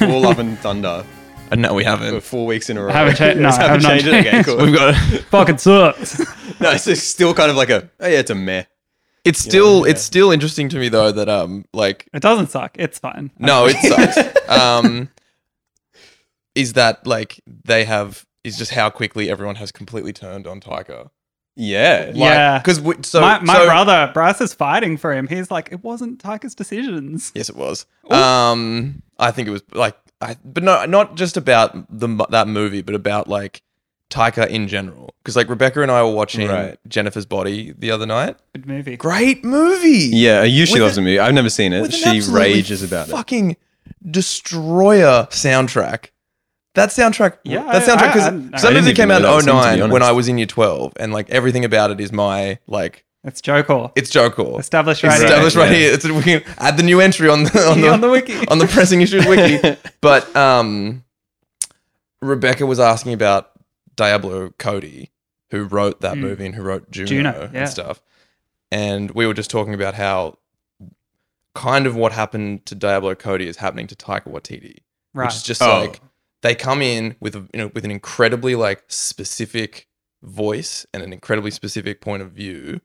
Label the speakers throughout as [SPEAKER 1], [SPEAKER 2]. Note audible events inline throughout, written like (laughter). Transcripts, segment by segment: [SPEAKER 1] War, Love, and Thunder
[SPEAKER 2] Uh, no, we
[SPEAKER 1] for
[SPEAKER 2] haven't.
[SPEAKER 1] four weeks in a row.
[SPEAKER 3] haven't
[SPEAKER 1] (laughs)
[SPEAKER 3] cha- no,
[SPEAKER 1] Let's
[SPEAKER 3] I have
[SPEAKER 1] have
[SPEAKER 3] not
[SPEAKER 1] it changed. Okay,
[SPEAKER 3] changed.
[SPEAKER 1] cool.
[SPEAKER 2] We've got. A,
[SPEAKER 3] Fucking sucks.
[SPEAKER 1] (laughs) No, it's just still kind of like a, oh yeah, it's a meh.
[SPEAKER 2] it's still
[SPEAKER 1] yeah.
[SPEAKER 2] it's still interesting to me though that um like
[SPEAKER 3] It doesn't suck. It's fine.
[SPEAKER 2] No,
[SPEAKER 1] (laughs)
[SPEAKER 2] it sucks. um, is that like they have? Is just how quickly everyone has completely turned on Tiger.
[SPEAKER 1] Yeah.
[SPEAKER 3] Yeah.
[SPEAKER 2] Because so
[SPEAKER 3] my my
[SPEAKER 2] so-
[SPEAKER 3] brother Bryce is fighting for him. He's like, it wasn't Tiger's decisions.
[SPEAKER 2] Yes, it was. Um, I think it was like, I, but no, not just about the mo- that movie, but about like Taika in general. Because like Rebecca and I were watching
[SPEAKER 1] Right.
[SPEAKER 2] Jennifer's Body the other night.
[SPEAKER 3] Good movie.
[SPEAKER 2] Great movie.
[SPEAKER 1] Yeah, you she
[SPEAKER 2] With
[SPEAKER 1] loves
[SPEAKER 2] a-
[SPEAKER 1] the movie. I've never seen it.
[SPEAKER 2] with an
[SPEAKER 1] She
[SPEAKER 2] absolutely
[SPEAKER 1] rages about it.
[SPEAKER 2] Fucking destroyer soundtrack. That soundtrack,
[SPEAKER 3] Yeah,
[SPEAKER 2] that
[SPEAKER 3] I-
[SPEAKER 2] soundtrack
[SPEAKER 3] I- I- I
[SPEAKER 2] because
[SPEAKER 1] didn't
[SPEAKER 2] sometimes it
[SPEAKER 1] even
[SPEAKER 2] came out
[SPEAKER 1] know that was
[SPEAKER 2] in
[SPEAKER 1] him, to be
[SPEAKER 2] 09 when
[SPEAKER 1] honest.
[SPEAKER 2] I was in year 12, and like everything about it is my like
[SPEAKER 3] It's Joker.
[SPEAKER 2] it's Joker.
[SPEAKER 3] Established right here.
[SPEAKER 2] Established right
[SPEAKER 1] yeah.
[SPEAKER 2] here. It's we can add the new entry on the on the,
[SPEAKER 3] on the wiki.
[SPEAKER 2] (laughs) on the pressing issues wiki. But um, Rebecca was asking about Diablo Cody, who wrote that
[SPEAKER 3] Mm.
[SPEAKER 2] movie and who wrote Juno,
[SPEAKER 3] Juno, yeah.
[SPEAKER 2] and stuff. And we were just talking about how kind of what happened to Diablo Cody is happening to Taika Waititi,
[SPEAKER 3] Right.
[SPEAKER 2] which is just
[SPEAKER 1] Oh.
[SPEAKER 2] like they come in with a, you know with an incredibly like specific voice and an incredibly specific point of view,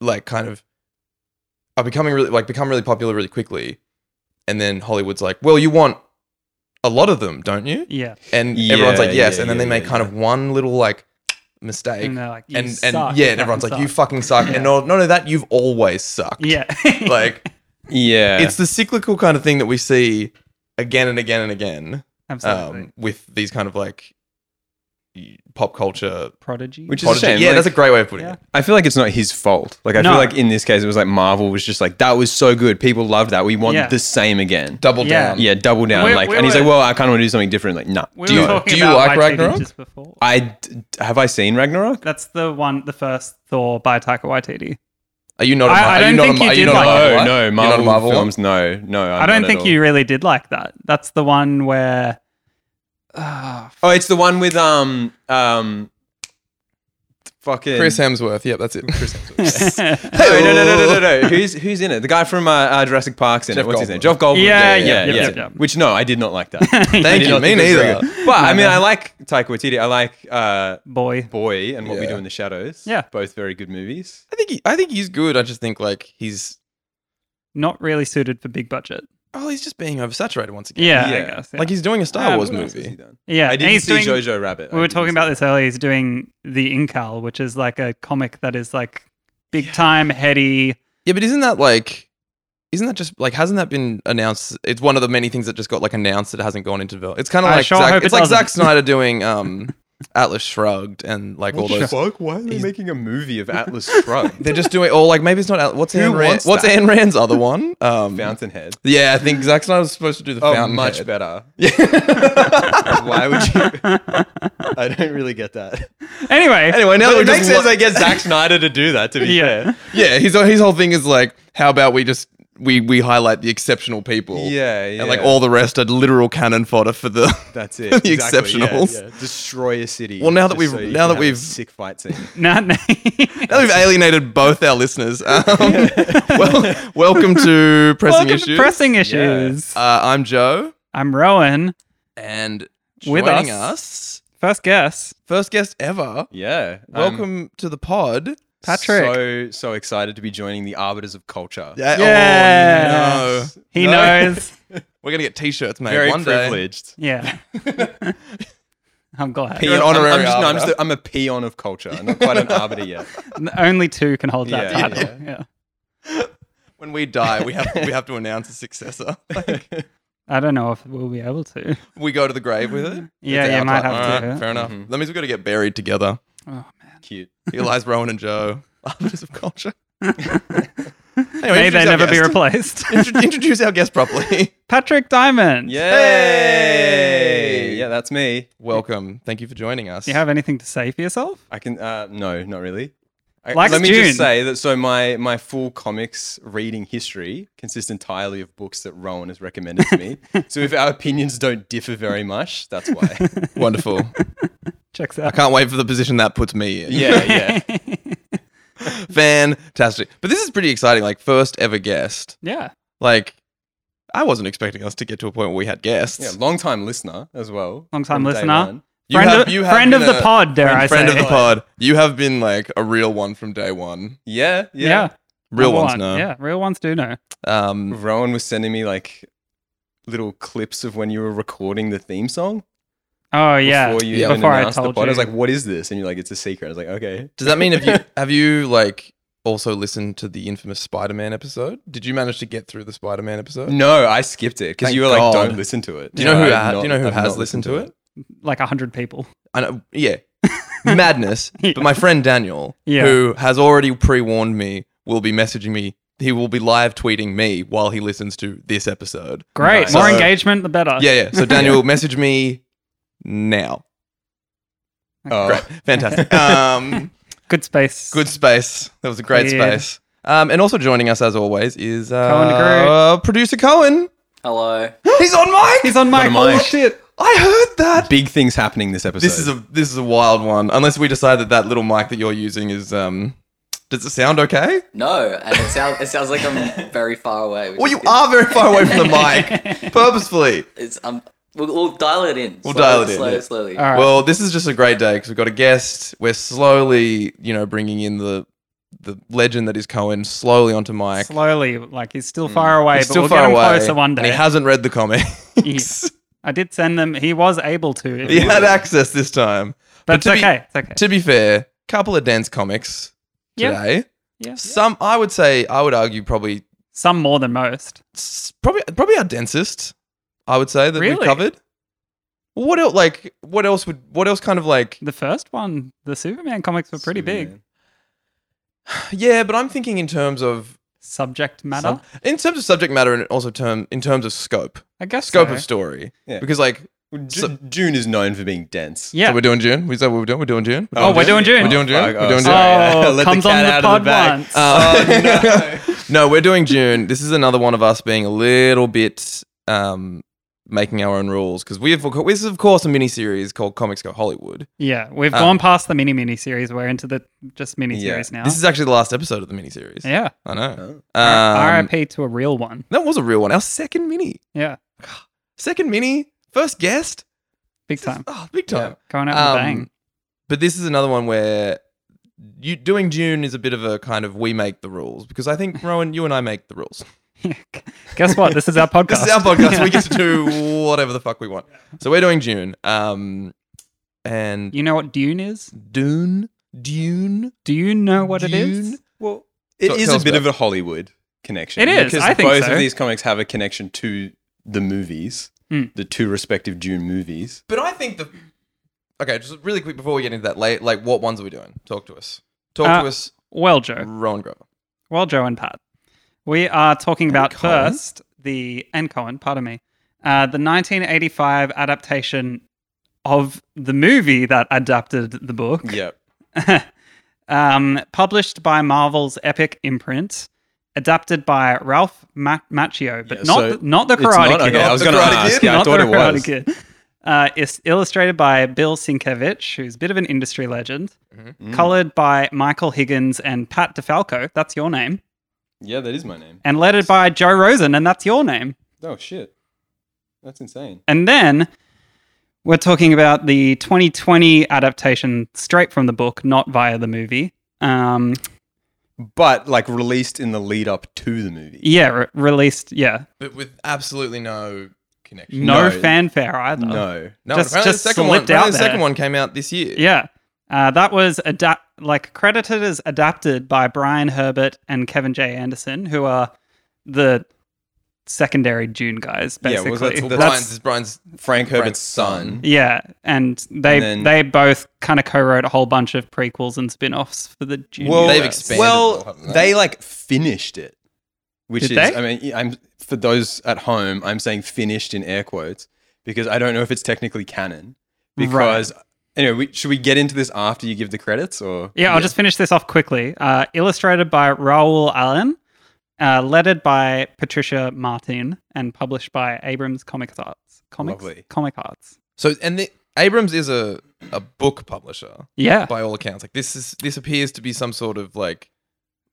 [SPEAKER 2] like kind of are becoming really like become really popular really quickly, and then Hollywood's like, well, you want a lot of them, don't you?
[SPEAKER 3] yeah.
[SPEAKER 2] And
[SPEAKER 1] Yeah,
[SPEAKER 2] everyone's like, yes,
[SPEAKER 1] yeah,
[SPEAKER 2] and then
[SPEAKER 1] yeah,
[SPEAKER 2] they make
[SPEAKER 1] yeah,
[SPEAKER 2] kind of one little like mistake,
[SPEAKER 3] And they're like, you
[SPEAKER 2] and and
[SPEAKER 3] suck,
[SPEAKER 2] yeah,
[SPEAKER 3] you
[SPEAKER 2] and everyone's like,
[SPEAKER 3] fucking
[SPEAKER 2] you
[SPEAKER 3] (laughs) suck."
[SPEAKER 2] fucking suck,
[SPEAKER 3] Yeah.
[SPEAKER 2] and not not only that, you've always sucked.
[SPEAKER 3] Yeah.
[SPEAKER 2] (laughs)
[SPEAKER 3] (laughs)
[SPEAKER 2] like
[SPEAKER 1] (laughs) Yeah.
[SPEAKER 2] it's the cyclical kind of thing that we see again and again and again
[SPEAKER 3] absolutely
[SPEAKER 2] um, with these kind of like y- pop culture.
[SPEAKER 3] prodigy.
[SPEAKER 1] which is a
[SPEAKER 2] prodigy-
[SPEAKER 1] shame.
[SPEAKER 2] yeah,
[SPEAKER 1] like,
[SPEAKER 2] that's a great way of putting
[SPEAKER 3] Yeah.
[SPEAKER 2] it.
[SPEAKER 1] I feel like it's not his fault. Like I
[SPEAKER 3] No.
[SPEAKER 1] feel like in this case it was like Marvel was just like that was so good. People loved that. We want
[SPEAKER 3] Yeah.
[SPEAKER 1] the same again.
[SPEAKER 2] Double
[SPEAKER 3] Yeah.
[SPEAKER 2] down.
[SPEAKER 1] yeah, double down.
[SPEAKER 3] We-
[SPEAKER 1] like
[SPEAKER 3] we
[SPEAKER 1] and he's
[SPEAKER 3] were-
[SPEAKER 1] like, well, I kind of want to do something different. Like, nah.
[SPEAKER 3] we
[SPEAKER 1] do
[SPEAKER 3] were
[SPEAKER 1] you,
[SPEAKER 3] talking
[SPEAKER 2] do you
[SPEAKER 3] about
[SPEAKER 2] like
[SPEAKER 3] Waititi
[SPEAKER 2] Ragnarok?
[SPEAKER 3] just before.
[SPEAKER 1] I d- have I seen Ragnarok?
[SPEAKER 3] That's the one, the first Thor by Taika Waititi.
[SPEAKER 2] Are you not? a
[SPEAKER 3] I-
[SPEAKER 2] Mar-
[SPEAKER 3] I
[SPEAKER 2] are
[SPEAKER 3] don't
[SPEAKER 2] you not
[SPEAKER 3] think
[SPEAKER 2] a, Mar-
[SPEAKER 3] you
[SPEAKER 2] are
[SPEAKER 3] did
[SPEAKER 2] you not a
[SPEAKER 3] like
[SPEAKER 2] Marvel
[SPEAKER 3] it.
[SPEAKER 1] No,
[SPEAKER 2] guy?
[SPEAKER 1] no,
[SPEAKER 2] You're not a
[SPEAKER 1] Marvel,
[SPEAKER 2] Marvel
[SPEAKER 1] films. No, no.
[SPEAKER 2] Uh,
[SPEAKER 1] I'm
[SPEAKER 3] I don't
[SPEAKER 1] not at
[SPEAKER 3] think
[SPEAKER 1] all.
[SPEAKER 3] you really did like that. That's the one where. Uh,
[SPEAKER 2] Ah,
[SPEAKER 3] (laughs)
[SPEAKER 1] Oh, it's the one with um um. Fucking
[SPEAKER 2] Chris Hemsworth. Yeah, that's it. Chris Hemsworth. (laughs)
[SPEAKER 3] (laughs)
[SPEAKER 1] Hey, no, no, no, no, no, no. Who's who's in it? The guy from uh, uh, Jurassic Park's in
[SPEAKER 2] Jeff
[SPEAKER 1] it. What's his
[SPEAKER 2] Goldblum.
[SPEAKER 1] name? Jeff Goldblum.
[SPEAKER 3] Yeah, yeah,
[SPEAKER 1] yeah,
[SPEAKER 3] yep,
[SPEAKER 1] yeah.
[SPEAKER 3] yep, yep.
[SPEAKER 1] Which no, I did not
[SPEAKER 3] (laughs)
[SPEAKER 1] like that. I
[SPEAKER 2] Thank
[SPEAKER 1] did
[SPEAKER 2] you.
[SPEAKER 1] not
[SPEAKER 2] Me
[SPEAKER 1] think it was very
[SPEAKER 2] neither.
[SPEAKER 1] good. (laughs) But I mean, I like Taika Waititi. I like uh,
[SPEAKER 3] boy.
[SPEAKER 1] Boy and What We
[SPEAKER 2] Yeah.
[SPEAKER 1] Do in the Shadows.
[SPEAKER 3] Yeah.
[SPEAKER 1] both very good movies.
[SPEAKER 2] I think he, I think he's good. I just think like he's
[SPEAKER 3] Not really suited for big budget.
[SPEAKER 2] oh he's just being oversaturated once again.
[SPEAKER 3] Yeah, I
[SPEAKER 1] Yeah.
[SPEAKER 3] guess. Yeah.
[SPEAKER 2] Like he's doing a Star
[SPEAKER 1] Ah,
[SPEAKER 2] Wars
[SPEAKER 1] what else has he
[SPEAKER 2] movie.
[SPEAKER 1] done?
[SPEAKER 3] yeah.
[SPEAKER 1] I
[SPEAKER 3] and
[SPEAKER 1] didn't
[SPEAKER 3] he's
[SPEAKER 1] see
[SPEAKER 3] doing-
[SPEAKER 1] Jojo Rabbit.
[SPEAKER 3] We
[SPEAKER 1] I
[SPEAKER 3] were
[SPEAKER 1] didn't
[SPEAKER 3] talking
[SPEAKER 1] see
[SPEAKER 3] about
[SPEAKER 1] that.
[SPEAKER 3] this earlier. He's doing the Incal, which is like a comic that is like big time, heady.
[SPEAKER 2] Yeah, but isn't that like isn't that just like hasn't that been announced? It's one of the many things that just got like announced that hasn't gone into development. It's kind of
[SPEAKER 3] I
[SPEAKER 2] like
[SPEAKER 3] sure
[SPEAKER 2] Zack,
[SPEAKER 3] hope
[SPEAKER 2] it's
[SPEAKER 3] it
[SPEAKER 2] like
[SPEAKER 3] doesn't.
[SPEAKER 2] Zack Snyder doing um (laughs) Atlas Shrugged and like all
[SPEAKER 1] What the
[SPEAKER 2] those.
[SPEAKER 1] fuck? Why are they
[SPEAKER 2] he's-
[SPEAKER 1] making a movie of Atlas
[SPEAKER 2] (laughs)
[SPEAKER 1] Shrugged?
[SPEAKER 2] They're just doing or like maybe it's not Atlas. What's
[SPEAKER 1] Who
[SPEAKER 2] Anne Rand?
[SPEAKER 1] wants
[SPEAKER 2] What's
[SPEAKER 1] that?
[SPEAKER 2] Anne Rand's other one? Um,
[SPEAKER 1] Fountainhead.
[SPEAKER 2] Yeah, I think Zack Snyder was supposed to do the
[SPEAKER 1] Oh,
[SPEAKER 2] Fountainhead.
[SPEAKER 1] much better. (laughs) Why would you? I don't really get that.
[SPEAKER 3] Anyway.
[SPEAKER 2] Anyway, now
[SPEAKER 1] No,
[SPEAKER 2] that we
[SPEAKER 1] it makes
[SPEAKER 2] just
[SPEAKER 1] sense.
[SPEAKER 2] lo-
[SPEAKER 1] I guess Zack Snyder to do that. To be
[SPEAKER 3] (laughs) Yeah.
[SPEAKER 1] fair.
[SPEAKER 2] yeah, his his whole thing is like, how about we just we we highlight the exceptional people?
[SPEAKER 1] Yeah, yeah.
[SPEAKER 2] and like all the rest are literal cannon fodder for the. (laughs)
[SPEAKER 1] That's it.
[SPEAKER 2] The
[SPEAKER 1] Exactly, yeah,
[SPEAKER 2] Exceptionals.
[SPEAKER 1] yeah. Destroy a city.
[SPEAKER 2] Well, now that
[SPEAKER 1] just
[SPEAKER 2] we've-
[SPEAKER 1] you
[SPEAKER 2] now that
[SPEAKER 1] can have a
[SPEAKER 2] we've-
[SPEAKER 1] sick fight scene.
[SPEAKER 3] Nah, nah.
[SPEAKER 2] Now we've alienated both our listeners. (laughs) Um, well, welcome to pressing
[SPEAKER 3] Welcome to
[SPEAKER 2] issues.
[SPEAKER 3] pressing issues.
[SPEAKER 2] uh, I'm Joe,
[SPEAKER 3] I'm Rowan.
[SPEAKER 2] and
[SPEAKER 3] With
[SPEAKER 2] joining
[SPEAKER 3] us- First guess.
[SPEAKER 2] first guest ever.
[SPEAKER 1] Yeah. Um,
[SPEAKER 2] Welcome to the pod.
[SPEAKER 3] Patrick.
[SPEAKER 1] So oh, so excited to be joining the Arbiters of Culture.
[SPEAKER 2] Yeah. Oh,
[SPEAKER 3] Yes.
[SPEAKER 2] no.
[SPEAKER 3] He
[SPEAKER 1] No. (laughs)
[SPEAKER 3] knows.
[SPEAKER 2] We're gonna get t-shirts made
[SPEAKER 1] Very
[SPEAKER 2] one day.
[SPEAKER 1] privileged. (laughs)
[SPEAKER 3] Yeah. I'm glad.
[SPEAKER 2] You're an
[SPEAKER 1] I'm-
[SPEAKER 2] honorary
[SPEAKER 1] I'm, just, no, I'm, just
[SPEAKER 2] arbiter.
[SPEAKER 1] a, I'm a peon of culture. I'm not quite an arbiter yet.
[SPEAKER 3] Only two can hold that
[SPEAKER 1] Yeah.
[SPEAKER 3] title. Yeah.
[SPEAKER 2] When we die, we have we have to announce a successor. (laughs) Like,
[SPEAKER 3] I don't know if we'll be able to.
[SPEAKER 2] we go to the grave with it.
[SPEAKER 3] Yeah,
[SPEAKER 2] It's
[SPEAKER 3] you
[SPEAKER 2] our
[SPEAKER 3] might
[SPEAKER 2] time.
[SPEAKER 3] have
[SPEAKER 2] All
[SPEAKER 3] to. Mm-hmm.
[SPEAKER 2] right, fair enough. That means we've got to get buried together.
[SPEAKER 3] Oh,
[SPEAKER 1] Cute.
[SPEAKER 2] Here lies Rowan and Joe, (laughs) arbiters of
[SPEAKER 3] (laughs)
[SPEAKER 2] culture. anyway,
[SPEAKER 3] May they
[SPEAKER 2] introduce our
[SPEAKER 3] never be
[SPEAKER 2] guest.
[SPEAKER 3] replaced.
[SPEAKER 2] Intro- introduce our guest properly.
[SPEAKER 3] (laughs)
[SPEAKER 2] (laughs)
[SPEAKER 3] Patrick Diamond.
[SPEAKER 1] Yay! Yeah, that's me.
[SPEAKER 2] Welcome. Thank you for joining us.
[SPEAKER 3] Do you have anything to say for yourself?
[SPEAKER 1] I can. Uh, no, not really. I,
[SPEAKER 3] Like
[SPEAKER 1] let me
[SPEAKER 3] June.
[SPEAKER 1] just say that. So my my full comics reading history consists entirely of books that Rowan has recommended to me. so if our opinions don't differ very much, that's why.
[SPEAKER 2] Wonderful.
[SPEAKER 3] Checks
[SPEAKER 2] I (laughs)
[SPEAKER 3] out.
[SPEAKER 2] can't wait for the position that puts me in. (laughs)
[SPEAKER 1] yeah, yeah.
[SPEAKER 2] Fantastic. But this is pretty exciting. Like, first ever guest.
[SPEAKER 3] (laughs) Yeah.
[SPEAKER 2] Like, I wasn't expecting us to get to a point where we had guests.
[SPEAKER 1] Yeah, long time listener as well.
[SPEAKER 3] Long-time
[SPEAKER 1] from day
[SPEAKER 3] listener.
[SPEAKER 1] one.
[SPEAKER 2] You
[SPEAKER 3] friend
[SPEAKER 2] have-
[SPEAKER 3] of,
[SPEAKER 2] you have
[SPEAKER 3] friend of
[SPEAKER 2] been
[SPEAKER 3] the
[SPEAKER 2] a
[SPEAKER 3] pod, dare I
[SPEAKER 2] friend
[SPEAKER 3] say.
[SPEAKER 2] of the pod. You have been like a real one from day one.
[SPEAKER 1] Yeah,
[SPEAKER 3] (laughs)
[SPEAKER 1] yeah.
[SPEAKER 3] yeah.
[SPEAKER 2] Real
[SPEAKER 3] number
[SPEAKER 2] ones
[SPEAKER 3] one.
[SPEAKER 2] know.
[SPEAKER 3] Yeah, real ones do know.
[SPEAKER 2] Um,
[SPEAKER 1] Rowan was sending me like little clips of when you were recording the theme song.
[SPEAKER 3] Oh yeah.
[SPEAKER 1] Before you
[SPEAKER 2] Yeah.
[SPEAKER 1] even
[SPEAKER 3] Before I
[SPEAKER 1] announced the
[SPEAKER 3] told
[SPEAKER 1] pod. I was
[SPEAKER 3] you.
[SPEAKER 1] like, what is this? And you're like, it's a secret. I was like, okay.
[SPEAKER 2] (laughs) Does that mean have you have you like also listened to the infamous Spider-Man episode? Did you manage to get through the Spider-Man episode?
[SPEAKER 1] No, I skipped it because
[SPEAKER 2] Thank
[SPEAKER 1] you were like,
[SPEAKER 2] God.
[SPEAKER 1] don't listen to it.
[SPEAKER 2] Do you know
[SPEAKER 1] Yeah,
[SPEAKER 2] who
[SPEAKER 1] I have
[SPEAKER 2] ha- do you know who
[SPEAKER 1] I've
[SPEAKER 2] has
[SPEAKER 1] not
[SPEAKER 2] listened to it?
[SPEAKER 3] like a hundred people.
[SPEAKER 2] I know, yeah, madness.
[SPEAKER 3] (laughs) Yeah.
[SPEAKER 2] But my friend Daniel,
[SPEAKER 3] Yeah.
[SPEAKER 2] who has already pre-warned me, will be messaging me. He will be live tweeting me while he listens to this episode.
[SPEAKER 3] Great.
[SPEAKER 1] Nice.
[SPEAKER 3] More
[SPEAKER 2] So-
[SPEAKER 3] engagement, the better.
[SPEAKER 2] Yeah, yeah.
[SPEAKER 3] (laughs)
[SPEAKER 2] So Daniel, message me now.
[SPEAKER 1] Oh,
[SPEAKER 2] Great, (laughs)
[SPEAKER 3] (laughs)
[SPEAKER 2] fantastic. Um,
[SPEAKER 3] Good space.
[SPEAKER 2] good space. That was a great
[SPEAKER 3] Yeah.
[SPEAKER 2] space. Um, and also joining us as always is uh,
[SPEAKER 3] Cohen DeGroot.
[SPEAKER 2] producer Cohen.
[SPEAKER 4] Hello.
[SPEAKER 2] (gasps) He's on mic.
[SPEAKER 3] (laughs) He's on
[SPEAKER 1] Got
[SPEAKER 3] mic.
[SPEAKER 1] a
[SPEAKER 3] Holy
[SPEAKER 1] mic.
[SPEAKER 3] shit.
[SPEAKER 2] I heard that.
[SPEAKER 1] Big things happening this episode.
[SPEAKER 2] This is a this is a wild one. Unless we decide that that little mic that you're using is um, does it sound okay?
[SPEAKER 4] No, and it sounds it sounds like I'm very far away. which
[SPEAKER 2] Well,
[SPEAKER 4] is
[SPEAKER 2] you
[SPEAKER 4] good.
[SPEAKER 2] are very far away from the
[SPEAKER 3] (laughs)
[SPEAKER 2] mic, purposefully.
[SPEAKER 4] It's um. We'll, we'll dial it in.
[SPEAKER 2] We'll dial it in,
[SPEAKER 4] Slowly,
[SPEAKER 2] yeah.
[SPEAKER 4] slowly.
[SPEAKER 3] All right.
[SPEAKER 2] Well, this is just a great day because we've got a guest. We're slowly, you know, bringing in the the legend that is Cohen slowly onto mic.
[SPEAKER 3] Slowly, like Mm. he's still far away,
[SPEAKER 2] He's
[SPEAKER 3] but
[SPEAKER 2] still
[SPEAKER 3] we'll
[SPEAKER 2] far
[SPEAKER 3] get him
[SPEAKER 2] away,
[SPEAKER 3] closer one
[SPEAKER 2] and
[SPEAKER 3] day.
[SPEAKER 2] he (laughs) hasn't read the
[SPEAKER 3] (laughs)
[SPEAKER 2] comics.
[SPEAKER 3] Yes. I did send them. He was able to, if
[SPEAKER 2] he
[SPEAKER 3] he
[SPEAKER 2] had
[SPEAKER 3] wanted.
[SPEAKER 2] access this time.
[SPEAKER 3] but it's
[SPEAKER 2] to be-
[SPEAKER 3] okay. It's okay.
[SPEAKER 2] To be fair, couple of dance comics
[SPEAKER 3] Yeah.
[SPEAKER 2] today.
[SPEAKER 3] yeah.
[SPEAKER 2] Some, I would say, I would argue probably
[SPEAKER 3] Some more than most.
[SPEAKER 2] s- probably probably our densest. I would say that we
[SPEAKER 3] Really?
[SPEAKER 2] covered. What else? Like, what else would? What else? Kind of like, (sighs)
[SPEAKER 3] The first one, the Superman comics were pretty big.
[SPEAKER 1] Superman.
[SPEAKER 2] yeah. But I'm thinking in terms of
[SPEAKER 3] Subject matter,
[SPEAKER 2] sub- in terms of subject matter, and also term in terms of scope,
[SPEAKER 3] I guess.
[SPEAKER 2] scope
[SPEAKER 3] so.
[SPEAKER 2] of story.
[SPEAKER 1] Yeah.
[SPEAKER 2] Because like,
[SPEAKER 1] Well, Ju-
[SPEAKER 2] So-
[SPEAKER 1] June is known for being dense.
[SPEAKER 3] Yeah.
[SPEAKER 2] so we're doing June. Is that what we're doing? We're doing June.
[SPEAKER 3] Oh, we're doing June.
[SPEAKER 2] We're doing June.
[SPEAKER 1] fuck.
[SPEAKER 2] We're doing June. (laughs)
[SPEAKER 1] sorry.
[SPEAKER 3] oh,
[SPEAKER 1] (laughs) Let the
[SPEAKER 3] comes
[SPEAKER 1] cat
[SPEAKER 3] on
[SPEAKER 1] out
[SPEAKER 3] the pod
[SPEAKER 1] of the bag.
[SPEAKER 3] once.
[SPEAKER 2] Uh, (laughs) no, we're doing June. This is another one of us being a little bit um, making our own rules because we have this is of course a mini series called Comics Go Hollywood.
[SPEAKER 3] yeah, we've
[SPEAKER 2] Um,
[SPEAKER 3] gone past the mini mini series. We're into the just mini series now.
[SPEAKER 2] This is actually the last episode of the mini series.
[SPEAKER 3] yeah.
[SPEAKER 2] I know.
[SPEAKER 1] Oh.
[SPEAKER 2] Um,
[SPEAKER 3] RIP to a real one.
[SPEAKER 2] that was a real one. Our second mini,
[SPEAKER 3] Yeah,
[SPEAKER 2] second mini, first guest,
[SPEAKER 3] big time.
[SPEAKER 2] Oh, big time.
[SPEAKER 3] Going out with a
[SPEAKER 2] Um,
[SPEAKER 3] bang.
[SPEAKER 2] But this is another one where you doing June is a bit of a kind of we make the rules because I
[SPEAKER 3] (laughs)
[SPEAKER 2] think Rowan, you and I make the rules.
[SPEAKER 3] (laughs) Guess what? This is our
[SPEAKER 2] (laughs)
[SPEAKER 3] podcast.
[SPEAKER 2] This is our podcast.
[SPEAKER 3] Yeah. (laughs)
[SPEAKER 2] We get to do whatever the fuck we want. So we're doing June. Um, and
[SPEAKER 3] You know what Dune is?
[SPEAKER 2] Dune, Dune.
[SPEAKER 3] Do you know what it is?
[SPEAKER 1] Well, it
[SPEAKER 2] Tell-
[SPEAKER 1] is
[SPEAKER 2] tell
[SPEAKER 1] a
[SPEAKER 2] us
[SPEAKER 1] bit
[SPEAKER 2] about
[SPEAKER 1] of a Hollywood connection.
[SPEAKER 3] It is,
[SPEAKER 1] Because
[SPEAKER 3] I think
[SPEAKER 1] both
[SPEAKER 3] so.
[SPEAKER 1] of these comics have a connection to the movies,
[SPEAKER 3] Hmm.
[SPEAKER 1] the two respective June movies.
[SPEAKER 2] But I think the okay. Just really quick before we get into that, like, like what ones are we doing? Talk to us. Talk
[SPEAKER 3] Uh,
[SPEAKER 2] to us,
[SPEAKER 3] Well, Joe.
[SPEAKER 2] Rowan Grover.
[SPEAKER 3] Well, Joe and Pat. We are talking
[SPEAKER 2] And
[SPEAKER 3] about
[SPEAKER 2] Cohen.
[SPEAKER 3] first the and Cohen. Pardon me. Uh, the 1985 adaptation of the movie that adapted the book.
[SPEAKER 1] Yep.
[SPEAKER 3] um, published by Marvel's Epic imprint, adapted by Ralph Ma- Macchio, but
[SPEAKER 1] Yeah,
[SPEAKER 3] not
[SPEAKER 1] so
[SPEAKER 3] the, not the
[SPEAKER 1] It's
[SPEAKER 3] Karate
[SPEAKER 1] not-
[SPEAKER 3] Kid.
[SPEAKER 1] okay, I was
[SPEAKER 2] The
[SPEAKER 1] going to
[SPEAKER 2] Karate
[SPEAKER 1] ask.
[SPEAKER 2] Kid?
[SPEAKER 1] Yeah, I
[SPEAKER 3] not
[SPEAKER 1] thought
[SPEAKER 3] the
[SPEAKER 1] it
[SPEAKER 3] Karate
[SPEAKER 1] was.
[SPEAKER 3] Kid. Uh, it's illustrated by Bill Sienkiewicz, who's a bit of an industry legend.
[SPEAKER 1] Mm.
[SPEAKER 3] Colored by Michael Higgins and Pat DeFalco. That's your name.
[SPEAKER 1] Yeah, that is my name.
[SPEAKER 3] And lettered by Joe Rosen, and that's your name.
[SPEAKER 1] Oh, shit. That's insane.
[SPEAKER 3] And then we're talking about the 2020 adaptation straight from the book, not via the movie. Um,
[SPEAKER 1] But like released in the lead up to the movie.
[SPEAKER 3] yeah, re- released. Yeah,
[SPEAKER 2] But with absolutely no connection.
[SPEAKER 3] no,
[SPEAKER 1] No.
[SPEAKER 3] fanfare either.
[SPEAKER 1] No.
[SPEAKER 2] No,
[SPEAKER 3] Mm. Just-
[SPEAKER 2] apparently
[SPEAKER 3] just
[SPEAKER 2] the second one.
[SPEAKER 3] slipped out
[SPEAKER 2] apparently the
[SPEAKER 3] there.
[SPEAKER 2] second one came out this year.
[SPEAKER 3] Yeah. Uh, that was adapt like credited as adapted by Brian Herbert and Kevin J. Anderson, who are the secondary June guys,
[SPEAKER 1] Yeah, well,
[SPEAKER 3] basically.
[SPEAKER 1] that's-
[SPEAKER 2] Well,
[SPEAKER 1] That's-
[SPEAKER 2] Brian's, is Brian's
[SPEAKER 1] Frank
[SPEAKER 2] Frank's
[SPEAKER 1] Herbert's
[SPEAKER 2] son.
[SPEAKER 1] son.
[SPEAKER 3] yeah, and they
[SPEAKER 1] And then-
[SPEAKER 3] they both kind of co-wrote a whole bunch of prequels and spin-offs for the June.
[SPEAKER 1] Well,
[SPEAKER 2] They've
[SPEAKER 3] universe.
[SPEAKER 2] expanded more,
[SPEAKER 1] Well,
[SPEAKER 2] haven't they?
[SPEAKER 1] they like finished it, which
[SPEAKER 3] Did
[SPEAKER 1] is,
[SPEAKER 3] they?
[SPEAKER 1] I mean, I'm for those at home, I'm saying finished in air quotes because I don't know if it's technically canon.
[SPEAKER 3] Right.
[SPEAKER 1] Because anyway, we, should we get into this after you give the credits or?
[SPEAKER 3] Yeah, I'll just finish this off quickly. Uh, illustrated by Raoul Allen, uh, lettered by Patricia Martin, and published by Abrams Comics Arts. Comics,
[SPEAKER 1] Lovely.
[SPEAKER 3] Comic Arts.
[SPEAKER 2] So and the, Abrams is a, a book publisher
[SPEAKER 3] Yeah,
[SPEAKER 2] by all accounts. Like this is this appears to be some sort of like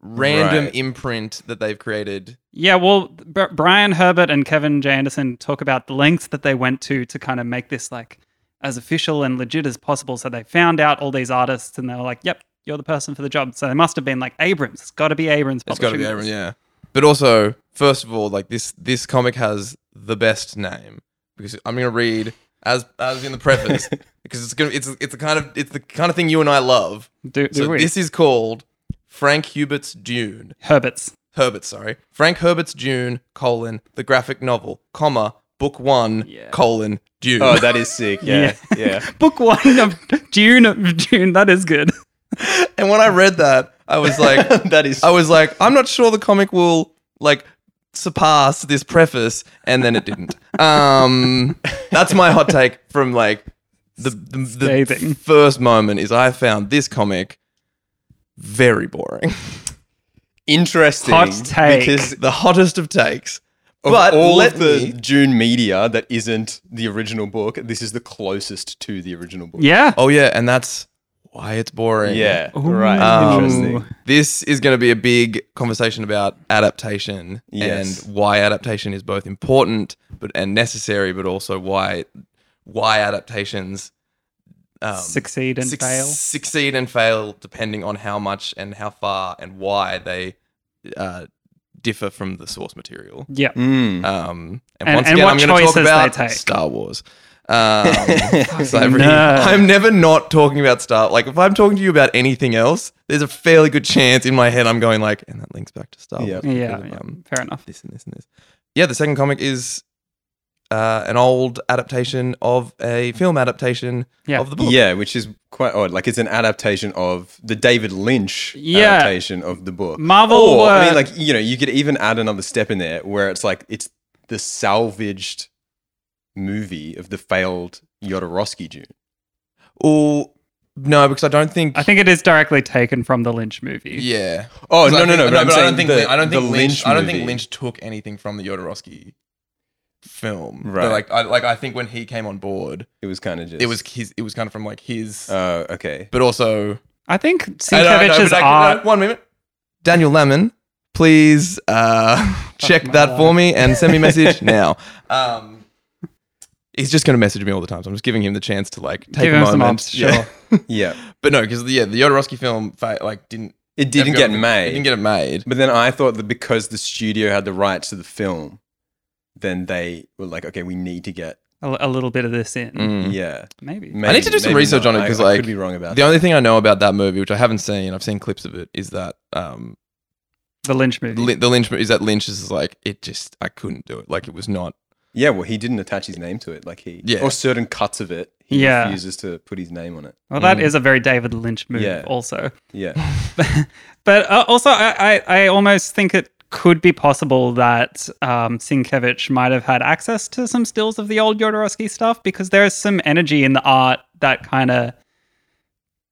[SPEAKER 2] random
[SPEAKER 1] Right.
[SPEAKER 2] imprint that they've created.
[SPEAKER 3] Yeah, well, B- Brian Herbert and Kevin J. Anderson talk about the lengths that they went to to kind of make this like as official and legit as possible. So they found out all these artists and they were like, yep, you're the person for the job. So they must have been like, Abrams, it's got to be Abrams.
[SPEAKER 2] It's got to be
[SPEAKER 3] Publishing
[SPEAKER 2] Aaron,
[SPEAKER 3] this.
[SPEAKER 2] yeah. But also, first of all, like this this comic has the best name because I'm going to read as as in the
[SPEAKER 3] (laughs)
[SPEAKER 2] preface because it's going to it's it's the kind of it's the kind of thing you and I love.
[SPEAKER 3] Do, do
[SPEAKER 2] So
[SPEAKER 3] we?
[SPEAKER 2] this is called Frank Hubert's Dune.
[SPEAKER 3] Herbert's.
[SPEAKER 2] Herbert, sorry. Frank Herbert's Dune, colon, the graphic novel, comma, book one,
[SPEAKER 4] Yeah.
[SPEAKER 2] colon, Dune.
[SPEAKER 1] Oh, that is
[SPEAKER 3] (laughs)
[SPEAKER 1] sick. Yeah. Yeah.
[SPEAKER 3] Book one of (laughs) June of June. That is good.
[SPEAKER 2] and when I read that, I was
[SPEAKER 1] (laughs)
[SPEAKER 2] like,
[SPEAKER 1] that is
[SPEAKER 3] Oh,
[SPEAKER 2] I was like, I'm not sure the comic will like surpass this preface, and then it didn't. Um, that's my hot take from like the the, the
[SPEAKER 3] Scathing.
[SPEAKER 2] first moment is I found this comic very boring,
[SPEAKER 1] interesting.
[SPEAKER 3] Hot take.
[SPEAKER 1] Because
[SPEAKER 2] the hottest of takes.
[SPEAKER 1] of
[SPEAKER 2] but
[SPEAKER 1] all
[SPEAKER 2] let
[SPEAKER 1] of the
[SPEAKER 2] me-
[SPEAKER 1] June media that isn't the original book, this is the closest to the original book.
[SPEAKER 3] Yeah.
[SPEAKER 2] Oh yeah, and that's why it's boring.
[SPEAKER 1] Yeah.
[SPEAKER 3] Ooh.
[SPEAKER 1] Right.
[SPEAKER 2] Um,
[SPEAKER 1] interesting.
[SPEAKER 2] This is going to be a big conversation about adaptation
[SPEAKER 1] Yes.
[SPEAKER 2] and why adaptation is both important but and necessary, but also why why adaptations um,
[SPEAKER 3] Succeed and
[SPEAKER 2] suc-
[SPEAKER 3] fail.
[SPEAKER 2] succeed and fail depending on how much and how far and why they uh, differ from the source material.
[SPEAKER 3] Yeah.
[SPEAKER 1] Mm.
[SPEAKER 2] Um, and,
[SPEAKER 3] And-
[SPEAKER 2] once
[SPEAKER 3] and
[SPEAKER 2] again,
[SPEAKER 3] what
[SPEAKER 2] I'm going to
[SPEAKER 3] choices
[SPEAKER 2] talk
[SPEAKER 3] they
[SPEAKER 2] about
[SPEAKER 3] take.
[SPEAKER 2] Star Wars.
[SPEAKER 3] (laughs)
[SPEAKER 2] Um, so I've
[SPEAKER 3] Fucking
[SPEAKER 2] really-
[SPEAKER 3] nerd.
[SPEAKER 2] I'm never not talking about Star. Like if I'm talking to you about anything else, there's a fairly good chance in my head I'm going like, and that links back to Star Wars.
[SPEAKER 1] Yeah.
[SPEAKER 2] because
[SPEAKER 3] Yeah,
[SPEAKER 2] of,
[SPEAKER 3] yeah.
[SPEAKER 2] um,
[SPEAKER 3] Fair enough.
[SPEAKER 2] this and this and this. Yeah, the second comic is uh, an old adaptation of a film adaptation
[SPEAKER 3] Yeah.
[SPEAKER 2] of the book.
[SPEAKER 1] Yeah, which is quite odd. Like it's an adaptation of the David Lynch
[SPEAKER 3] Yeah.
[SPEAKER 1] adaptation of the book.
[SPEAKER 3] Marvel.
[SPEAKER 2] Oh,
[SPEAKER 1] Or, I mean,
[SPEAKER 3] uh,
[SPEAKER 1] like, you know, you could even add another step in there where it's like it's the salvaged movie of the failed Yodorovsky Dune.
[SPEAKER 2] Or no, because I don't think.
[SPEAKER 3] I think it is directly taken from the Lynch movie.
[SPEAKER 2] Yeah.
[SPEAKER 1] Oh,
[SPEAKER 2] 'Cause
[SPEAKER 1] no,
[SPEAKER 2] I
[SPEAKER 1] no,
[SPEAKER 2] think-
[SPEAKER 1] no, but I'm
[SPEAKER 2] I
[SPEAKER 1] saying
[SPEAKER 2] don't think
[SPEAKER 1] the-
[SPEAKER 2] Lin- I don't think
[SPEAKER 1] the
[SPEAKER 2] Lynch, I don't
[SPEAKER 1] movie.
[SPEAKER 2] think Lynch took anything from the Yodorovsky film. But,
[SPEAKER 1] Right.
[SPEAKER 2] like I like I think when he came on board,
[SPEAKER 1] It was kind of just.
[SPEAKER 2] it was his it was kind of from like his
[SPEAKER 1] Oh, okay.
[SPEAKER 2] but also
[SPEAKER 3] I think
[SPEAKER 2] I don't- I don't-
[SPEAKER 3] Sienkiewicz's
[SPEAKER 2] but I-
[SPEAKER 3] art.
[SPEAKER 2] no, one minute. Daniel Lemon, please
[SPEAKER 3] (laughs)
[SPEAKER 2] uh, check
[SPEAKER 3] my
[SPEAKER 2] that
[SPEAKER 3] life.
[SPEAKER 2] for me and send me a
[SPEAKER 3] (laughs)
[SPEAKER 2] message now. Um He's just going to message me all the time, so I'm just giving him the chance to like take
[SPEAKER 3] Give
[SPEAKER 2] a
[SPEAKER 3] him
[SPEAKER 2] moment.
[SPEAKER 3] some ups, sure.
[SPEAKER 2] Yeah.
[SPEAKER 1] Yeah.
[SPEAKER 2] but no, because yeah, the Yodorovsky film fa- like didn't
[SPEAKER 1] It didn't
[SPEAKER 2] never
[SPEAKER 1] get
[SPEAKER 2] got-
[SPEAKER 1] made.
[SPEAKER 2] It didn't get it made.
[SPEAKER 1] But then I thought that because the studio had the rights to the film, then they were like, okay, we need to get.
[SPEAKER 3] a, a little bit of this in.
[SPEAKER 2] Mm.
[SPEAKER 1] Yeah.
[SPEAKER 3] Maybe.
[SPEAKER 1] Maybe-
[SPEAKER 2] Hmm. need to do some
[SPEAKER 1] maybe
[SPEAKER 2] research
[SPEAKER 1] not.
[SPEAKER 2] on it
[SPEAKER 1] I-
[SPEAKER 2] 'cause,
[SPEAKER 1] I
[SPEAKER 2] like,
[SPEAKER 1] could be wrong about
[SPEAKER 2] The
[SPEAKER 1] that.
[SPEAKER 2] only thing I know about that movie, which I haven't seen, I've seen clips of it, is that um,
[SPEAKER 3] the Lynch movie.
[SPEAKER 2] Lin- the Lynch is that Lynch is like it just I couldn't do it. Like it was not.
[SPEAKER 1] Yeah, well, he didn't attach his name to it. Like he,
[SPEAKER 2] Yeah.
[SPEAKER 1] or certain cuts of it, he
[SPEAKER 3] Yeah.
[SPEAKER 1] refuses to put his name on it.
[SPEAKER 3] well, that
[SPEAKER 2] Mm.
[SPEAKER 3] is a very David Lynch move,
[SPEAKER 1] Yeah.
[SPEAKER 3] also.
[SPEAKER 2] (laughs)
[SPEAKER 1] Yeah,
[SPEAKER 3] But uh, also, I, I, I almost think it could be possible that um, Sienkiewicz might have had access to some stills of the old Yodorovsky stuff because there is some energy in the art that kind of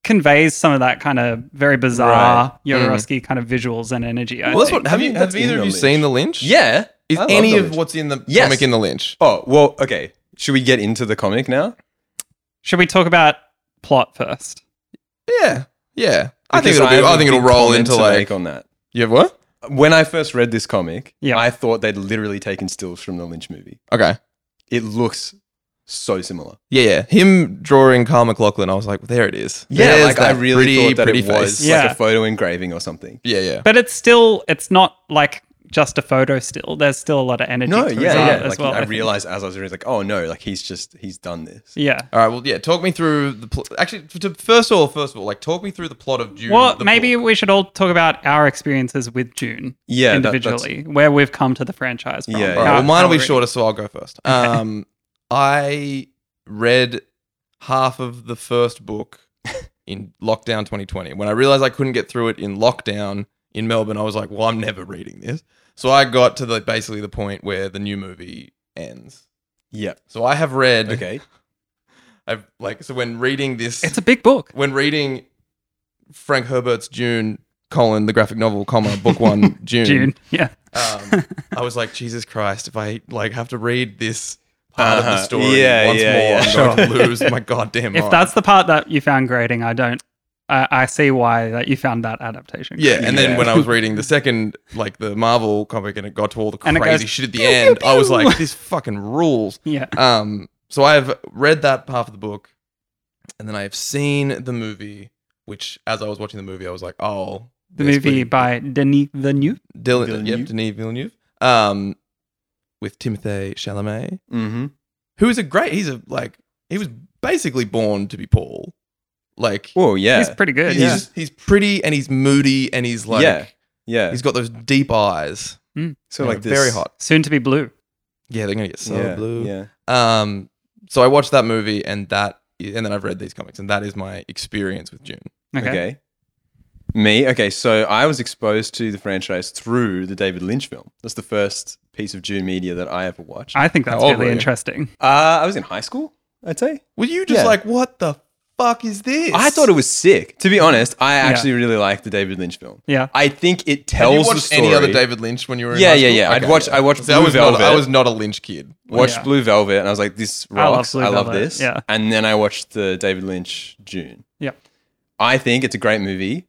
[SPEAKER 3] conveys some of that kind of very bizarre
[SPEAKER 2] Right. Mm.
[SPEAKER 3] Yodorovsky kind of visuals and energy. I
[SPEAKER 2] Well, that's
[SPEAKER 3] think.
[SPEAKER 2] what. Have
[SPEAKER 1] I
[SPEAKER 2] you?
[SPEAKER 1] mean,
[SPEAKER 2] Have
[SPEAKER 1] that's
[SPEAKER 2] either of
[SPEAKER 1] in the
[SPEAKER 2] you
[SPEAKER 1] Lynch.
[SPEAKER 2] seen the Lynch?
[SPEAKER 1] yeah.
[SPEAKER 2] Is
[SPEAKER 1] I love
[SPEAKER 2] any
[SPEAKER 1] The
[SPEAKER 2] of
[SPEAKER 1] Lynch.
[SPEAKER 2] what's in the
[SPEAKER 1] Yes.
[SPEAKER 2] comic in the Lynch?
[SPEAKER 1] Oh well, okay. Should we get into the comic now?
[SPEAKER 3] Should we talk about plot first?
[SPEAKER 2] Yeah. Yeah. I think
[SPEAKER 1] Because
[SPEAKER 2] it'll. Be,
[SPEAKER 1] have
[SPEAKER 2] I
[SPEAKER 1] a
[SPEAKER 2] think it'll
[SPEAKER 1] big
[SPEAKER 2] roll
[SPEAKER 1] comment
[SPEAKER 2] into
[SPEAKER 1] to
[SPEAKER 2] like.
[SPEAKER 1] make on that.
[SPEAKER 2] You have what?
[SPEAKER 1] When I first read this comic,
[SPEAKER 3] Yeah.
[SPEAKER 1] I thought they'd literally taken stills from the Lynch movie.
[SPEAKER 2] Okay.
[SPEAKER 1] It looks so similar.
[SPEAKER 2] Yeah, yeah. Him drawing Carl McLaughlin, I was like, there it is. There's
[SPEAKER 1] like I
[SPEAKER 2] that
[SPEAKER 1] really thought that it
[SPEAKER 2] pretty
[SPEAKER 1] was
[SPEAKER 2] face.
[SPEAKER 3] Yeah.
[SPEAKER 1] like a photo engraving or something.
[SPEAKER 2] Yeah, yeah.
[SPEAKER 3] But it's still, it's not like just a photo still. There's still a lot of energy.
[SPEAKER 1] No,
[SPEAKER 3] to his
[SPEAKER 1] yeah,
[SPEAKER 3] art
[SPEAKER 1] yeah.
[SPEAKER 3] As
[SPEAKER 1] Like
[SPEAKER 3] well,
[SPEAKER 1] I,
[SPEAKER 3] think.
[SPEAKER 1] realized as I was reading, like, oh no, like he's just he's done this.
[SPEAKER 3] Yeah.
[SPEAKER 2] All right. Well, yeah. Talk me through the pl- actually. To, to- first of all, first of all, like talk me through the plot of June.
[SPEAKER 3] Well,
[SPEAKER 2] the
[SPEAKER 3] maybe
[SPEAKER 2] book.
[SPEAKER 3] we should all talk about our experiences with June
[SPEAKER 1] Yeah, that- that's-
[SPEAKER 3] individually, where we've come to the franchise from.
[SPEAKER 1] Yeah,
[SPEAKER 2] All right,
[SPEAKER 1] yeah.
[SPEAKER 2] well, mine will be
[SPEAKER 3] how-
[SPEAKER 2] shorter, so I'll go
[SPEAKER 3] (laughs)
[SPEAKER 2] first. Um, I read half of the first
[SPEAKER 3] (laughs)
[SPEAKER 2] book in lockdown 2020. When I realized I couldn't get through it in lockdown in Melbourne, I was like, "Well, I'm never reading this." So I got to the basically the point where the new movie ends.
[SPEAKER 1] Yeah.
[SPEAKER 2] So I have read.
[SPEAKER 1] Okay.
[SPEAKER 2] I've like so when reading this,
[SPEAKER 3] It's a big book.
[SPEAKER 2] when reading Frank Herbert's June, colon the graphic novel, comma book
[SPEAKER 3] (laughs)
[SPEAKER 2] one,
[SPEAKER 3] June. Yeah.
[SPEAKER 2] um,
[SPEAKER 1] (laughs)
[SPEAKER 2] I was like, Jesus Christ! If I like have to read this part of the
[SPEAKER 1] Uh-huh.
[SPEAKER 2] story
[SPEAKER 1] Yeah,
[SPEAKER 2] once
[SPEAKER 1] yeah,
[SPEAKER 2] more,
[SPEAKER 1] yeah. (laughs)
[SPEAKER 2] I'm going to lose my goddamn mind.
[SPEAKER 3] If that's the part that you found grating, I don't I, I see why that you found that adaptation.
[SPEAKER 2] Yeah, and then
[SPEAKER 1] Yeah.
[SPEAKER 2] when I was reading the second, like the Marvel comic, and it got to all the
[SPEAKER 3] And it
[SPEAKER 2] crazy
[SPEAKER 3] goes,
[SPEAKER 2] shit at the
[SPEAKER 3] pew, pew,
[SPEAKER 2] end, I was
[SPEAKER 3] pew.
[SPEAKER 2] like, "This fucking rules."
[SPEAKER 3] yeah,
[SPEAKER 2] Um, so I have read that half of the book, and then I have seen the movie. Which, as I was watching the movie, I was like, "Oh,
[SPEAKER 3] the
[SPEAKER 2] there's
[SPEAKER 3] movie
[SPEAKER 2] pretty-
[SPEAKER 3] by Denis Villeneuve.
[SPEAKER 2] Dylan, yep,
[SPEAKER 1] Villeneuve.
[SPEAKER 2] Denis Villeneuve, um, with Timothy Chalamet,
[SPEAKER 1] Mm-hmm.
[SPEAKER 2] who is a great. He's a like he was basically born to be Paul. Like
[SPEAKER 1] Oh yeah,
[SPEAKER 3] He's pretty good.
[SPEAKER 2] he's
[SPEAKER 3] yeah.
[SPEAKER 2] he's pretty and he's moody and he's like
[SPEAKER 1] Yeah. yeah.
[SPEAKER 2] he's got those deep eyes.
[SPEAKER 1] so
[SPEAKER 2] Yeah,
[SPEAKER 1] like this.
[SPEAKER 2] very hot.
[SPEAKER 3] Soon to be blue.
[SPEAKER 2] Yeah, they're gonna get so
[SPEAKER 1] yeah,
[SPEAKER 2] blue.
[SPEAKER 1] Yeah.
[SPEAKER 2] Um, so I watched that movie and that, and then I've read these comics and that is my experience with June.
[SPEAKER 3] Okay.
[SPEAKER 1] Okay. Me? Okay, so I was exposed to the franchise through the David Lynch film. That's the first piece of June media that I ever watched. Uh,
[SPEAKER 3] I think that's
[SPEAKER 2] How old were
[SPEAKER 3] really
[SPEAKER 2] you?
[SPEAKER 3] interesting.
[SPEAKER 1] I was in high school, I'd say.
[SPEAKER 2] Were you just
[SPEAKER 1] Yeah.
[SPEAKER 2] like, what the fuck is this?
[SPEAKER 1] I thought it was sick. To be honest, I actually really liked the David Lynch film.
[SPEAKER 3] Yeah.
[SPEAKER 1] I think it
[SPEAKER 2] Have
[SPEAKER 1] tells
[SPEAKER 2] you
[SPEAKER 1] the
[SPEAKER 2] watched
[SPEAKER 1] story.
[SPEAKER 2] any other David Lynch when you were? In
[SPEAKER 1] Yeah,
[SPEAKER 2] high
[SPEAKER 1] yeah,
[SPEAKER 2] school?
[SPEAKER 1] yeah. I'd
[SPEAKER 2] Okay,
[SPEAKER 1] watch- I watched
[SPEAKER 2] See, I
[SPEAKER 1] Blue
[SPEAKER 2] was not. I
[SPEAKER 1] Velvet.
[SPEAKER 2] was not a Lynch kid.
[SPEAKER 1] Watched
[SPEAKER 3] Yeah.
[SPEAKER 1] Blue Velvet and I was like, this
[SPEAKER 3] I love
[SPEAKER 1] rocks. I
[SPEAKER 3] Blue
[SPEAKER 1] love,
[SPEAKER 3] Velvet,
[SPEAKER 1] this.
[SPEAKER 3] yeah.
[SPEAKER 1] And then I watched the David Lynch June.
[SPEAKER 3] Yeah.
[SPEAKER 1] I think it's a great movie.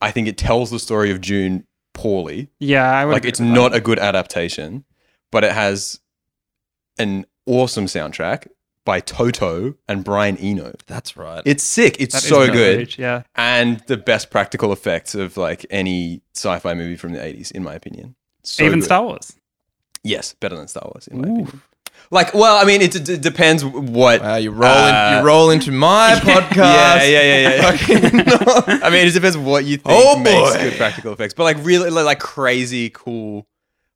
[SPEAKER 1] I think it tells the story of June poorly.
[SPEAKER 3] Yeah, I would
[SPEAKER 1] like
[SPEAKER 3] agree
[SPEAKER 1] it's
[SPEAKER 3] with that.
[SPEAKER 1] not a good adaptation, but it has an awesome soundtrack by Toto and Brian Eno.
[SPEAKER 2] That's right.
[SPEAKER 1] It's sick. It's
[SPEAKER 3] That is
[SPEAKER 1] so
[SPEAKER 3] no
[SPEAKER 1] good.
[SPEAKER 3] age, Yeah.
[SPEAKER 1] And the best practical effects of like any sci-fi movie from the 80s in my opinion. So
[SPEAKER 3] Even
[SPEAKER 1] good.
[SPEAKER 3] Star Wars.
[SPEAKER 1] Yes, better than Star Wars in my opinion. Like, well, I mean, it, d- d- depends what
[SPEAKER 2] wow, you roll. in,
[SPEAKER 1] Uh,
[SPEAKER 2] you roll into my podcast.
[SPEAKER 1] (laughs) Yeah, yeah, yeah, yeah.
[SPEAKER 2] Fucking-
[SPEAKER 1] (laughs) I mean, it depends what you think
[SPEAKER 2] Oh,
[SPEAKER 1] makes
[SPEAKER 2] boy.
[SPEAKER 1] good practical effects. But like really, li- like crazy cool,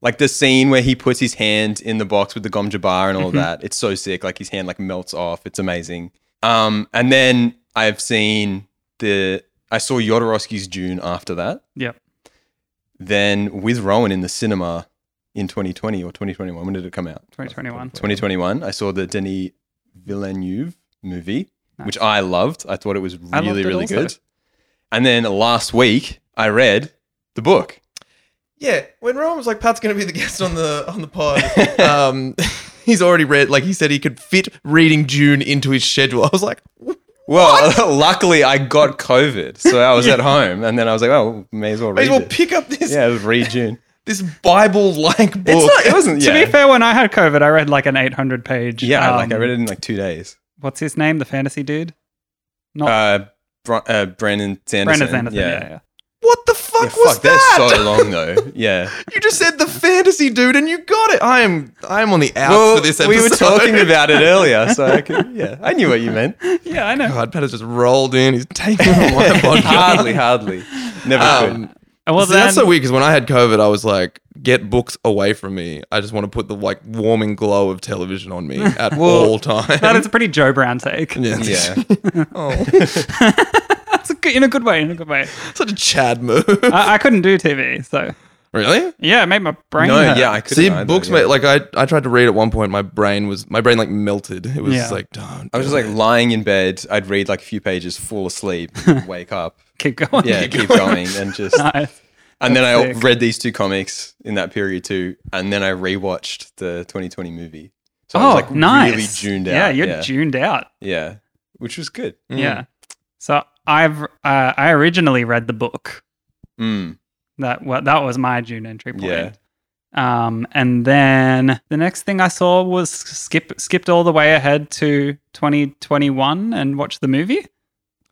[SPEAKER 1] like the scene where he puts his hand in the box with the gomja bar and all of that. It's so sick. Like his hand like melts off. It's amazing. Um, and then I've seen the I saw Jodorowsky's Dune after that.
[SPEAKER 3] Yep.
[SPEAKER 1] Then with Rowan in the cinema in 2020 or 2021. When did it come out?
[SPEAKER 3] 2021.
[SPEAKER 1] 2021. I saw the Denis Villeneuve movie, which I loved. I thought it was
[SPEAKER 3] I loved
[SPEAKER 1] really,
[SPEAKER 3] it
[SPEAKER 1] really
[SPEAKER 3] also.
[SPEAKER 1] good. And then last week, I read the book.
[SPEAKER 2] Yeah, when Rowan was like, "Pat's going to be the guest on
[SPEAKER 1] (laughs)
[SPEAKER 2] the on the pod," um, (laughs) he's already read. Like he said, he could fit reading June into his schedule. I was like,
[SPEAKER 1] Well, (laughs) luckily, I got COVID, so I (laughs) was at home, and then I was like, "Oh, may as well
[SPEAKER 2] "May
[SPEAKER 1] read
[SPEAKER 2] as well
[SPEAKER 1] it."
[SPEAKER 2] pick up this
[SPEAKER 1] yeah, just read (laughs) June.
[SPEAKER 2] this Bible like book."
[SPEAKER 1] It's not, it wasn't. Yeah,
[SPEAKER 3] To be fair, when I had COVID, I read like an 800 page.
[SPEAKER 1] yeah. like I
[SPEAKER 3] um,
[SPEAKER 1] read it in like two days.
[SPEAKER 3] What's his name? The fantasy dude? Not
[SPEAKER 1] Uh, Br- uh, Brandon Sanderson.
[SPEAKER 3] Brandon Sanderson. Yeah. yeah,
[SPEAKER 2] what the fuck
[SPEAKER 1] Yeah,
[SPEAKER 2] was
[SPEAKER 1] fuck,
[SPEAKER 2] that?
[SPEAKER 1] they're so long (laughs) though. Yeah.
[SPEAKER 2] you just said the fantasy dude, and you got it. I am I am on the outs
[SPEAKER 1] well,
[SPEAKER 2] for this episode.
[SPEAKER 1] we were
[SPEAKER 2] (laughs)
[SPEAKER 1] talking about it earlier, so I (laughs) could, yeah, I knew what you meant.
[SPEAKER 3] yeah. (laughs) I know.
[SPEAKER 2] God, Pat has just rolled in. He's taking on my
[SPEAKER 1] (laughs)
[SPEAKER 2] podcast.
[SPEAKER 1] Oh, hardly, hardly. Never
[SPEAKER 2] Um,
[SPEAKER 3] Well,
[SPEAKER 2] See,
[SPEAKER 3] then,
[SPEAKER 2] that's so weird because when I had COVID, I was like, "Get books away from me. I just want to put the like warming glow of television on
[SPEAKER 1] (laughs)
[SPEAKER 2] me at all times."
[SPEAKER 3] that is a pretty Joe Brown take.
[SPEAKER 2] yeah,
[SPEAKER 1] could. (laughs) Yeah.
[SPEAKER 2] Oh,
[SPEAKER 3] That's a good, in a good way. In a good way.
[SPEAKER 2] such a Chad move.
[SPEAKER 3] (laughs) I, I couldn't do TV, so
[SPEAKER 2] really?
[SPEAKER 3] yeah, it made my brain.
[SPEAKER 1] No,
[SPEAKER 3] hurt.
[SPEAKER 1] yeah, I couldn't
[SPEAKER 2] See,
[SPEAKER 1] either,
[SPEAKER 2] books
[SPEAKER 1] yeah.
[SPEAKER 2] made like I, I tried to read at one point. My brain was my brain like melted. It was
[SPEAKER 3] Yeah.
[SPEAKER 2] like don't.
[SPEAKER 1] I was just
[SPEAKER 2] do
[SPEAKER 1] like
[SPEAKER 2] it.
[SPEAKER 1] lying in bed. I'd read like a few pages, fall (laughs) asleep, wake up.
[SPEAKER 3] (laughs) keep going.
[SPEAKER 1] Yeah, keep going, and (laughs) just.
[SPEAKER 3] Nice.
[SPEAKER 1] And then I
[SPEAKER 3] sick.
[SPEAKER 1] read these two comics in that period too, and then I rewatched the 2020 movie. So I
[SPEAKER 3] oh,
[SPEAKER 1] was like
[SPEAKER 3] nice.
[SPEAKER 1] really tuned out.
[SPEAKER 3] Yeah, you're
[SPEAKER 1] yeah,
[SPEAKER 3] tuned out.
[SPEAKER 1] yeah, which was good.
[SPEAKER 2] Mm.
[SPEAKER 3] Yeah. So I've uh, I originally read the book
[SPEAKER 1] Mm.
[SPEAKER 3] that well, that was my June entry point.
[SPEAKER 1] Yeah.
[SPEAKER 3] Um, and then the next thing I saw was skip skipped all the way ahead to 2021 and watched the movie.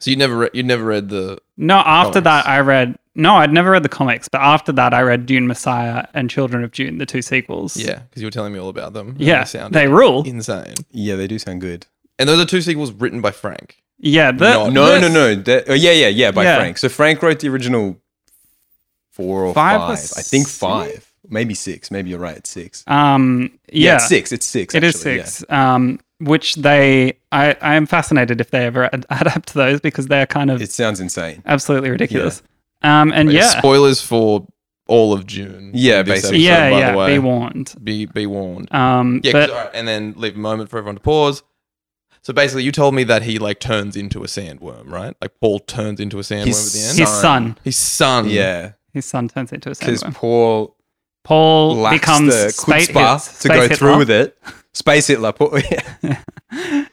[SPEAKER 2] So you never re- you never read the
[SPEAKER 3] No, after
[SPEAKER 2] Comics.
[SPEAKER 3] that I read. No, I'd never read the comics, but after that I read Dune Messiah and Children of Dune, the two sequels.
[SPEAKER 2] yeah because you were telling me all about them. and
[SPEAKER 3] Yeah,
[SPEAKER 2] they sounded
[SPEAKER 3] they rule.
[SPEAKER 2] (laughs) insane.
[SPEAKER 1] Yeah, they do sound good.
[SPEAKER 2] And those are two sequels written by Frank.
[SPEAKER 3] Yeah,
[SPEAKER 2] No,
[SPEAKER 3] the,
[SPEAKER 1] No,
[SPEAKER 3] the
[SPEAKER 1] no, no. that- oh, yeah, yeah, yeah. By
[SPEAKER 3] Yeah.
[SPEAKER 1] Frank. So Frank wrote the original four or
[SPEAKER 3] Five
[SPEAKER 1] five.
[SPEAKER 3] or
[SPEAKER 1] I think
[SPEAKER 3] six?
[SPEAKER 1] five, maybe six. Maybe you're right. It's six.
[SPEAKER 3] Um, yeah,
[SPEAKER 1] Yeah, it's six. It's six.
[SPEAKER 3] It is
[SPEAKER 1] actually, yeah.
[SPEAKER 3] six. Um, which they, I, I am fascinated if they ever (laughs) ad- adapt those because they are kind of
[SPEAKER 1] It sounds insane.
[SPEAKER 3] absolutely ridiculous. Um, and
[SPEAKER 2] Like,
[SPEAKER 3] yeah,
[SPEAKER 2] Spoilers for all of June.
[SPEAKER 1] Yeah,
[SPEAKER 2] This
[SPEAKER 1] basically.
[SPEAKER 2] episode,
[SPEAKER 3] yeah,
[SPEAKER 2] by the
[SPEAKER 3] yeah.
[SPEAKER 2] way.
[SPEAKER 3] Be warned.
[SPEAKER 2] be be warned.
[SPEAKER 3] Um,
[SPEAKER 2] Yeah, 'cause-
[SPEAKER 3] but
[SPEAKER 2] alright, and then leave a moment for everyone to pause. So basically, you told me that he like turns into a sandworm, right? Like Paul turns into a sandworm
[SPEAKER 1] His
[SPEAKER 2] at the end.
[SPEAKER 3] his
[SPEAKER 1] son-
[SPEAKER 3] son,
[SPEAKER 2] His
[SPEAKER 3] Um,
[SPEAKER 2] son.
[SPEAKER 1] Yeah,
[SPEAKER 3] his son turns into a
[SPEAKER 1] because
[SPEAKER 3] sandworm.
[SPEAKER 1] Paul
[SPEAKER 3] Paul
[SPEAKER 1] lacks
[SPEAKER 3] becomes
[SPEAKER 1] the
[SPEAKER 3] state
[SPEAKER 1] chutzpah
[SPEAKER 3] hit-
[SPEAKER 1] to go
[SPEAKER 3] space
[SPEAKER 1] through
[SPEAKER 3] Hitler.
[SPEAKER 1] with it. Space Hitler. Paul, yeah.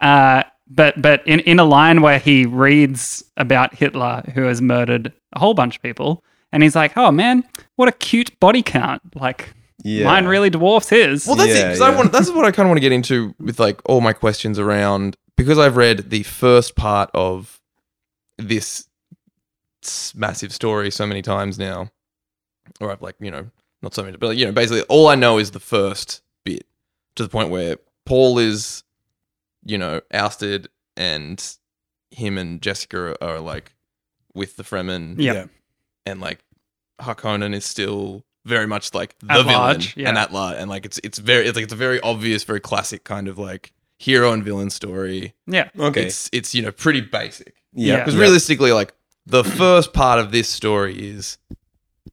[SPEAKER 3] Uh, but but in, in a line where he reads about Hitler who has murdered a whole bunch of people, and he's like, "Oh man, what a cute body count! Like
[SPEAKER 1] (laughs) Yeah.
[SPEAKER 3] mine really dwarfs his."
[SPEAKER 2] Well, that's it.
[SPEAKER 1] Yeah,
[SPEAKER 2] 'cause
[SPEAKER 1] yeah.
[SPEAKER 2] I want. That's what I kind of want to get into with like all my questions around because I've read the first part of this s- massive story so many times now, or I've like you know not so many, but you know basically all I know is the first bit to the point where Paul is, you know, ousted and him and Jessica are like with the Fremen
[SPEAKER 3] yeah.
[SPEAKER 1] Yeah.
[SPEAKER 2] and like Harkonnen is still very much like the
[SPEAKER 3] At
[SPEAKER 2] villain
[SPEAKER 3] large, yeah.
[SPEAKER 2] and at large, and like it's it's very it's like it's a very obvious, very classic kind of like hero and villain story.
[SPEAKER 3] yeah,
[SPEAKER 1] Okay.
[SPEAKER 2] It's it's you know pretty basic
[SPEAKER 3] Yeah.
[SPEAKER 2] because realistically, like the first part of this story is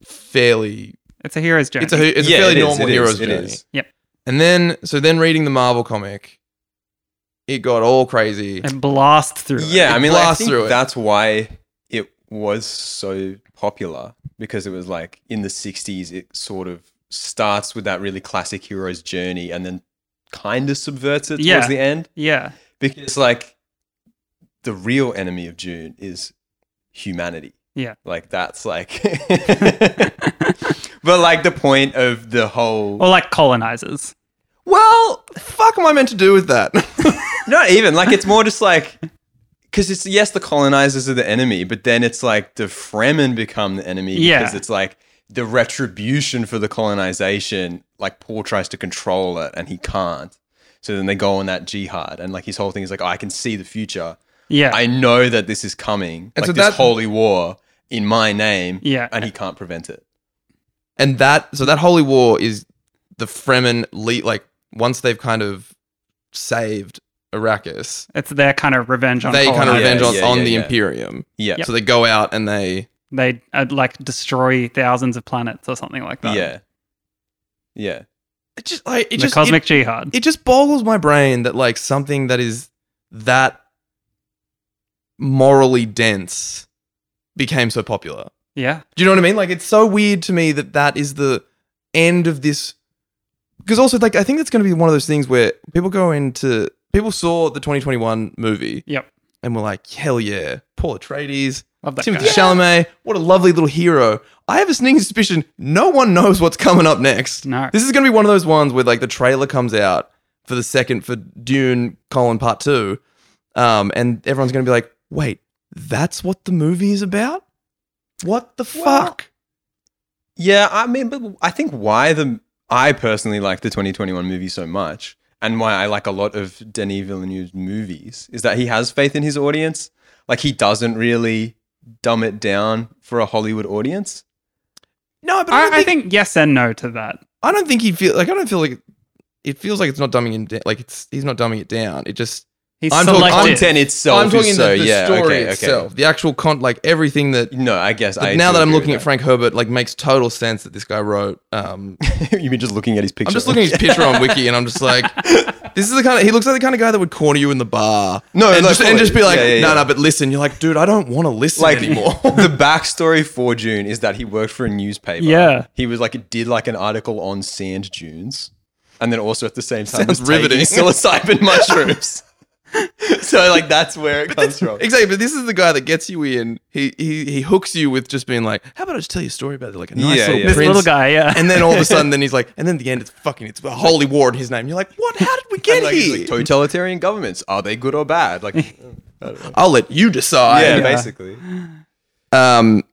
[SPEAKER 2] fairly
[SPEAKER 3] it's a hero's journey.
[SPEAKER 2] it's a it's
[SPEAKER 1] Yeah,
[SPEAKER 2] a fairly
[SPEAKER 1] it is,
[SPEAKER 2] normal
[SPEAKER 1] it is,
[SPEAKER 2] hero's
[SPEAKER 1] it
[SPEAKER 2] journey.
[SPEAKER 1] is.
[SPEAKER 3] Yep.
[SPEAKER 2] And then so then reading the Marvel comic, it got all crazy.
[SPEAKER 3] it blasts through. it.
[SPEAKER 1] Yeah,
[SPEAKER 2] It
[SPEAKER 1] I mean, like, I
[SPEAKER 2] blasts
[SPEAKER 1] think
[SPEAKER 2] through it.
[SPEAKER 1] that's why it was so popular because it was like in the 60s, it sort of starts with that really classic hero's journey and then kind of subverts it
[SPEAKER 3] Yeah.
[SPEAKER 1] towards the end
[SPEAKER 3] yeah,
[SPEAKER 1] because, like, the real enemy of June is humanity.
[SPEAKER 3] Yeah.
[SPEAKER 1] Like, that's like. (laughs) but, like, the point of the whole.
[SPEAKER 3] or like colonizers.
[SPEAKER 2] Oh, Well, fuck, am I meant to do with that? (laughs)
[SPEAKER 1] Not even like it's more just like because it's yes, the colonizers are the enemy, but then it's like the Fremen become the enemy
[SPEAKER 3] Yeah.
[SPEAKER 1] because it's like the retribution for the colonization. Like Paul tries to control it and he can't, so then they go on that jihad and like his whole thing is like "Oh, I can see the future.
[SPEAKER 3] Yeah,
[SPEAKER 1] I know that this is coming,
[SPEAKER 2] And
[SPEAKER 1] like
[SPEAKER 2] so
[SPEAKER 1] this
[SPEAKER 2] that-
[SPEAKER 1] holy war in my name,
[SPEAKER 3] yeah,
[SPEAKER 1] and he can't prevent it.
[SPEAKER 2] and that so that holy war is the Fremen le- like once they've kind of saved Arrakis,
[SPEAKER 3] it's their kind of revenge on.
[SPEAKER 2] they kind of
[SPEAKER 3] colonizers.
[SPEAKER 2] revenge on,
[SPEAKER 1] Yeah,
[SPEAKER 2] on
[SPEAKER 1] yeah,
[SPEAKER 2] the
[SPEAKER 1] yeah.
[SPEAKER 2] Imperium.
[SPEAKER 1] Yeah,
[SPEAKER 2] So they go out and they
[SPEAKER 3] They uh, like destroy thousands of planets or something like that.
[SPEAKER 1] yeah, yeah.
[SPEAKER 2] it just like it
[SPEAKER 3] the
[SPEAKER 2] just
[SPEAKER 3] cosmic
[SPEAKER 2] it,
[SPEAKER 3] jihad.
[SPEAKER 2] it just boggles my brain that like something that is that morally dense became so popular.
[SPEAKER 3] yeah,
[SPEAKER 2] Do you know what I mean? Like, it's so weird to me that that is the end of this. Because also, like, I think that's going to be one of those things where people go into people saw the 2021 movie,
[SPEAKER 3] Yep.
[SPEAKER 2] and were like, "Hell yeah, Paul Atreides,
[SPEAKER 3] love that.
[SPEAKER 2] Timothy
[SPEAKER 3] guy.
[SPEAKER 2] Chalamet, what a lovely little hero." I have a sneaking suspicion no one knows what's coming up next.
[SPEAKER 3] No.
[SPEAKER 2] This is going to be one of those ones where like the trailer comes out for the second for Dune: Colon Part Two, um, and everyone's going to be like, "Wait, that's what the movie is about? What the fuck?"
[SPEAKER 1] Yeah, I mean, but I think why the I personally like the 2021 movie so much, and why I like a lot of Denis Villeneuve's movies is that he has faith in his audience. Like he doesn't really dumb it down for a Hollywood audience.
[SPEAKER 2] No, but I, don't
[SPEAKER 3] I, I
[SPEAKER 2] think,
[SPEAKER 3] think yes and no to that.
[SPEAKER 2] I don't think he feel like I don't feel like it feels like it's not dumbing him down. Like it's he's not dumbing it down. It just
[SPEAKER 3] He's
[SPEAKER 2] I'm talking-
[SPEAKER 3] selected.
[SPEAKER 2] I'm
[SPEAKER 1] Content itself.
[SPEAKER 2] I'm talking
[SPEAKER 1] is Oh, so,
[SPEAKER 2] the, the
[SPEAKER 1] yeah,
[SPEAKER 2] story
[SPEAKER 1] okay, okay.
[SPEAKER 2] itself, the actual con, like everything that.
[SPEAKER 1] No, I guess I
[SPEAKER 2] now
[SPEAKER 1] do
[SPEAKER 2] that I'm
[SPEAKER 1] agree
[SPEAKER 2] looking at
[SPEAKER 1] with
[SPEAKER 2] Frank Herbert, like makes total sense that this guy wrote. Um,
[SPEAKER 1] that. (laughs) you mean just looking at his picture?
[SPEAKER 2] I'm just looking at his picture on Wiki, and I'm just
[SPEAKER 1] (laughs)
[SPEAKER 2] like, this is the kind of he looks like the kind of guy that would corner you in the bar.
[SPEAKER 1] No,
[SPEAKER 2] and,
[SPEAKER 1] no,
[SPEAKER 2] just, and
[SPEAKER 1] fully.
[SPEAKER 2] just be like,
[SPEAKER 1] Yeah, yeah,
[SPEAKER 2] no,
[SPEAKER 1] yeah.
[SPEAKER 2] no, but listen. You're like, dude, I don't want to listen
[SPEAKER 1] like
[SPEAKER 2] anymore.
[SPEAKER 1] (laughs) the backstory for June is that he worked for a newspaper.
[SPEAKER 3] Yeah.
[SPEAKER 1] he was like did like an article on sand dunes, and then also at the same time
[SPEAKER 2] Sounds
[SPEAKER 1] was taking
[SPEAKER 2] riveting. (laughs)
[SPEAKER 1] (laughs) psilocybin mushrooms. (laughs) so like that's where it comes from.
[SPEAKER 2] Exactly, but this is the guy that gets you in. He he he hooks you with just being like, "How about I just tell you a story about like a nice
[SPEAKER 1] Yeah,
[SPEAKER 2] little
[SPEAKER 1] yeah.
[SPEAKER 3] this
[SPEAKER 2] prince?"
[SPEAKER 3] little guy. Yeah, (laughs)
[SPEAKER 2] And then all of a sudden, then he's like, and then at the end, it's fucking, it's a holy war in his name. You're like, what? How did we get
[SPEAKER 1] (laughs) And, like, it's,
[SPEAKER 2] here?
[SPEAKER 1] like, totalitarian governments are they good or
[SPEAKER 2] (laughs)
[SPEAKER 1] bad? Like
[SPEAKER 2] I'll let you
[SPEAKER 1] yeah,
[SPEAKER 2] decide.
[SPEAKER 1] basically.
[SPEAKER 2] Um.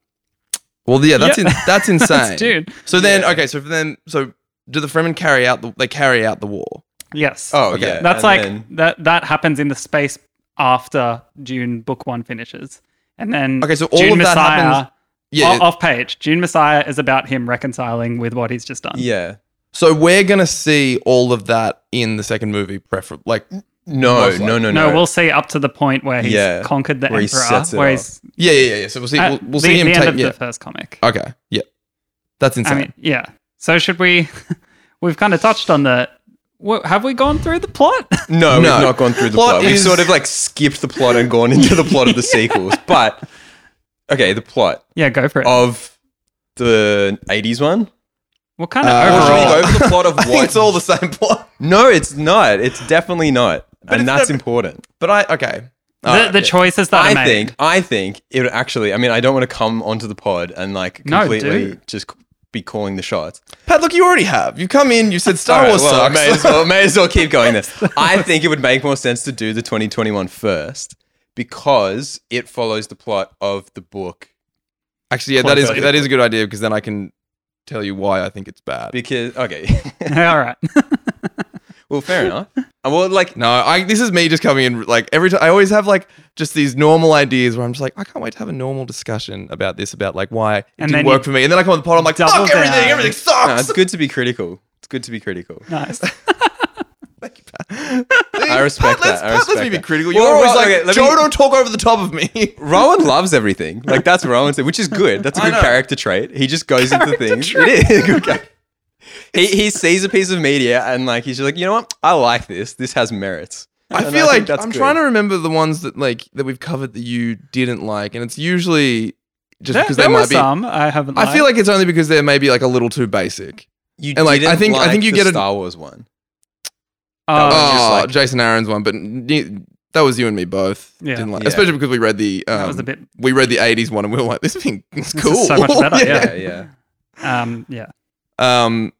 [SPEAKER 2] Well, yeah, that's
[SPEAKER 3] Yeah.
[SPEAKER 2] In, that's insane,
[SPEAKER 3] (laughs) That's dude.
[SPEAKER 2] So then, okay, so then, so do the Fremen carry out the? They carry out the war.
[SPEAKER 3] Yes.
[SPEAKER 1] Oh
[SPEAKER 2] Okay.
[SPEAKER 1] yeah,
[SPEAKER 3] That's
[SPEAKER 1] and
[SPEAKER 3] like
[SPEAKER 1] then-
[SPEAKER 3] that. That happens in the space after June Book One finishes, and then
[SPEAKER 2] Okay, so all
[SPEAKER 3] June
[SPEAKER 2] of that
[SPEAKER 3] Messiah,
[SPEAKER 2] happens- Yeah.
[SPEAKER 3] o- off page. June Messiah is about him reconciling with what he's just done.
[SPEAKER 1] yeah.
[SPEAKER 2] so we're gonna see all of that in the second movie, prefer like
[SPEAKER 3] Mm.
[SPEAKER 1] No,
[SPEAKER 2] Most likely.
[SPEAKER 1] no, no,
[SPEAKER 3] No,
[SPEAKER 1] no.
[SPEAKER 3] we'll see up to the point where he's
[SPEAKER 1] Yeah,
[SPEAKER 3] conquered the
[SPEAKER 1] where he
[SPEAKER 3] emperor.
[SPEAKER 1] sets it
[SPEAKER 3] where
[SPEAKER 1] up.
[SPEAKER 3] he's
[SPEAKER 2] yeah, yeah, yeah, yeah. So we'll see.
[SPEAKER 3] at
[SPEAKER 2] We'll, we'll
[SPEAKER 3] the,
[SPEAKER 2] see him
[SPEAKER 3] the end
[SPEAKER 2] take.
[SPEAKER 3] of
[SPEAKER 2] Yeah.
[SPEAKER 3] the first comic.
[SPEAKER 2] Okay. Yeah. That's insane. (laughs)
[SPEAKER 3] I mean, yeah. So should we? (laughs) we've kind of touched on the. Wha- have we gone through the plot? (laughs)
[SPEAKER 1] No,
[SPEAKER 2] No.
[SPEAKER 1] we've not gone through the
[SPEAKER 2] Plot
[SPEAKER 1] plot. We've
[SPEAKER 2] is-
[SPEAKER 1] sort of like skipped the plot and gone into the plot
[SPEAKER 2] (laughs)
[SPEAKER 1] of the sequels. But okay, the plot
[SPEAKER 3] yeah, go for it.
[SPEAKER 1] of the '80s one.
[SPEAKER 3] what kind of
[SPEAKER 2] Uh,
[SPEAKER 1] Or should we
[SPEAKER 2] (laughs)
[SPEAKER 3] overall?
[SPEAKER 1] go over the plot
[SPEAKER 3] (laughs)
[SPEAKER 1] of
[SPEAKER 2] I think
[SPEAKER 1] what?
[SPEAKER 2] it's all the same plot.
[SPEAKER 1] no, it's not. It's definitely not.
[SPEAKER 2] But
[SPEAKER 1] and
[SPEAKER 2] it's
[SPEAKER 1] that's
[SPEAKER 2] the-
[SPEAKER 1] important.
[SPEAKER 2] But I okay.
[SPEAKER 3] The,
[SPEAKER 2] All right,
[SPEAKER 3] the
[SPEAKER 2] yeah.
[SPEAKER 3] choices that I,
[SPEAKER 1] I
[SPEAKER 3] made.
[SPEAKER 1] think I think it would actually. I mean, I don't want to come onto the pod and like
[SPEAKER 3] No,
[SPEAKER 1] completely
[SPEAKER 3] dude.
[SPEAKER 1] just be calling the shots.
[SPEAKER 2] Pat, look, you already have. You come in. You said Star
[SPEAKER 1] All right,
[SPEAKER 2] Wars
[SPEAKER 1] well,
[SPEAKER 2] sucks.
[SPEAKER 1] May as, well, may as well keep going there. I think it would make more sense to do the 2021 first because it follows the plot of the book.
[SPEAKER 2] (laughs) Actually, yeah, that is
[SPEAKER 1] Plot
[SPEAKER 2] that is a good idea because then I can tell you why I think it's bad.
[SPEAKER 1] Because okay, (laughs)
[SPEAKER 3] (laughs) All right.
[SPEAKER 1] well, fair enough. Uh,
[SPEAKER 2] (laughs)
[SPEAKER 1] Well, like
[SPEAKER 2] No, I this is me just coming in like every time I always have like just these normal ideas where I'm just like I can't wait to have a normal discussion about this about like why it
[SPEAKER 3] And then
[SPEAKER 2] didn't
[SPEAKER 3] you
[SPEAKER 2] work for me and then I come on the pod I'm like fuck
[SPEAKER 3] double
[SPEAKER 2] everything
[SPEAKER 3] down.
[SPEAKER 2] everything
[SPEAKER 1] no,
[SPEAKER 2] sucks.
[SPEAKER 1] it's good to be critical. It's good to be critical.
[SPEAKER 3] Nice.
[SPEAKER 1] I respect
[SPEAKER 2] Pat, let's,
[SPEAKER 1] that. I
[SPEAKER 2] Pat lets
[SPEAKER 1] respect
[SPEAKER 2] me be
[SPEAKER 1] that.
[SPEAKER 2] critical.
[SPEAKER 1] Well,
[SPEAKER 2] You're always
[SPEAKER 1] well,
[SPEAKER 2] like
[SPEAKER 1] okay, let
[SPEAKER 2] Joe
[SPEAKER 1] me-
[SPEAKER 2] don't talk over the top of
[SPEAKER 1] (laughs)
[SPEAKER 2] me.
[SPEAKER 1] Rowan loves everything. Like that's what Rowan said, which is good. That's a good character trait. He just goes into things. (laughs) It is a good char- he he sees a piece of media and like he's just like, you know what? I like this. This has merits.
[SPEAKER 2] I
[SPEAKER 1] And
[SPEAKER 2] feel
[SPEAKER 1] think
[SPEAKER 2] like
[SPEAKER 1] that's
[SPEAKER 2] I'm
[SPEAKER 1] good.
[SPEAKER 2] trying to remember the ones that like that we've covered that you didn't like, and it's usually just
[SPEAKER 3] There,
[SPEAKER 2] because
[SPEAKER 3] there
[SPEAKER 2] they
[SPEAKER 3] were
[SPEAKER 2] might be.
[SPEAKER 3] some I haven't.
[SPEAKER 2] I feel
[SPEAKER 3] liked.
[SPEAKER 2] like it's only because they're maybe like a little too basic.
[SPEAKER 1] You
[SPEAKER 2] and, like,
[SPEAKER 1] didn't
[SPEAKER 2] I think- I think you
[SPEAKER 1] the
[SPEAKER 2] get a-
[SPEAKER 1] Star Wars one.
[SPEAKER 3] Oh,
[SPEAKER 1] was
[SPEAKER 2] oh,
[SPEAKER 1] just like-
[SPEAKER 2] Jason Aaron's one, but ne- that was you and me both.
[SPEAKER 3] Yeah.
[SPEAKER 2] Didn't like,
[SPEAKER 1] Yeah.
[SPEAKER 2] especially because we read the um,
[SPEAKER 3] that was a bit.
[SPEAKER 2] we read the '80s one, and we were like, this thing is
[SPEAKER 3] This
[SPEAKER 2] cool,
[SPEAKER 3] is so much
[SPEAKER 2] (laughs)
[SPEAKER 3] better.
[SPEAKER 1] Yeah,
[SPEAKER 3] Yeah.
[SPEAKER 1] yeah.
[SPEAKER 3] Um, yeah.
[SPEAKER 2] Um,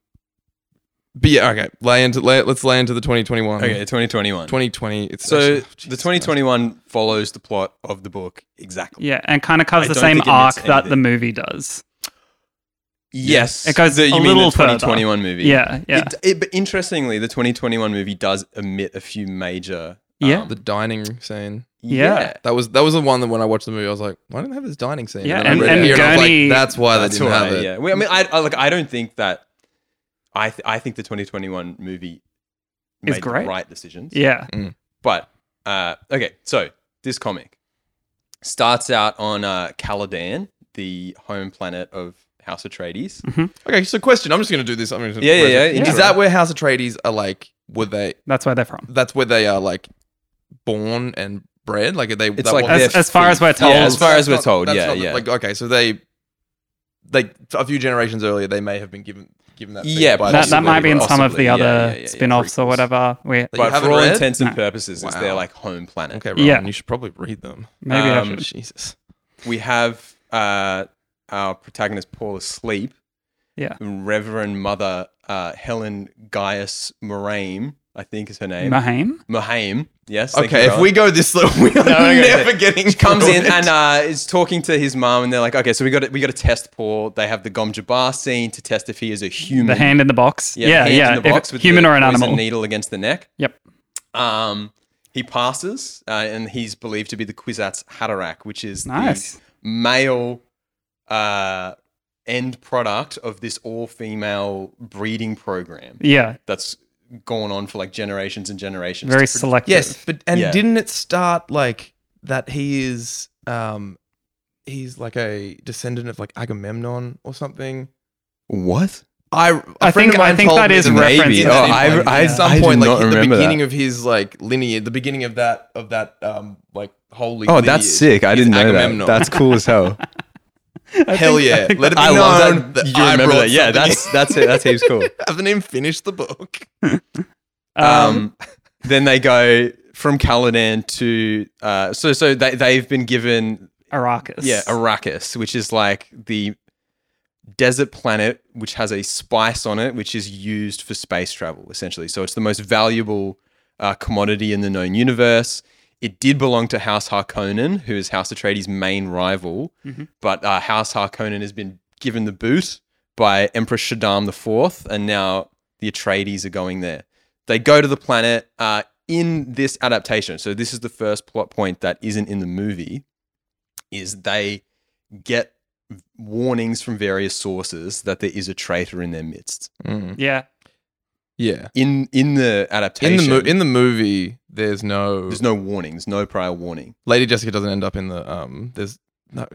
[SPEAKER 2] but yeah, okay. Lay into lay, let's lay into the 2021.
[SPEAKER 1] Okay, 2021.
[SPEAKER 2] 2020. It's
[SPEAKER 1] so
[SPEAKER 2] actually- oh,
[SPEAKER 1] the
[SPEAKER 2] Jesus
[SPEAKER 1] 2021 follows the plot of the book exactly.
[SPEAKER 3] Yeah, and kind of covers
[SPEAKER 1] I
[SPEAKER 3] the
[SPEAKER 1] don't
[SPEAKER 3] same
[SPEAKER 1] think it
[SPEAKER 3] arc
[SPEAKER 1] means
[SPEAKER 3] that the
[SPEAKER 1] anything.
[SPEAKER 3] movie does.
[SPEAKER 1] Yes,
[SPEAKER 3] It goes
[SPEAKER 1] The-
[SPEAKER 3] a
[SPEAKER 1] you mean
[SPEAKER 3] little
[SPEAKER 1] the 2021 movie.
[SPEAKER 3] Yeah, yeah.
[SPEAKER 1] It, it, but interestingly, the 2021 movie does omit a few major.
[SPEAKER 3] Yeah.
[SPEAKER 1] um,
[SPEAKER 2] Christ. the dining room scene.
[SPEAKER 3] Yeah.
[SPEAKER 2] That was that was the one that when I watched the movie, I was like, why didn't they have this dining scene?
[SPEAKER 3] Yeah,
[SPEAKER 2] then I
[SPEAKER 1] and-
[SPEAKER 2] read
[SPEAKER 1] and
[SPEAKER 2] it here, I was
[SPEAKER 3] Gurney-
[SPEAKER 2] like, that's why they
[SPEAKER 1] That's
[SPEAKER 2] didn't
[SPEAKER 1] all
[SPEAKER 2] have
[SPEAKER 1] right,
[SPEAKER 2] it.
[SPEAKER 1] Yeah, well, I mean, I, I like. I don't think that. I th- I think the 2021 movie
[SPEAKER 3] Is
[SPEAKER 1] made
[SPEAKER 3] great.
[SPEAKER 1] the right decisions.
[SPEAKER 3] Yeah.
[SPEAKER 1] But uh, okay, so this comic starts out on uh, Caladan, the home planet of House Atreides.
[SPEAKER 2] Okay, so question. I'm just gonna do this. I'm gonna
[SPEAKER 1] Yeah, yeah, yeah,
[SPEAKER 3] yeah.
[SPEAKER 2] Is that where House Atreides are like? Were they?
[SPEAKER 3] That's where they're from.
[SPEAKER 2] That's where they are like born and bred. Like are they?
[SPEAKER 1] It's
[SPEAKER 2] that
[SPEAKER 1] like
[SPEAKER 2] what-
[SPEAKER 1] their
[SPEAKER 3] As, as far as we're told.
[SPEAKER 1] Yeah, as far as
[SPEAKER 2] That's
[SPEAKER 1] we're
[SPEAKER 2] not-
[SPEAKER 1] told,
[SPEAKER 2] that's
[SPEAKER 1] yeah,
[SPEAKER 2] not the-
[SPEAKER 1] yeah.
[SPEAKER 2] Like okay, so they, like a few generations earlier, they may have been given given that. thing
[SPEAKER 1] Yeah,
[SPEAKER 2] by
[SPEAKER 3] that,
[SPEAKER 2] the-
[SPEAKER 3] that might be in some of
[SPEAKER 1] possibly,
[SPEAKER 3] the
[SPEAKER 1] yeah,
[SPEAKER 3] other
[SPEAKER 1] yeah, yeah, yeah,
[SPEAKER 3] spin-offs or
[SPEAKER 1] prequels.
[SPEAKER 3] whatever. We
[SPEAKER 2] That you
[SPEAKER 1] But for
[SPEAKER 2] haven't
[SPEAKER 1] all
[SPEAKER 2] read?
[SPEAKER 1] intents
[SPEAKER 3] No.
[SPEAKER 1] and purposes, it's their
[SPEAKER 2] Wow.
[SPEAKER 1] like home planet.
[SPEAKER 2] Okay, Rowan,
[SPEAKER 3] Yeah.
[SPEAKER 2] you should probably read them.
[SPEAKER 3] maybe
[SPEAKER 1] Um,
[SPEAKER 3] I should.
[SPEAKER 2] Jesus.
[SPEAKER 1] We have uh, our protagonist Paul asleep.
[SPEAKER 3] Yeah.
[SPEAKER 1] Reverend Mother uh, Helen Gaius Moraine, I think is her name.
[SPEAKER 3] Mahane?
[SPEAKER 1] Mohaim. Yes. thank
[SPEAKER 2] Okay,
[SPEAKER 1] you,
[SPEAKER 2] if
[SPEAKER 1] Rowan.
[SPEAKER 2] we go this
[SPEAKER 1] (laughs)
[SPEAKER 2] low, we are
[SPEAKER 1] No, okay,
[SPEAKER 2] never getting.
[SPEAKER 1] comes
[SPEAKER 2] through
[SPEAKER 1] in
[SPEAKER 2] it.
[SPEAKER 1] and uh, is talking to his mom, and they're like, "Okay, so we got to we got to test Paul. They have the Gomjabar scene to test if he is a human.
[SPEAKER 3] The hand in the box.
[SPEAKER 1] the
[SPEAKER 3] Yeah, yeah.
[SPEAKER 1] hand in the
[SPEAKER 3] If
[SPEAKER 1] box
[SPEAKER 3] it-
[SPEAKER 1] with
[SPEAKER 3] human
[SPEAKER 1] the
[SPEAKER 3] or an
[SPEAKER 1] poison
[SPEAKER 3] animal.
[SPEAKER 1] needle against the neck.
[SPEAKER 3] Yep.
[SPEAKER 1] Um, he passes, uh, and he's believed to be the Kwisatz Haderach, which is the
[SPEAKER 3] Nice.
[SPEAKER 1] male uh, end product of this all-female breeding program
[SPEAKER 3] Yeah.
[SPEAKER 1] that's gone on for like generations and generations.
[SPEAKER 3] Very
[SPEAKER 1] to pro-
[SPEAKER 3] selective.
[SPEAKER 2] Yes, but and
[SPEAKER 1] Yeah.
[SPEAKER 2] didn't it start like that? He is um, he's like a descendant of like Agamemnon or something.
[SPEAKER 1] What?
[SPEAKER 2] I a
[SPEAKER 3] I
[SPEAKER 2] friend
[SPEAKER 3] think-
[SPEAKER 2] of mine
[SPEAKER 3] I think
[SPEAKER 2] told
[SPEAKER 3] that
[SPEAKER 2] me
[SPEAKER 3] is
[SPEAKER 2] that
[SPEAKER 3] Maybe. referenced
[SPEAKER 2] At
[SPEAKER 3] Oh,
[SPEAKER 2] that
[SPEAKER 3] I-
[SPEAKER 2] point,
[SPEAKER 3] I-
[SPEAKER 2] at some
[SPEAKER 1] I do
[SPEAKER 2] point,
[SPEAKER 1] not
[SPEAKER 2] like the
[SPEAKER 1] remember
[SPEAKER 2] beginning of his like lineage, the beginning of that of that um like holy.
[SPEAKER 1] Oh, that's
[SPEAKER 2] lineage
[SPEAKER 1] sick! I
[SPEAKER 2] is
[SPEAKER 1] didn't know
[SPEAKER 2] Agamemnon.
[SPEAKER 1] that. That's cool as hell.
[SPEAKER 2] hell yeah! Let it be
[SPEAKER 1] I
[SPEAKER 2] known
[SPEAKER 1] love that.
[SPEAKER 2] that
[SPEAKER 1] You
[SPEAKER 2] I
[SPEAKER 1] remember
[SPEAKER 2] brought
[SPEAKER 1] that? Yeah,
[SPEAKER 2] something
[SPEAKER 1] that's that's it. That's heaps
[SPEAKER 2] (laughs)
[SPEAKER 1] cool.
[SPEAKER 2] in. haven't even finished the book.
[SPEAKER 1] (laughs) Um, then they go from Caladan to uh, so so they they've been given
[SPEAKER 3] Arrakis.
[SPEAKER 1] yeah Arrakis, which is like the desert planet which has a spice on it, which is used for space travel essentially. So it's the most valuable uh, commodity in the known universe. It did belong to House Harkonnen, who is House Atreides' main rival,
[SPEAKER 3] Mhm.
[SPEAKER 1] but uh, House Harkonnen has been given the boot by Emperor Shaddam IV, and now the Atreides are going there. They go to the planet uh, in this adaptation. So this is the first plot point that isn't in the movie. Is they get warnings from various sources that there is a traitor in their midst.
[SPEAKER 3] Yeah.
[SPEAKER 2] Yeah,
[SPEAKER 1] In in the
[SPEAKER 2] in
[SPEAKER 1] adaptation,
[SPEAKER 2] the mo- in the movie, there's no
[SPEAKER 1] there's no warnings, no prior warning.
[SPEAKER 2] Lady Jessica doesn't end up in the um. There's no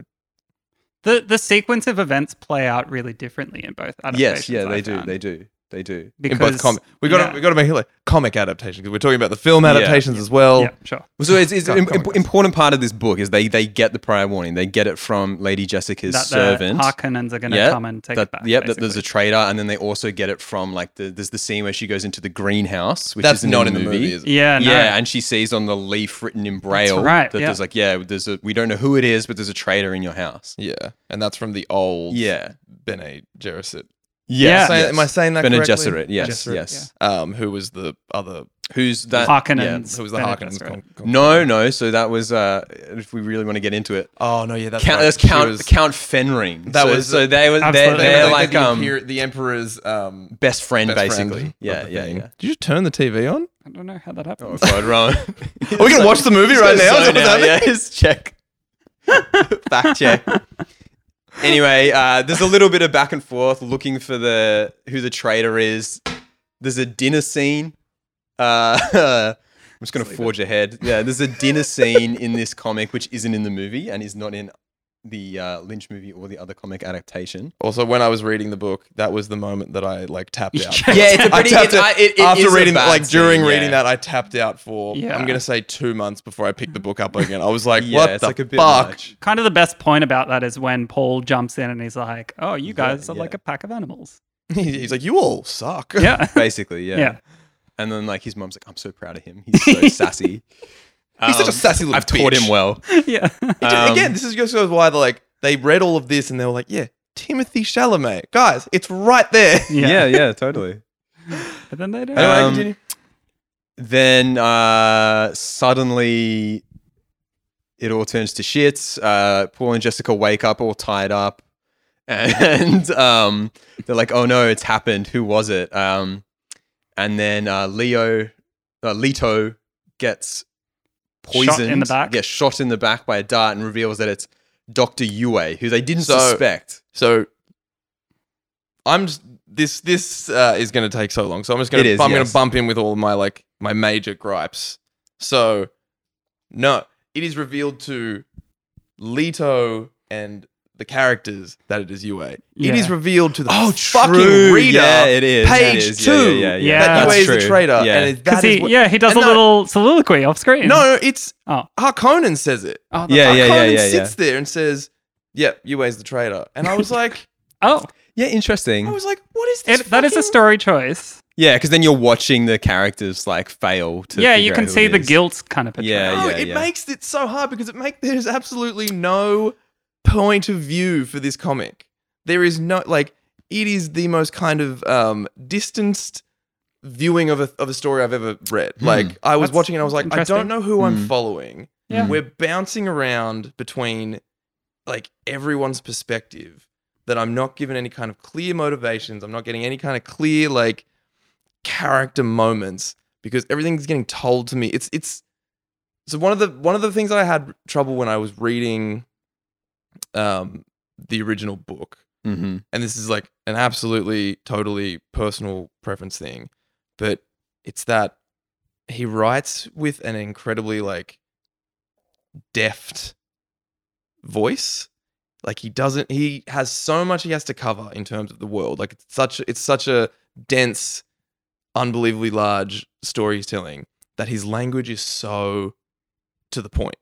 [SPEAKER 3] The the sequence of events play out really differently in both adaptations.
[SPEAKER 1] yes, yeah,
[SPEAKER 3] I
[SPEAKER 1] they do,
[SPEAKER 3] found.
[SPEAKER 1] they do. They do.
[SPEAKER 2] in
[SPEAKER 3] because
[SPEAKER 2] both comic. We got
[SPEAKER 3] yeah.
[SPEAKER 2] to we got to make it like comic adaptation because we're talking about the film adaptations as well.
[SPEAKER 3] yeah, sure.
[SPEAKER 1] So it's, it's
[SPEAKER 2] God,
[SPEAKER 1] an
[SPEAKER 2] comic books.
[SPEAKER 1] important part of this book is they they get the prior warning. They get it from Lady Jessica's
[SPEAKER 2] uh,
[SPEAKER 3] That
[SPEAKER 1] servant.
[SPEAKER 3] the Harkonnens are going to
[SPEAKER 1] Yeah,
[SPEAKER 3] come and take
[SPEAKER 1] that,
[SPEAKER 3] it back.
[SPEAKER 1] yep, that there's a
[SPEAKER 3] basically.
[SPEAKER 1] traitor, and then they also get it from like the there's the scene where she goes into the greenhouse, which
[SPEAKER 2] That's
[SPEAKER 1] isn't
[SPEAKER 2] not in the movie, is it?
[SPEAKER 3] yeah, no.
[SPEAKER 1] yeah, and she sees on the leaf written in braille
[SPEAKER 3] right,
[SPEAKER 1] that
[SPEAKER 3] yeah.
[SPEAKER 1] there's like yeah, there's a we don't know who it is, but there's a traitor in your house.
[SPEAKER 2] Yeah, and that's from the old
[SPEAKER 1] Yeah, Ah,
[SPEAKER 2] Bene Gesserit.
[SPEAKER 3] Yeah.
[SPEAKER 2] Say- Am I saying that
[SPEAKER 1] Bene
[SPEAKER 2] correctly?
[SPEAKER 1] Gesserit, yes,
[SPEAKER 3] Gesserit,
[SPEAKER 1] yes.
[SPEAKER 2] Um, who was the other?
[SPEAKER 1] Who's that?
[SPEAKER 3] Harkonnens.
[SPEAKER 2] Who was the
[SPEAKER 3] Bene
[SPEAKER 2] Harkonnens?
[SPEAKER 3] Gesserit.
[SPEAKER 2] Con- con-
[SPEAKER 1] No, no. So that was uh, if we really want to get into it,
[SPEAKER 2] Oh no, yeah, that's
[SPEAKER 1] Count,
[SPEAKER 2] right.
[SPEAKER 1] that's
[SPEAKER 2] She
[SPEAKER 1] Count
[SPEAKER 2] was-
[SPEAKER 1] Count Fenring.
[SPEAKER 2] That
[SPEAKER 1] so,
[SPEAKER 2] was-
[SPEAKER 1] so they were they're,
[SPEAKER 3] Absolutely.
[SPEAKER 1] they're
[SPEAKER 2] the-
[SPEAKER 1] like
[SPEAKER 2] the,
[SPEAKER 1] um
[SPEAKER 2] emperor- the emperor's um,
[SPEAKER 1] best friend
[SPEAKER 2] best friend
[SPEAKER 1] basically.
[SPEAKER 2] of
[SPEAKER 1] Yeah,
[SPEAKER 2] the
[SPEAKER 1] yeah,
[SPEAKER 2] thing.
[SPEAKER 1] yeah.
[SPEAKER 2] Did you just turn the TV on?
[SPEAKER 3] I don't know how that happened.
[SPEAKER 1] Oh, God, Rowan. (laughs)
[SPEAKER 2] Are we gonna watch the movie right now? Is
[SPEAKER 1] So
[SPEAKER 2] that what's
[SPEAKER 1] now,
[SPEAKER 2] happening?
[SPEAKER 1] yeah, (laughs) just check. Fact check. Anyway, uh, there's a little bit of back and forth looking for the who the traitor is. There's a dinner scene. Uh, (laughs) I'm just gonna forge ahead. Yeah, there's a dinner scene in this comic which isn't in the movie and is not in the uh, Lynch movie or the other comic adaptation.
[SPEAKER 2] Also, when I was reading the book, that that was the moment that I like tapped
[SPEAKER 3] (laughs)
[SPEAKER 2] out.
[SPEAKER 1] Yeah, (laughs) it's a
[SPEAKER 2] I
[SPEAKER 1] pretty.
[SPEAKER 2] tapped
[SPEAKER 1] It's, I,
[SPEAKER 2] out
[SPEAKER 1] it, it
[SPEAKER 2] after
[SPEAKER 1] is a
[SPEAKER 2] reading that,
[SPEAKER 1] bad
[SPEAKER 2] like
[SPEAKER 1] scene,
[SPEAKER 2] during
[SPEAKER 1] yeah.
[SPEAKER 2] reading that, I tapped out for
[SPEAKER 3] Yeah.
[SPEAKER 2] I'm gonna say two months before I picked the book up again. I was like,
[SPEAKER 1] (laughs) Yeah,
[SPEAKER 2] what
[SPEAKER 1] it's
[SPEAKER 2] the
[SPEAKER 1] like a bit
[SPEAKER 2] fuck?
[SPEAKER 1] much.
[SPEAKER 3] Kind of the best point about that is when Paul jumps in and he's like, "Oh, you guys are
[SPEAKER 1] yeah.
[SPEAKER 3] like a pack of animals."
[SPEAKER 2] (laughs) He's like, you all suck.
[SPEAKER 3] Yeah,
[SPEAKER 1] basically, (laughs) yeah.
[SPEAKER 3] (laughs) Yeah.
[SPEAKER 1] And then like his mom's like, I'm so proud of him. He's so sassy.
[SPEAKER 2] (laughs) (laughs) He's such a
[SPEAKER 1] Um,
[SPEAKER 2] sassy little
[SPEAKER 1] I've taught
[SPEAKER 2] bitch.
[SPEAKER 1] him well.
[SPEAKER 3] (laughs) yeah.
[SPEAKER 2] (laughs)
[SPEAKER 1] Um,
[SPEAKER 2] Again, this is just goes why they like they read all of this and they were like, yeah, Timothy Chalamet, guys, it's right there. (laughs)
[SPEAKER 1] Um, yeah, yeah, totally.
[SPEAKER 3] But then they don't.
[SPEAKER 1] Uh,
[SPEAKER 2] Anyway,
[SPEAKER 1] Um,
[SPEAKER 2] continue.
[SPEAKER 1] Then uh, suddenly it all turns to shit. Uh, Paul and Jessica wake up all tied up. (laughs) And um, they're like, oh no, it's happened. Who was it? Um, and then uh, Leo, uh, Leto gets
[SPEAKER 3] Shot in
[SPEAKER 1] poisoned.
[SPEAKER 3] the back.
[SPEAKER 1] Gets shot in the back by a dart and reveals that it's Dr. Yue, who they didn't
[SPEAKER 2] So-
[SPEAKER 1] suspect.
[SPEAKER 2] So I'm just this this uh, is going to take so long. So I'm just going
[SPEAKER 1] It
[SPEAKER 2] to
[SPEAKER 1] is,
[SPEAKER 2] I'm going
[SPEAKER 1] yes.
[SPEAKER 2] to bump in with all my like my major gripes. So no, it is revealed to Leto and the characters that it is UA. It is
[SPEAKER 3] Yeah.
[SPEAKER 2] revealed to the fucking
[SPEAKER 1] Oh, True,
[SPEAKER 2] reader
[SPEAKER 1] Yeah, it is.
[SPEAKER 2] page
[SPEAKER 1] it is.
[SPEAKER 2] two,
[SPEAKER 1] Yeah, yeah, yeah,
[SPEAKER 3] Yeah.
[SPEAKER 2] that
[SPEAKER 1] That's
[SPEAKER 2] UA is
[SPEAKER 1] true.
[SPEAKER 2] the traitor.
[SPEAKER 1] Yeah.
[SPEAKER 2] And it, that
[SPEAKER 3] Because
[SPEAKER 2] is
[SPEAKER 3] he,
[SPEAKER 2] what-
[SPEAKER 3] yeah, he does a
[SPEAKER 2] and no-
[SPEAKER 3] little soliloquy off screen.
[SPEAKER 2] No, it's
[SPEAKER 3] Oh.
[SPEAKER 2] Harkonnen says it.
[SPEAKER 3] Oh, that's-
[SPEAKER 1] Yeah, yeah, yeah,
[SPEAKER 2] Harkonnen
[SPEAKER 1] yeah, yeah.
[SPEAKER 2] sits there and says, "Yep, UA is the traitor." And I was like,
[SPEAKER 1] (laughs)
[SPEAKER 3] Oh,
[SPEAKER 1] yeah,
[SPEAKER 2] I
[SPEAKER 1] interesting.
[SPEAKER 2] was like, what is this?
[SPEAKER 3] it, that is a
[SPEAKER 2] fucking-
[SPEAKER 3] story choice.
[SPEAKER 1] Yeah, because then you're watching the characters like fail to.
[SPEAKER 3] Yeah, you
[SPEAKER 1] figure out
[SPEAKER 3] can
[SPEAKER 1] who
[SPEAKER 3] see
[SPEAKER 1] it
[SPEAKER 3] the
[SPEAKER 1] is.
[SPEAKER 3] guilt kind of portrayed.
[SPEAKER 1] Yeah,
[SPEAKER 2] No, it makes it so hard because it make there's absolutely no point of view for this comic. There is no like it is the most kind of um distanced viewing of a of a story I've ever read.
[SPEAKER 1] Hmm.
[SPEAKER 2] Like I was
[SPEAKER 3] That's
[SPEAKER 2] watching and I was like, I
[SPEAKER 3] interesting.
[SPEAKER 2] don't know who I'm
[SPEAKER 1] Hmm.
[SPEAKER 2] following.
[SPEAKER 3] Yeah.
[SPEAKER 2] We're bouncing around between like everyone's perspective that I'm not given any kind of clear motivations. I'm not getting any kind of clear like character moments because everything's getting told to me. It's it's so one of the one of the things that I had trouble when I was reading um the original book,
[SPEAKER 1] Mm-hmm.
[SPEAKER 2] and this is like an absolutely totally personal preference thing, but it's that he writes with an incredibly like deft voice. Like he doesn't he has so much he has to cover in terms of the world. Like it's such it's such a dense, unbelievably large story he's telling that his language is so to the point.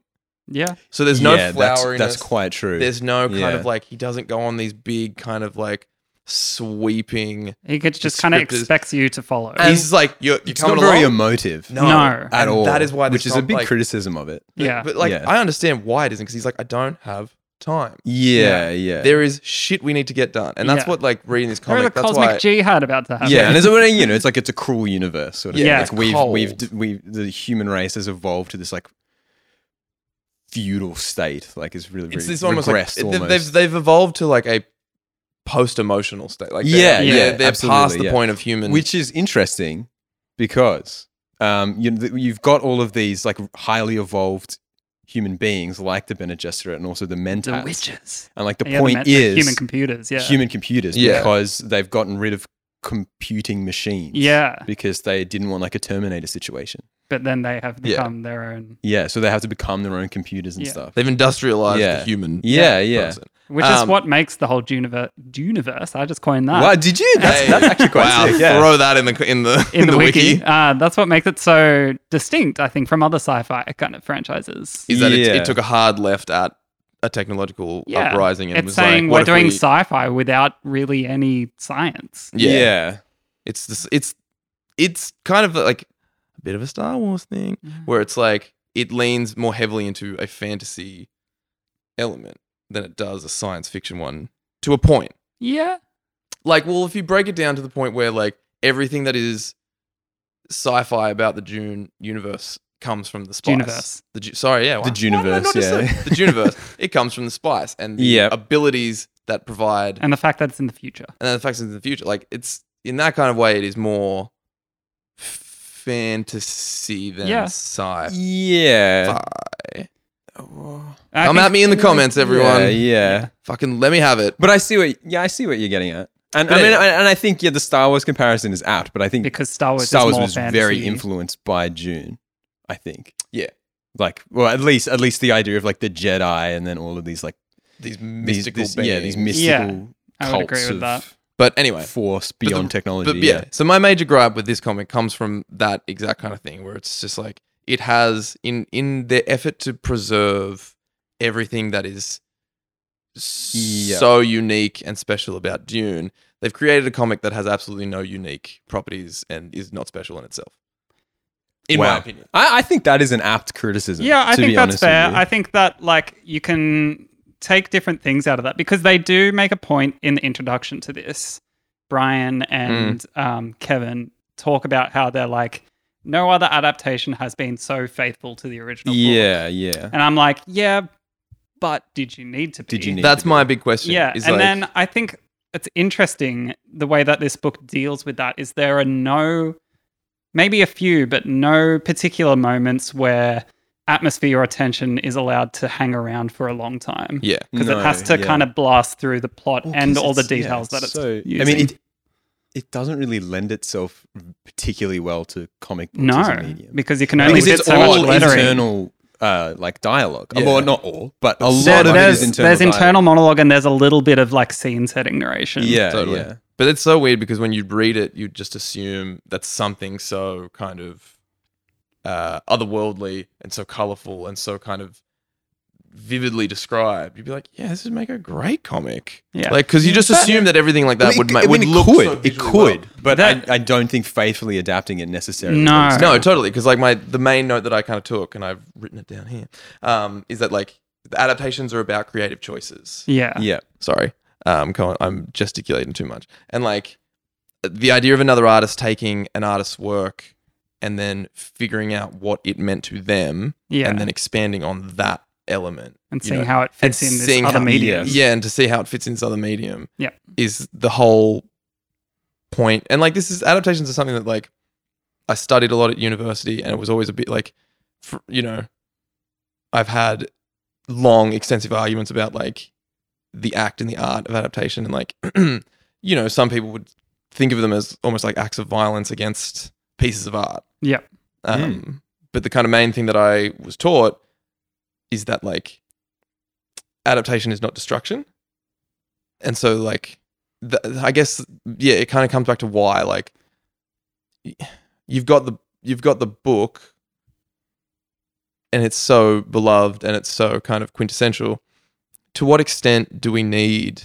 [SPEAKER 3] yeah.
[SPEAKER 2] So there's no
[SPEAKER 1] yeah, that's,
[SPEAKER 2] floweriness.
[SPEAKER 1] that's quite true.
[SPEAKER 2] There's no kind
[SPEAKER 1] Yeah.
[SPEAKER 2] of like he doesn't go on these big kind of like sweeping.
[SPEAKER 3] He could just kind of
[SPEAKER 2] script is-
[SPEAKER 3] expects you to follow.
[SPEAKER 2] he's like you're, you're
[SPEAKER 1] it's not
[SPEAKER 2] coming
[SPEAKER 1] very
[SPEAKER 2] along.
[SPEAKER 1] emotive
[SPEAKER 3] No. No.
[SPEAKER 1] at
[SPEAKER 2] and
[SPEAKER 1] all.
[SPEAKER 2] That is why this
[SPEAKER 1] which is a
[SPEAKER 2] com-
[SPEAKER 1] big
[SPEAKER 2] like-
[SPEAKER 1] criticism of it.
[SPEAKER 2] but-
[SPEAKER 3] Yeah.
[SPEAKER 2] but like
[SPEAKER 1] Yeah.
[SPEAKER 2] I understand why it isn't because he's like I don't have time.
[SPEAKER 1] Yeah, yeah,
[SPEAKER 2] There is shit we need to get done, and that's
[SPEAKER 3] Yeah.
[SPEAKER 2] what like reading this
[SPEAKER 3] There is a
[SPEAKER 2] comic. That's
[SPEAKER 3] cosmic
[SPEAKER 2] why
[SPEAKER 3] jihad about to happen.
[SPEAKER 1] yeah. And it's
[SPEAKER 2] (laughs)
[SPEAKER 1] a- you know, it's like it's a cruel universe. Sort of.
[SPEAKER 3] Yeah,
[SPEAKER 1] like,
[SPEAKER 2] it's
[SPEAKER 1] we've
[SPEAKER 2] cold.
[SPEAKER 1] we've d- we've the human race has evolved to this like feudal state. Like it's really, really
[SPEAKER 2] it's this almost like
[SPEAKER 1] regressed
[SPEAKER 2] they've-
[SPEAKER 1] almost.
[SPEAKER 2] they've they've evolved to like a post emotional state. Like they're-
[SPEAKER 1] Yeah,
[SPEAKER 2] they're,
[SPEAKER 3] yeah,
[SPEAKER 2] they're past
[SPEAKER 1] absolutely,
[SPEAKER 2] the
[SPEAKER 1] yeah.
[SPEAKER 2] point of human.
[SPEAKER 1] which is interesting because um, you, you've got all of these like highly evolved human beings like the Bene Gesserit and also
[SPEAKER 3] (laughs)
[SPEAKER 1] the
[SPEAKER 3] the
[SPEAKER 1] Mentats.
[SPEAKER 3] witches.
[SPEAKER 1] And like the
[SPEAKER 3] Yeah,
[SPEAKER 1] point
[SPEAKER 3] Met-
[SPEAKER 1] is
[SPEAKER 3] human computers. Yeah.
[SPEAKER 1] human computers
[SPEAKER 2] Yeah.
[SPEAKER 1] because they've gotten rid of computing machines.
[SPEAKER 3] Yeah.
[SPEAKER 1] Because they didn't want like a Terminator situation.
[SPEAKER 3] But then they have
[SPEAKER 2] Yeah.
[SPEAKER 3] become their own,
[SPEAKER 1] Yeah. So they have to become their own computers and
[SPEAKER 3] Yeah.
[SPEAKER 1] stuff.
[SPEAKER 2] They've industrialized
[SPEAKER 1] Yeah.
[SPEAKER 2] the human.
[SPEAKER 1] Yeah. Yeah.
[SPEAKER 2] person.
[SPEAKER 3] which
[SPEAKER 2] Um,
[SPEAKER 3] is what makes the whole universe. Universe. I just coined that.
[SPEAKER 1] Wow, did you? That's,
[SPEAKER 2] Hey,
[SPEAKER 1] that's actually quite
[SPEAKER 2] wow,
[SPEAKER 1] sick. Yeah.
[SPEAKER 2] Throw that in the in (laughs) the
[SPEAKER 3] In, the, wiki, Uh, that's what makes it so distinct, I think, from other sci-fi kind of franchises.
[SPEAKER 2] Is that it,
[SPEAKER 1] Yeah.
[SPEAKER 2] it took a hard left at a technological
[SPEAKER 3] Yeah.
[SPEAKER 2] uprising and
[SPEAKER 3] it's
[SPEAKER 2] was
[SPEAKER 3] saying
[SPEAKER 2] like, what
[SPEAKER 3] we're
[SPEAKER 2] if
[SPEAKER 3] doing
[SPEAKER 2] we-
[SPEAKER 3] sci-fi without really any science.
[SPEAKER 1] Yeah.
[SPEAKER 2] yeah, It's this, it's it's kind of like a bit of a Star Wars thing where it's like it leans more heavily into a fantasy element than it does a science fiction one to a point.
[SPEAKER 3] Yeah.
[SPEAKER 2] like well if you break it down to the point where like everything that is sci-fi about the dune universe comes from the spice
[SPEAKER 3] Juniverse.
[SPEAKER 2] the Ju- sorry yeah
[SPEAKER 1] The
[SPEAKER 2] why did I
[SPEAKER 1] Juniverse,
[SPEAKER 2] notice
[SPEAKER 1] yeah.
[SPEAKER 2] that? the universe (laughs) it comes from the spice and the
[SPEAKER 1] Yep.
[SPEAKER 2] abilities that provide and
[SPEAKER 3] And the fact that it's in the future.
[SPEAKER 2] then the facts in the future like it's in that kind of way it is more fantasy than
[SPEAKER 3] Yeah.
[SPEAKER 1] Yeah.
[SPEAKER 2] sci-fi
[SPEAKER 1] Yeah.
[SPEAKER 3] I
[SPEAKER 2] come
[SPEAKER 3] think-
[SPEAKER 2] at me in the comments Oh. everyone
[SPEAKER 1] Yeah, yeah.
[SPEAKER 2] fucking let me have it
[SPEAKER 1] But I see what yeah, I see what you're getting at. And
[SPEAKER 2] But
[SPEAKER 1] I mean
[SPEAKER 2] anyway.
[SPEAKER 1] and I think yeah, the Star Wars comparison is apt, but I think
[SPEAKER 3] because Star Wars,
[SPEAKER 1] Star
[SPEAKER 3] is
[SPEAKER 1] Wars
[SPEAKER 3] more
[SPEAKER 1] was
[SPEAKER 3] fantasy.
[SPEAKER 1] very influenced by June, I think.
[SPEAKER 2] Yeah.
[SPEAKER 1] Like well at least at least the idea of like the Jedi and then all of these like
[SPEAKER 2] these
[SPEAKER 1] these,
[SPEAKER 2] mystical
[SPEAKER 1] this- yeah, these
[SPEAKER 2] beings.
[SPEAKER 1] mystical
[SPEAKER 3] Yeah, I would
[SPEAKER 1] cults
[SPEAKER 3] agree with
[SPEAKER 1] of
[SPEAKER 3] that.
[SPEAKER 2] but anyway
[SPEAKER 1] force
[SPEAKER 2] the-
[SPEAKER 1] beyond technology.
[SPEAKER 2] But yeah. so my major gripe with this comic comes from that exact kind of thing, where it's just like it has in in their effort to preserve everything that is
[SPEAKER 1] Yeah.
[SPEAKER 2] so unique and special about Dune, they've created a comic that has absolutely no unique properties and is not special in itself. In
[SPEAKER 1] Wow.
[SPEAKER 2] my opinion,
[SPEAKER 1] I, I think that is an apt criticism.
[SPEAKER 3] Yeah, I
[SPEAKER 1] to
[SPEAKER 3] think
[SPEAKER 1] be
[SPEAKER 3] that's
[SPEAKER 1] honest with
[SPEAKER 3] fair.
[SPEAKER 1] you.
[SPEAKER 3] I think that like you can take different things out of that because they do make a point in the introduction to this. Brian and
[SPEAKER 1] Hmm.
[SPEAKER 3] um, Kevin talk about how they're like, no other adaptation has been so faithful to the original. book."
[SPEAKER 1] yeah, yeah.
[SPEAKER 3] and I'm like, yeah, but did you need to be?
[SPEAKER 1] Did you need
[SPEAKER 2] that's
[SPEAKER 1] to be-
[SPEAKER 2] my big question.
[SPEAKER 3] Yeah,
[SPEAKER 2] is
[SPEAKER 3] and
[SPEAKER 2] like,
[SPEAKER 3] then I think it's interesting the way that this book deals with that is there are no, maybe a few, but no particular moments where atmosphere or tension is allowed to hang around for a long time
[SPEAKER 2] yeah,
[SPEAKER 3] because
[SPEAKER 1] No,
[SPEAKER 3] it has to
[SPEAKER 1] yeah.
[SPEAKER 3] kind of blast through the plot
[SPEAKER 1] Well, 'cause
[SPEAKER 3] and all the
[SPEAKER 1] it's- yeah,
[SPEAKER 3] details that it's.
[SPEAKER 1] so- I
[SPEAKER 3] using.
[SPEAKER 1] mean, it it doesn't really lend itself particularly well to comic books as a
[SPEAKER 3] no,
[SPEAKER 1] medium
[SPEAKER 3] because you can only
[SPEAKER 1] because
[SPEAKER 3] fit
[SPEAKER 1] it's
[SPEAKER 3] so much
[SPEAKER 1] all
[SPEAKER 3] lettering.
[SPEAKER 1] internal, uh, like dialogue.
[SPEAKER 2] Yeah.
[SPEAKER 1] Well, not all, but a
[SPEAKER 2] There-
[SPEAKER 1] lot of it
[SPEAKER 3] there's,
[SPEAKER 1] is internal.
[SPEAKER 3] there's
[SPEAKER 1] dialogue.
[SPEAKER 3] internal monologue and there's a little bit of like scene setting narration.
[SPEAKER 1] Yeah,
[SPEAKER 2] Totally.
[SPEAKER 1] yeah.
[SPEAKER 2] But it's so weird because when you read it, you just assume that's something so kind of uh, otherworldly and so colorful and so kind of vividly described. You'd be like, yeah, this would make a great comic.
[SPEAKER 3] Yeah.
[SPEAKER 2] Like, because you just assume that everything like that
[SPEAKER 1] I mean,
[SPEAKER 2] would
[SPEAKER 1] it-
[SPEAKER 2] make
[SPEAKER 1] I mean,
[SPEAKER 2] would
[SPEAKER 1] it
[SPEAKER 2] look
[SPEAKER 1] could,
[SPEAKER 2] so
[SPEAKER 1] it
[SPEAKER 2] visually
[SPEAKER 1] could, but
[SPEAKER 3] That-
[SPEAKER 1] I, I don't think faithfully adapting it necessarily.
[SPEAKER 3] No.
[SPEAKER 1] works.
[SPEAKER 2] well. No, totally. Because like my the main note that I kind of took and I've written it down here um, is that like the adaptations are about creative choices.
[SPEAKER 3] Yeah.
[SPEAKER 1] Yeah,
[SPEAKER 2] sorry um go on, i'm gesticulating too much and like the idea of another artist taking an artist's work and then figuring out what it meant to them
[SPEAKER 3] Yeah.
[SPEAKER 2] and then expanding on that element
[SPEAKER 3] and
[SPEAKER 2] you
[SPEAKER 3] seeing
[SPEAKER 2] know,
[SPEAKER 3] how it fits in this
[SPEAKER 2] seeing
[SPEAKER 3] other
[SPEAKER 2] how-
[SPEAKER 3] media.
[SPEAKER 1] Yes.
[SPEAKER 2] yeah and to see how it fits in this other medium
[SPEAKER 3] Yeah.
[SPEAKER 2] is the whole point and like this is adaptations are something that like i studied a lot at university and it was always a bit like fr- you know i've had long extensive arguments about like the act and the art of adaptation and like (clears throat) you know some people would think of them as almost like acts of violence against pieces of art
[SPEAKER 3] Yeah.
[SPEAKER 2] um, but the kind of main thing that i was taught is that like adaptation is not destruction and so like th- i guess yeah it kind of comes back to why like y- you've got the you've got the book and it's so beloved and it's so kind of quintessential to what extent do we need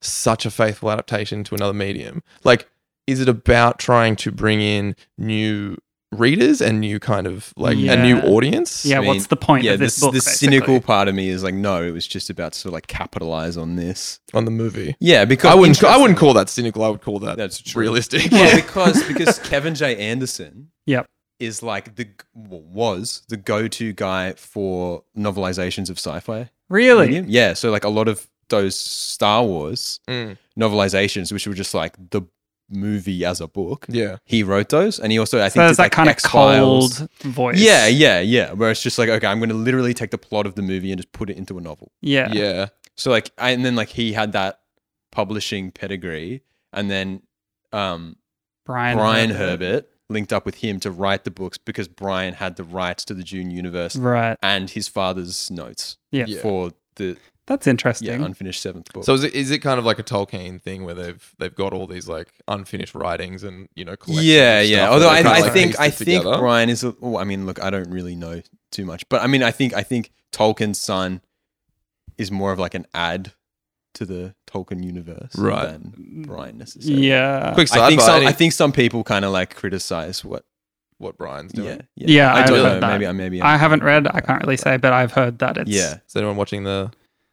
[SPEAKER 2] such a faithful adaptation to another medium like is it about trying to bring in new readers and new kind of like a new
[SPEAKER 3] Yeah.
[SPEAKER 2] audience
[SPEAKER 3] Yeah,
[SPEAKER 1] I mean,
[SPEAKER 3] what's the point
[SPEAKER 1] yeah.
[SPEAKER 3] of this,
[SPEAKER 1] This,
[SPEAKER 3] book?
[SPEAKER 1] the
[SPEAKER 3] basically?
[SPEAKER 1] cynical part of me is like, no, it was just about to sort of like capitalize on this.
[SPEAKER 2] on the movie
[SPEAKER 1] Yeah, because
[SPEAKER 2] i wouldn't i
[SPEAKER 1] interestingly-
[SPEAKER 2] wouldn't call that cynical i would call that
[SPEAKER 1] That's true.
[SPEAKER 2] realistic
[SPEAKER 1] Well, (laughs) because because Kevin J. Anderson,
[SPEAKER 3] Yep.
[SPEAKER 1] is like the well, was the go-to guy for novelizations of sci-fi.
[SPEAKER 3] Really?
[SPEAKER 1] medium. Yeah, so like a lot of those Star Wars
[SPEAKER 2] Mm,
[SPEAKER 1] novelizations, which were just like the movie as a book,
[SPEAKER 2] yeah
[SPEAKER 1] he wrote those, and he also I
[SPEAKER 3] So
[SPEAKER 1] think
[SPEAKER 3] there's
[SPEAKER 1] did,
[SPEAKER 3] that
[SPEAKER 1] like,
[SPEAKER 3] kind of
[SPEAKER 1] X-Files.
[SPEAKER 3] cold voice.
[SPEAKER 1] Yeah, yeah, yeah. Where it's just like, okay, I'm going to literally take the plot of the movie and just put it into a novel.
[SPEAKER 3] Yeah.
[SPEAKER 2] yeah,
[SPEAKER 1] So like, I, and then like he had that publishing pedigree, and then um,
[SPEAKER 3] Brian,
[SPEAKER 1] Brian Herbert linked up with him to write the books because Brian had the rights to the Dune universe
[SPEAKER 3] Right.
[SPEAKER 1] and his father's notes
[SPEAKER 3] Yeah.
[SPEAKER 2] Yeah.
[SPEAKER 1] for the
[SPEAKER 3] That's interesting.
[SPEAKER 1] yeah, unfinished seventh book.
[SPEAKER 2] So is it, is it kind of like a Tolkien thing where they've they've got all these like unfinished writings and you know collections
[SPEAKER 1] yeah,
[SPEAKER 2] of stuff
[SPEAKER 1] yeah.
[SPEAKER 2] that
[SPEAKER 1] Although
[SPEAKER 2] they
[SPEAKER 1] I,
[SPEAKER 2] kinda,
[SPEAKER 1] I
[SPEAKER 2] like,
[SPEAKER 1] think
[SPEAKER 2] pieced
[SPEAKER 1] I
[SPEAKER 2] it
[SPEAKER 1] think
[SPEAKER 2] together?
[SPEAKER 1] Brian is. a- Oh, I mean, look, I don't really know too much, but I mean, I think I think Tolkien's son is more of like an ad to the Tolkien universe
[SPEAKER 2] Right.
[SPEAKER 1] than Brian necessarily.
[SPEAKER 3] yeah.
[SPEAKER 2] quick sidebar.
[SPEAKER 1] I think some,
[SPEAKER 2] any-
[SPEAKER 1] I think some people kind of like criticize what.
[SPEAKER 2] what Brian's doing.
[SPEAKER 1] Yeah, yeah.
[SPEAKER 3] Yeah,
[SPEAKER 1] I
[SPEAKER 3] I've
[SPEAKER 1] don't
[SPEAKER 3] heard
[SPEAKER 1] know.
[SPEAKER 3] that.
[SPEAKER 1] Maybe I maybe
[SPEAKER 3] I
[SPEAKER 1] I'm-
[SPEAKER 3] haven't read. I can't really say, but I've heard that it's
[SPEAKER 1] Yeah,
[SPEAKER 2] Is anyone watching the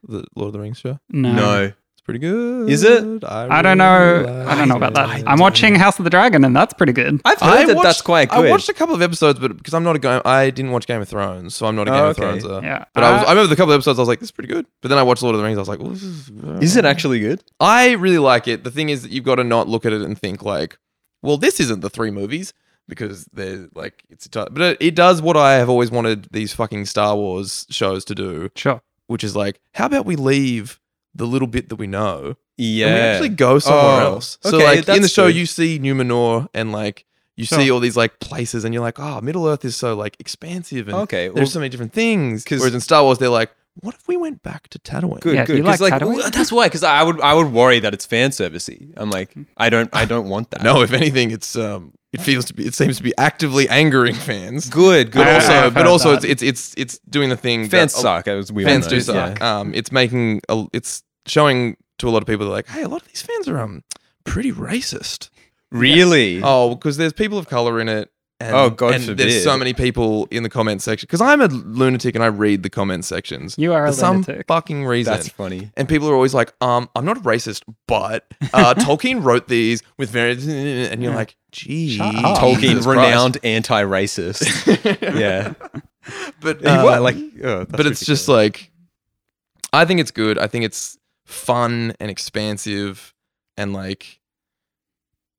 [SPEAKER 2] the Lord of the Rings show?
[SPEAKER 3] no.
[SPEAKER 1] no.
[SPEAKER 2] It's pretty good.
[SPEAKER 1] Is it?
[SPEAKER 3] I don't know. I don't know about that. I'm watching House of the Dragon, and that's pretty good.
[SPEAKER 1] I've heard that that's quite good.
[SPEAKER 2] I watched a couple of episodes, but because I'm not a game, I didn't watch Game of Thrones, so I'm not a
[SPEAKER 1] Oh,
[SPEAKER 2] Game
[SPEAKER 1] okay.
[SPEAKER 2] of Thrones. Uh,
[SPEAKER 3] Yeah,
[SPEAKER 2] But I, was,
[SPEAKER 3] Uh,
[SPEAKER 2] I remember the couple of episodes, I was like, this is pretty good. But then I watched Lord of the Rings, I was like, well, this is, uh,
[SPEAKER 1] Is it actually good?
[SPEAKER 2] I really like it. The thing is that you've got to not look at it and think like, well, this isn't the three movies because they're like it's a t- but it, it does what I have always wanted these fucking Star Wars shows to do,
[SPEAKER 3] sure.
[SPEAKER 2] which is like, how about we leave the little bit that we know
[SPEAKER 1] Yeah.
[SPEAKER 2] and we actually go somewhere
[SPEAKER 1] Oh,
[SPEAKER 2] else. So
[SPEAKER 1] okay,
[SPEAKER 2] like in the
[SPEAKER 1] that's
[SPEAKER 2] show,
[SPEAKER 1] good.
[SPEAKER 2] you see Numenor and like you see
[SPEAKER 3] Sure.
[SPEAKER 2] all these like places, and you're like, oh, Middle Earth is so like expansive and
[SPEAKER 1] okay. Well,
[SPEAKER 2] there's so many different things.
[SPEAKER 1] 'Cause-
[SPEAKER 2] Whereas in Star Wars, they're like, what if we went back to Tatooine?
[SPEAKER 1] good,
[SPEAKER 3] Yeah,
[SPEAKER 1] good.
[SPEAKER 3] you
[SPEAKER 1] 'Cause,
[SPEAKER 3] like
[SPEAKER 1] like,
[SPEAKER 3] Tatooine?
[SPEAKER 1] well, that's why, because I would, I would worry that it's fan servicey. I'm like, I don't, I don't want that.
[SPEAKER 2] No, if anything, it's um, it feels to be, it seems to be actively angering fans.
[SPEAKER 1] Good, good.
[SPEAKER 2] But
[SPEAKER 3] I-
[SPEAKER 2] also,
[SPEAKER 3] I've
[SPEAKER 2] but
[SPEAKER 3] heard
[SPEAKER 2] also,
[SPEAKER 3] that.
[SPEAKER 2] it's it's it's it's doing the thing.
[SPEAKER 1] oh, fans
[SPEAKER 2] that a-
[SPEAKER 1] suck. It was weird.
[SPEAKER 2] Fans do suck. Um, it's making a, it's showing to a lot of people that like, hey, a lot of these fans are um pretty racist.
[SPEAKER 1] Really?
[SPEAKER 2] Oh, because there's people of color in it. And,
[SPEAKER 1] Oh, God
[SPEAKER 2] and There's
[SPEAKER 1] forbid.
[SPEAKER 2] so many people in the comment section because I'm a lunatic and I read the comment sections.
[SPEAKER 3] You are
[SPEAKER 2] for
[SPEAKER 3] a
[SPEAKER 2] some
[SPEAKER 3] lunatic.
[SPEAKER 2] fucking reason.
[SPEAKER 1] that's funny.
[SPEAKER 2] And people are always like, um, I'm not a racist, but uh,
[SPEAKER 1] (laughs)
[SPEAKER 2] Tolkien wrote these with various, and you're like, geez.
[SPEAKER 3] Shut up.
[SPEAKER 1] Tolkien,
[SPEAKER 2] Jesus
[SPEAKER 1] renowned (laughs) anti-racist.
[SPEAKER 2] Christ.
[SPEAKER 1] yeah,
[SPEAKER 2] (laughs) But,
[SPEAKER 1] He wa-
[SPEAKER 2] uh,
[SPEAKER 1] like, oh, that's
[SPEAKER 2] but it's just
[SPEAKER 1] ridiculous.
[SPEAKER 2] like, I think it's good. I think it's fun and expansive. And like,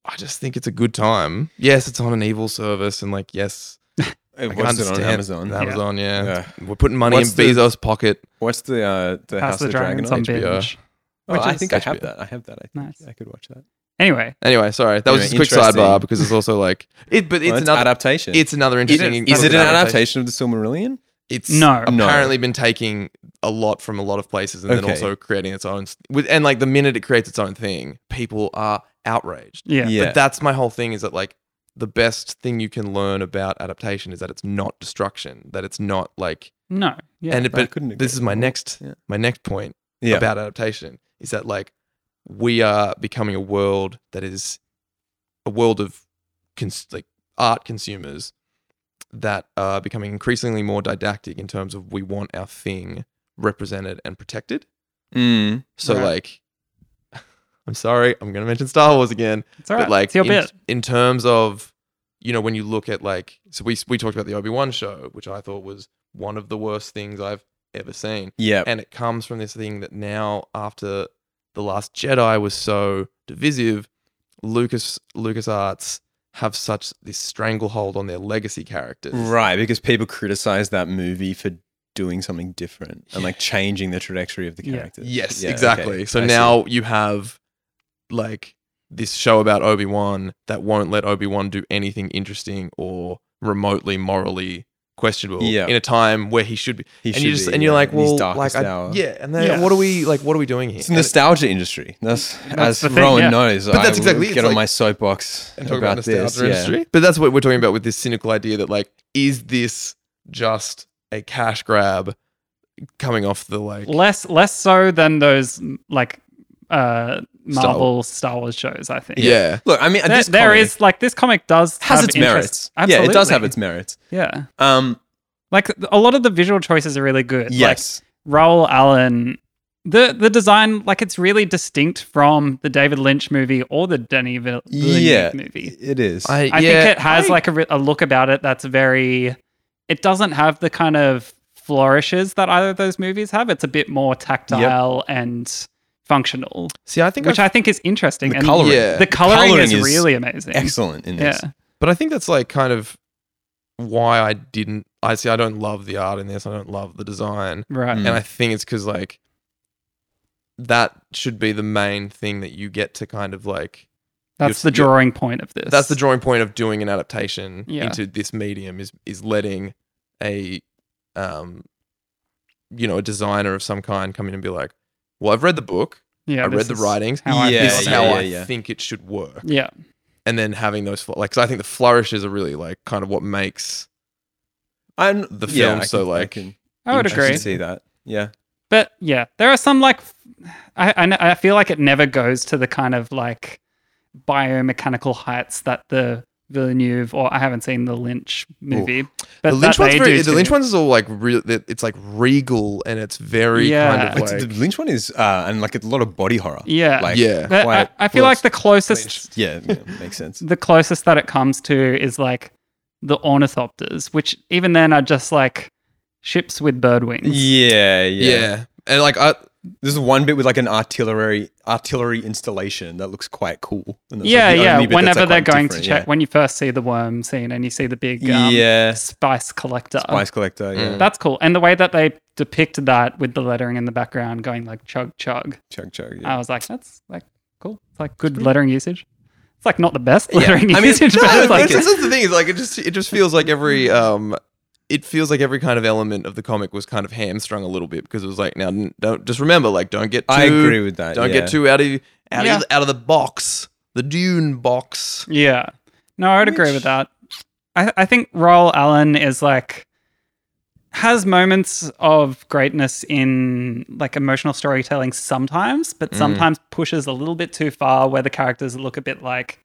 [SPEAKER 2] I just think it's a good time. Yes, it's on an evil service. And like, yes,
[SPEAKER 1] Hey,
[SPEAKER 2] I can
[SPEAKER 1] what's it on
[SPEAKER 2] understand
[SPEAKER 1] Amazon?
[SPEAKER 2] Amazon, yeah.
[SPEAKER 1] Yeah.
[SPEAKER 2] We're putting money
[SPEAKER 1] What's
[SPEAKER 2] in
[SPEAKER 1] the-
[SPEAKER 2] Bezos' pocket.
[SPEAKER 1] What's the uh, the House, of the Dragon?
[SPEAKER 3] on
[SPEAKER 1] on?
[SPEAKER 2] HBO.
[SPEAKER 3] binge.
[SPEAKER 1] Oh,
[SPEAKER 3] which
[SPEAKER 1] I
[SPEAKER 3] is
[SPEAKER 1] think I have
[SPEAKER 2] HBO.
[SPEAKER 1] that. I have that. I think
[SPEAKER 3] Nice.
[SPEAKER 1] I could watch that.
[SPEAKER 3] Anyway,
[SPEAKER 2] Anyway, sorry. That was
[SPEAKER 1] Anyway,
[SPEAKER 2] just a quick
[SPEAKER 1] interesting.
[SPEAKER 2] sidebar because it's also like, it, but it's
[SPEAKER 1] Well, it's
[SPEAKER 2] another.
[SPEAKER 1] adaptation.
[SPEAKER 2] It's another
[SPEAKER 1] is
[SPEAKER 2] interesting.
[SPEAKER 1] it, is it an adaptation of the Silmarillion?
[SPEAKER 2] It's
[SPEAKER 3] No.
[SPEAKER 1] No.
[SPEAKER 2] apparently been taking a lot from a lot of places and then
[SPEAKER 1] Okay.
[SPEAKER 2] also creating its own. s- With and like the minute it creates its own thing, people are outraged.
[SPEAKER 3] yeah,
[SPEAKER 1] Yeah.
[SPEAKER 2] But that's my whole thing is that like the best thing you can learn about adaptation is that it's not destruction, that it's not like.
[SPEAKER 3] no, yeah,
[SPEAKER 2] and it,
[SPEAKER 1] I
[SPEAKER 2] but
[SPEAKER 1] couldn't agree
[SPEAKER 2] this is my
[SPEAKER 1] more.
[SPEAKER 2] next
[SPEAKER 1] Yeah.
[SPEAKER 2] my next point
[SPEAKER 1] Yeah.
[SPEAKER 2] about adaptation is that like we are becoming a world that is a world of cons- like art consumers that are becoming increasingly more didactic in terms of we want our thing represented and protected.
[SPEAKER 1] Mm.
[SPEAKER 2] So
[SPEAKER 3] Right.
[SPEAKER 2] like (laughs) I'm sorry, I'm going to mention Star Wars again,
[SPEAKER 3] it's all right.
[SPEAKER 2] but like
[SPEAKER 3] it's your
[SPEAKER 2] in,
[SPEAKER 3] bit.
[SPEAKER 2] in terms of you know when you look at like so we we talked about the Obi-Wan show, which I thought was one of the worst things I've ever seen
[SPEAKER 1] Yeah.
[SPEAKER 2] and it comes from this thing that now after the last jedi was so divisive lucas lucasarts have such this stranglehold on their legacy characters
[SPEAKER 1] Right, because people criticize that movie for doing something different and like changing the trajectory of the
[SPEAKER 3] Yeah.
[SPEAKER 1] characters.
[SPEAKER 2] yes
[SPEAKER 1] Yeah,
[SPEAKER 2] exactly
[SPEAKER 1] okay,
[SPEAKER 2] so
[SPEAKER 1] I see.
[SPEAKER 2] now you have like this show about obi-wan that won't let obi-wan do anything interesting or remotely morally questionable
[SPEAKER 1] Yeah.
[SPEAKER 2] in a time where he should be
[SPEAKER 1] He
[SPEAKER 2] and you
[SPEAKER 1] should
[SPEAKER 2] just
[SPEAKER 1] be,
[SPEAKER 2] and you're
[SPEAKER 1] yeah,
[SPEAKER 2] like
[SPEAKER 1] in his
[SPEAKER 2] well like
[SPEAKER 1] darkest
[SPEAKER 2] I,
[SPEAKER 1] hour.
[SPEAKER 2] yeah and then
[SPEAKER 3] Yeah.
[SPEAKER 2] what are we like what are we doing here
[SPEAKER 1] It's the
[SPEAKER 2] And it-
[SPEAKER 1] nostalgia industry.
[SPEAKER 2] (laughs)
[SPEAKER 1] That's,
[SPEAKER 3] That's the
[SPEAKER 1] as
[SPEAKER 3] thing,
[SPEAKER 1] Rowan
[SPEAKER 3] yeah.
[SPEAKER 1] knows.
[SPEAKER 2] But
[SPEAKER 1] I
[SPEAKER 2] that's
[SPEAKER 1] will
[SPEAKER 2] exactly-
[SPEAKER 1] get
[SPEAKER 2] it's
[SPEAKER 1] on
[SPEAKER 2] like-
[SPEAKER 1] my soapbox
[SPEAKER 2] and
[SPEAKER 1] about,
[SPEAKER 2] talk about,
[SPEAKER 1] this.
[SPEAKER 2] nostalgia
[SPEAKER 1] yeah.
[SPEAKER 2] industry. But that's what we're talking about with this cynical idea that like, is this just a cash grab coming off the like?
[SPEAKER 3] less less so than those m- like uh Marvel Star, Wars shows. I think.
[SPEAKER 2] yeah.
[SPEAKER 1] Look, I mean,
[SPEAKER 3] There-
[SPEAKER 1] this
[SPEAKER 3] there
[SPEAKER 1] comic
[SPEAKER 3] is like this comic does
[SPEAKER 1] has
[SPEAKER 3] have
[SPEAKER 1] its
[SPEAKER 3] interest-
[SPEAKER 1] merits.
[SPEAKER 3] Absolutely.
[SPEAKER 1] Yeah, it does have its merits.
[SPEAKER 3] yeah.
[SPEAKER 1] Um,
[SPEAKER 3] Like a lot of the visual choices are really good. Like
[SPEAKER 1] yes,
[SPEAKER 3] Raul Allen, the the design, like it's really distinct from the David Lynch movie or the Denny Villeneuve
[SPEAKER 1] Yeah.
[SPEAKER 3] movie.
[SPEAKER 1] it is.
[SPEAKER 3] I think it has like a, ri- a look about it that's very. It doesn't have the kind of flourishes that either of those movies have. It's a bit more tactile and functional,
[SPEAKER 2] See, I think,
[SPEAKER 3] which
[SPEAKER 2] I,
[SPEAKER 3] I think is interesting.
[SPEAKER 1] the
[SPEAKER 3] and
[SPEAKER 1] coloring,
[SPEAKER 2] yeah.
[SPEAKER 3] the coloring,
[SPEAKER 1] coloring
[SPEAKER 3] is,
[SPEAKER 1] is
[SPEAKER 3] really amazing.
[SPEAKER 1] excellent in
[SPEAKER 3] Yeah,
[SPEAKER 1] this.
[SPEAKER 2] but I think that's like kind of why I didn't. I see. I don't love the art in this. I don't love the design,
[SPEAKER 3] right.
[SPEAKER 1] Mm.
[SPEAKER 2] and I think it's because like that should be the main thing that you get to kind of like
[SPEAKER 3] That's
[SPEAKER 2] You're-
[SPEAKER 3] the drawing point of this.
[SPEAKER 2] that's the drawing point of doing an adaptation
[SPEAKER 3] Yeah.
[SPEAKER 2] into this medium is is letting a um you know a designer of some kind come in and be like well i've read the book
[SPEAKER 3] Yeah,
[SPEAKER 2] i
[SPEAKER 3] this
[SPEAKER 2] read the
[SPEAKER 3] is
[SPEAKER 2] writings
[SPEAKER 3] How I
[SPEAKER 1] Yeah,
[SPEAKER 2] this is
[SPEAKER 3] feel
[SPEAKER 2] how
[SPEAKER 3] about
[SPEAKER 2] i
[SPEAKER 3] it.
[SPEAKER 1] yeah.
[SPEAKER 2] think it should work
[SPEAKER 3] Yeah,
[SPEAKER 2] and then having those fl- like 'cause i think the flourishes are really like kind of what makes
[SPEAKER 1] I'm
[SPEAKER 2] The
[SPEAKER 1] yeah,
[SPEAKER 2] film,
[SPEAKER 1] I
[SPEAKER 2] so,
[SPEAKER 1] can-
[SPEAKER 2] like,
[SPEAKER 1] I can,
[SPEAKER 3] I would
[SPEAKER 1] I can
[SPEAKER 3] agree.
[SPEAKER 1] see that. Yeah,
[SPEAKER 3] But yeah, there are some like, I, I kn- I feel like it never goes to the kind of like biomechanical heights that the Villeneuve or I haven't seen the Lynch movie, but
[SPEAKER 2] the lynch
[SPEAKER 3] that
[SPEAKER 2] one's
[SPEAKER 3] they
[SPEAKER 2] very,
[SPEAKER 3] do
[SPEAKER 2] the lynch
[SPEAKER 3] too.
[SPEAKER 2] ones is all like real it's like regal and it's very
[SPEAKER 3] Yeah.
[SPEAKER 2] kind of
[SPEAKER 1] It's-
[SPEAKER 2] like
[SPEAKER 1] the Lynch one is uh, and like a lot of body horror.
[SPEAKER 3] Yeah.
[SPEAKER 1] like,
[SPEAKER 2] yeah
[SPEAKER 3] But
[SPEAKER 1] quite
[SPEAKER 3] I, I feel like
[SPEAKER 2] close
[SPEAKER 3] the closest
[SPEAKER 1] yeah, yeah,
[SPEAKER 3] (laughs)
[SPEAKER 1] makes sense.
[SPEAKER 3] the closest that it comes to is like the ornithopters, which even then are just like ships with bird wings.
[SPEAKER 1] Yeah, yeah,
[SPEAKER 2] yeah and like i
[SPEAKER 1] There's one bit with like an artillery artillery installation that looks quite cool. And that's,
[SPEAKER 3] yeah,
[SPEAKER 1] like, the
[SPEAKER 3] yeah.
[SPEAKER 1] only bit that's,
[SPEAKER 3] Whenever
[SPEAKER 1] like,
[SPEAKER 3] they're
[SPEAKER 1] quite
[SPEAKER 3] going to
[SPEAKER 1] different,
[SPEAKER 3] check, when you first see the worm scene and you see the big
[SPEAKER 1] yeah,
[SPEAKER 3] um,
[SPEAKER 1] yeah.
[SPEAKER 3] spice collector,
[SPEAKER 1] Spice Collector, yeah,
[SPEAKER 2] Mm.
[SPEAKER 3] that's cool. And the way that they depicted that with the lettering in the background going like chug chug,
[SPEAKER 1] chug chug.
[SPEAKER 3] I
[SPEAKER 1] Yeah.
[SPEAKER 3] was like, that's like cool. It's like good lettering usage. It's like not the best lettering
[SPEAKER 1] I mean, (laughs)
[SPEAKER 3] usage,
[SPEAKER 1] no,
[SPEAKER 3] but
[SPEAKER 1] I
[SPEAKER 3] it's like
[SPEAKER 2] that's, that's the thing. Is like it just it just feels like every um, it feels like every kind of element of the comic was kind of hamstrung a little bit because it was like now n- don't just remember like don't get too,
[SPEAKER 1] I agree with that.
[SPEAKER 2] don't
[SPEAKER 1] yeah.
[SPEAKER 2] get too out of out
[SPEAKER 3] Yeah.
[SPEAKER 2] of out of the box the Dune box.
[SPEAKER 3] Yeah. No, I would agree with that. I, I think Roll Allen is like has moments of greatness in like emotional storytelling sometimes, but
[SPEAKER 2] Mm.
[SPEAKER 3] sometimes pushes a little bit too far where the characters look a bit like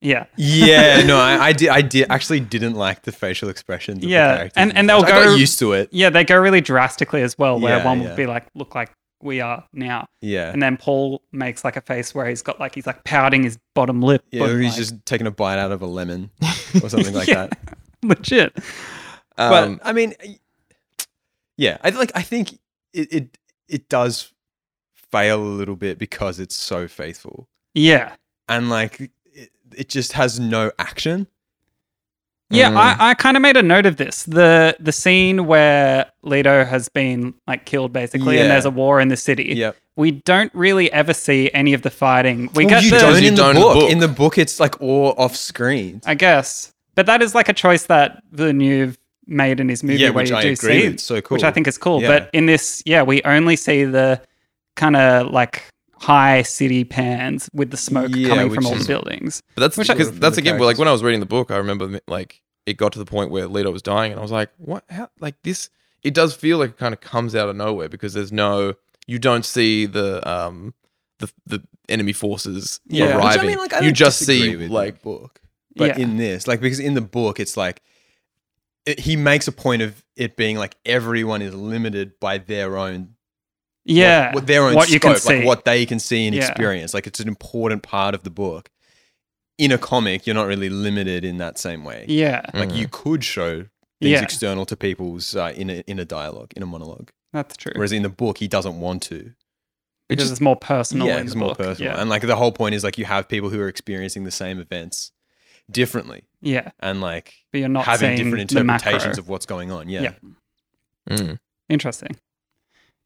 [SPEAKER 3] yeah.
[SPEAKER 1] Yeah,
[SPEAKER 3] (laughs)
[SPEAKER 1] no, I, I did. I did actually didn't like the facial expressions. Of
[SPEAKER 3] Yeah,
[SPEAKER 1] the characters
[SPEAKER 3] and- and
[SPEAKER 1] much.
[SPEAKER 3] they'll
[SPEAKER 1] I got
[SPEAKER 3] go-
[SPEAKER 1] used to it.
[SPEAKER 3] Yeah, they go really drastically as well, where
[SPEAKER 1] Yeah,
[SPEAKER 3] one would
[SPEAKER 1] yeah.
[SPEAKER 3] be like, look like we are now.
[SPEAKER 1] Yeah,
[SPEAKER 3] And then Paul makes like a face where he's got like he's like pouting his bottom lip.
[SPEAKER 1] yeah.
[SPEAKER 3] but,
[SPEAKER 1] He's
[SPEAKER 3] like-
[SPEAKER 1] just taking a bite out of a (laughs) lemon or something like
[SPEAKER 3] Yeah.
[SPEAKER 1] that.
[SPEAKER 3] (laughs) legit.
[SPEAKER 1] but
[SPEAKER 2] Um,
[SPEAKER 1] I mean, I- yeah, I like. I think it, it it does fail a little bit because it's so faithful
[SPEAKER 3] Yeah.
[SPEAKER 1] and like it, it just has no action.
[SPEAKER 3] Yeah,
[SPEAKER 2] Mm.
[SPEAKER 3] I, I kind of made a note of this. The the scene where Leto has been like killed basically
[SPEAKER 1] Yeah.
[SPEAKER 3] and there's a war in the city.
[SPEAKER 1] Yep.
[SPEAKER 3] We don't really ever see any of the fighting. We
[SPEAKER 1] Well,
[SPEAKER 3] get
[SPEAKER 1] you
[SPEAKER 3] the,
[SPEAKER 1] don't
[SPEAKER 2] You
[SPEAKER 1] in
[SPEAKER 2] don't
[SPEAKER 1] the book. In the book, it's like all off screen.
[SPEAKER 3] I guess. But that is like a choice that Villeneuve made in his movie
[SPEAKER 1] yeah,
[SPEAKER 3] where
[SPEAKER 1] which
[SPEAKER 3] you
[SPEAKER 1] I
[SPEAKER 3] do
[SPEAKER 1] agree.
[SPEAKER 3] see
[SPEAKER 1] with. It's so cool.
[SPEAKER 3] which I think is cool.
[SPEAKER 1] Yeah.
[SPEAKER 3] But in this, yeah, we only see the kind of like high city pans with the smoke
[SPEAKER 1] Yeah,
[SPEAKER 3] coming from
[SPEAKER 1] which
[SPEAKER 3] all the
[SPEAKER 1] is-
[SPEAKER 3] buildings.
[SPEAKER 2] but that's
[SPEAKER 3] Which I-
[SPEAKER 2] because
[SPEAKER 1] From
[SPEAKER 2] that's
[SPEAKER 1] the
[SPEAKER 2] again like
[SPEAKER 1] characters.
[SPEAKER 2] when I was reading the book, I remember like it got to the point where Leto was dying, and I was like, what? How? Like this? It does feel like it kind of comes out of nowhere because there's no you don't see the um the the enemy forces
[SPEAKER 3] Yeah. Which I
[SPEAKER 2] arriving.
[SPEAKER 1] Which I mean, like, I
[SPEAKER 2] you
[SPEAKER 1] don't
[SPEAKER 2] just
[SPEAKER 1] disagree
[SPEAKER 2] see
[SPEAKER 1] with
[SPEAKER 2] like
[SPEAKER 1] the book, but
[SPEAKER 3] yeah.
[SPEAKER 1] in this, like, because in the book, it's like it, he makes a point of it being like everyone is limited by their own
[SPEAKER 3] yeah.
[SPEAKER 1] what, what their own
[SPEAKER 3] what
[SPEAKER 1] scope,
[SPEAKER 3] you can
[SPEAKER 1] like
[SPEAKER 3] see.
[SPEAKER 1] what they can see and
[SPEAKER 3] Yeah.
[SPEAKER 1] experience. Like it's an important part of the book. In a comic, you're not really limited in that same way.
[SPEAKER 3] yeah.
[SPEAKER 1] Like you could show things
[SPEAKER 3] Yeah.
[SPEAKER 1] external to people's uh, in a in a dialogue, in a monologue.
[SPEAKER 3] That's true.
[SPEAKER 1] Whereas in the book, he doesn't want to.
[SPEAKER 3] because it's more personal.
[SPEAKER 1] yeah,
[SPEAKER 3] in
[SPEAKER 1] it's
[SPEAKER 3] the
[SPEAKER 1] more
[SPEAKER 3] book.
[SPEAKER 1] personal.
[SPEAKER 3] Yeah.
[SPEAKER 1] And like the whole point is like you have people who are experiencing the same events differently,
[SPEAKER 3] yeah,
[SPEAKER 1] and like
[SPEAKER 3] but you're not
[SPEAKER 1] having
[SPEAKER 3] seeing
[SPEAKER 1] different
[SPEAKER 3] the
[SPEAKER 1] interpretations
[SPEAKER 3] macro.
[SPEAKER 1] of what's going on. Yeah.
[SPEAKER 3] Yeah.
[SPEAKER 2] Mm.
[SPEAKER 3] Interesting.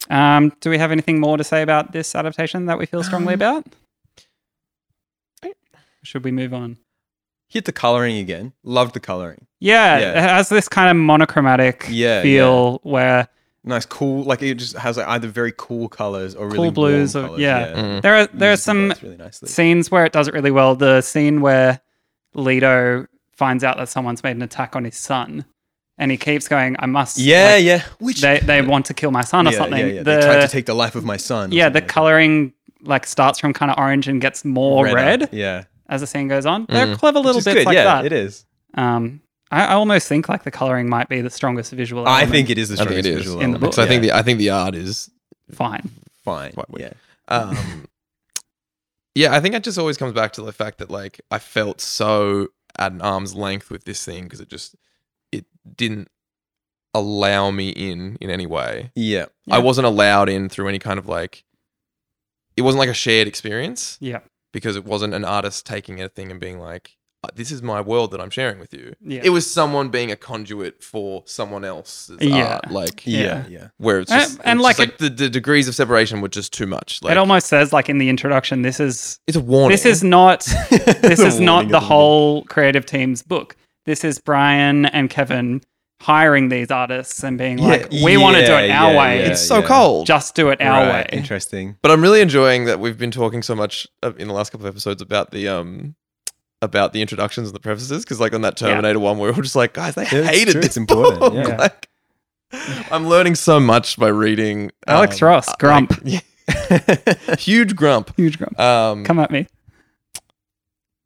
[SPEAKER 3] Um, do we have anything more to say about this adaptation that we feel strongly
[SPEAKER 2] Um,
[SPEAKER 3] about? Should we move on?
[SPEAKER 1] Hit the coloring again. Loved the coloring.
[SPEAKER 3] Yeah,
[SPEAKER 1] Yeah.
[SPEAKER 3] it has this kind of monochromatic
[SPEAKER 1] Yeah,
[SPEAKER 3] feel where
[SPEAKER 1] nice cool like it just has like either very cool colors or really
[SPEAKER 3] Cool blues
[SPEAKER 1] warm
[SPEAKER 3] or-
[SPEAKER 1] colors.
[SPEAKER 3] yeah.
[SPEAKER 2] Mm.
[SPEAKER 3] there are there are
[SPEAKER 1] Uses
[SPEAKER 3] some
[SPEAKER 1] both really nicely.
[SPEAKER 3] scenes where it does it really well. The scene where Leto finds out that someone's made an attack on his son, and he keeps going, "I must."
[SPEAKER 1] yeah
[SPEAKER 3] like,
[SPEAKER 1] yeah which
[SPEAKER 3] They they want to kill my son
[SPEAKER 1] yeah,
[SPEAKER 3] or something.
[SPEAKER 1] yeah, yeah.
[SPEAKER 3] The-
[SPEAKER 1] they tried to take the life of my son or
[SPEAKER 3] yeah, the
[SPEAKER 1] something like that.
[SPEAKER 3] coloring like starts from kind of orange and gets more
[SPEAKER 1] Redder,
[SPEAKER 3] red
[SPEAKER 1] yeah
[SPEAKER 3] as the scene goes on. They're
[SPEAKER 2] Mm.
[SPEAKER 3] clever little
[SPEAKER 1] Which is
[SPEAKER 3] bits
[SPEAKER 1] good,
[SPEAKER 3] like
[SPEAKER 1] yeah
[SPEAKER 3] that.
[SPEAKER 1] it is
[SPEAKER 3] Um, I, I almost think like the coloring might be the strongest visual.
[SPEAKER 1] I
[SPEAKER 3] element.
[SPEAKER 1] think it is the
[SPEAKER 2] I think it
[SPEAKER 1] strongest
[SPEAKER 2] is.
[SPEAKER 1] visual
[SPEAKER 3] In the
[SPEAKER 1] element.
[SPEAKER 3] book.
[SPEAKER 2] So I think the I think the art is
[SPEAKER 3] fine.
[SPEAKER 1] fine
[SPEAKER 2] Quite weak.
[SPEAKER 1] yeah
[SPEAKER 2] um yeah i think it just always comes back to the fact that like i felt so at an arm's length with this thing because it just it didn't allow me in in any way
[SPEAKER 1] yeah
[SPEAKER 2] i
[SPEAKER 3] Yeah.
[SPEAKER 2] wasn't allowed in through any kind of like it wasn't like a shared experience
[SPEAKER 3] Yeah.
[SPEAKER 2] because it wasn't an artist taking a thing and being like uh, this is my world that I'm sharing with you.
[SPEAKER 3] Yeah.
[SPEAKER 2] It was someone being a conduit for someone else's
[SPEAKER 3] Yeah.
[SPEAKER 2] art, like
[SPEAKER 1] Yeah,
[SPEAKER 3] Yeah.
[SPEAKER 1] yeah.
[SPEAKER 2] where it's
[SPEAKER 3] And-
[SPEAKER 2] just,
[SPEAKER 3] and
[SPEAKER 2] it's
[SPEAKER 3] like
[SPEAKER 2] just, the, the degrees of separation were just too much. Like
[SPEAKER 3] it almost says like in the introduction, this is
[SPEAKER 2] it's a warning.
[SPEAKER 3] this is not
[SPEAKER 1] (laughs)
[SPEAKER 3] this
[SPEAKER 2] (laughs)
[SPEAKER 1] The
[SPEAKER 3] is
[SPEAKER 1] warning
[SPEAKER 3] not
[SPEAKER 1] at
[SPEAKER 3] the
[SPEAKER 1] the
[SPEAKER 3] whole creative team's book. This is Brian and Kevin hiring these artists and being like, we want to do it
[SPEAKER 1] yeah,
[SPEAKER 3] our
[SPEAKER 1] yeah,
[SPEAKER 3] way.
[SPEAKER 1] yeah,
[SPEAKER 2] it's so cold.
[SPEAKER 3] Just do it our
[SPEAKER 1] Right,
[SPEAKER 3] way.
[SPEAKER 1] Interesting.
[SPEAKER 2] But I'm really enjoying that we've been talking so much uh, in the last couple of episodes about the um about the introductions and the prefaces because like on that
[SPEAKER 3] Yeah.
[SPEAKER 2] Terminator one, we were all just like, guys, they
[SPEAKER 1] Yeah, it's
[SPEAKER 2] hated
[SPEAKER 1] true.
[SPEAKER 2] this
[SPEAKER 1] It's important,
[SPEAKER 2] book."
[SPEAKER 1] yeah.
[SPEAKER 2] (laughs) Like, I'm learning so much by reading
[SPEAKER 3] Alex Ross,
[SPEAKER 2] uh, like- (laughs)
[SPEAKER 3] Grump.
[SPEAKER 2] Yeah. huge grump.
[SPEAKER 3] Huge grump.
[SPEAKER 2] Um,
[SPEAKER 3] Come at me.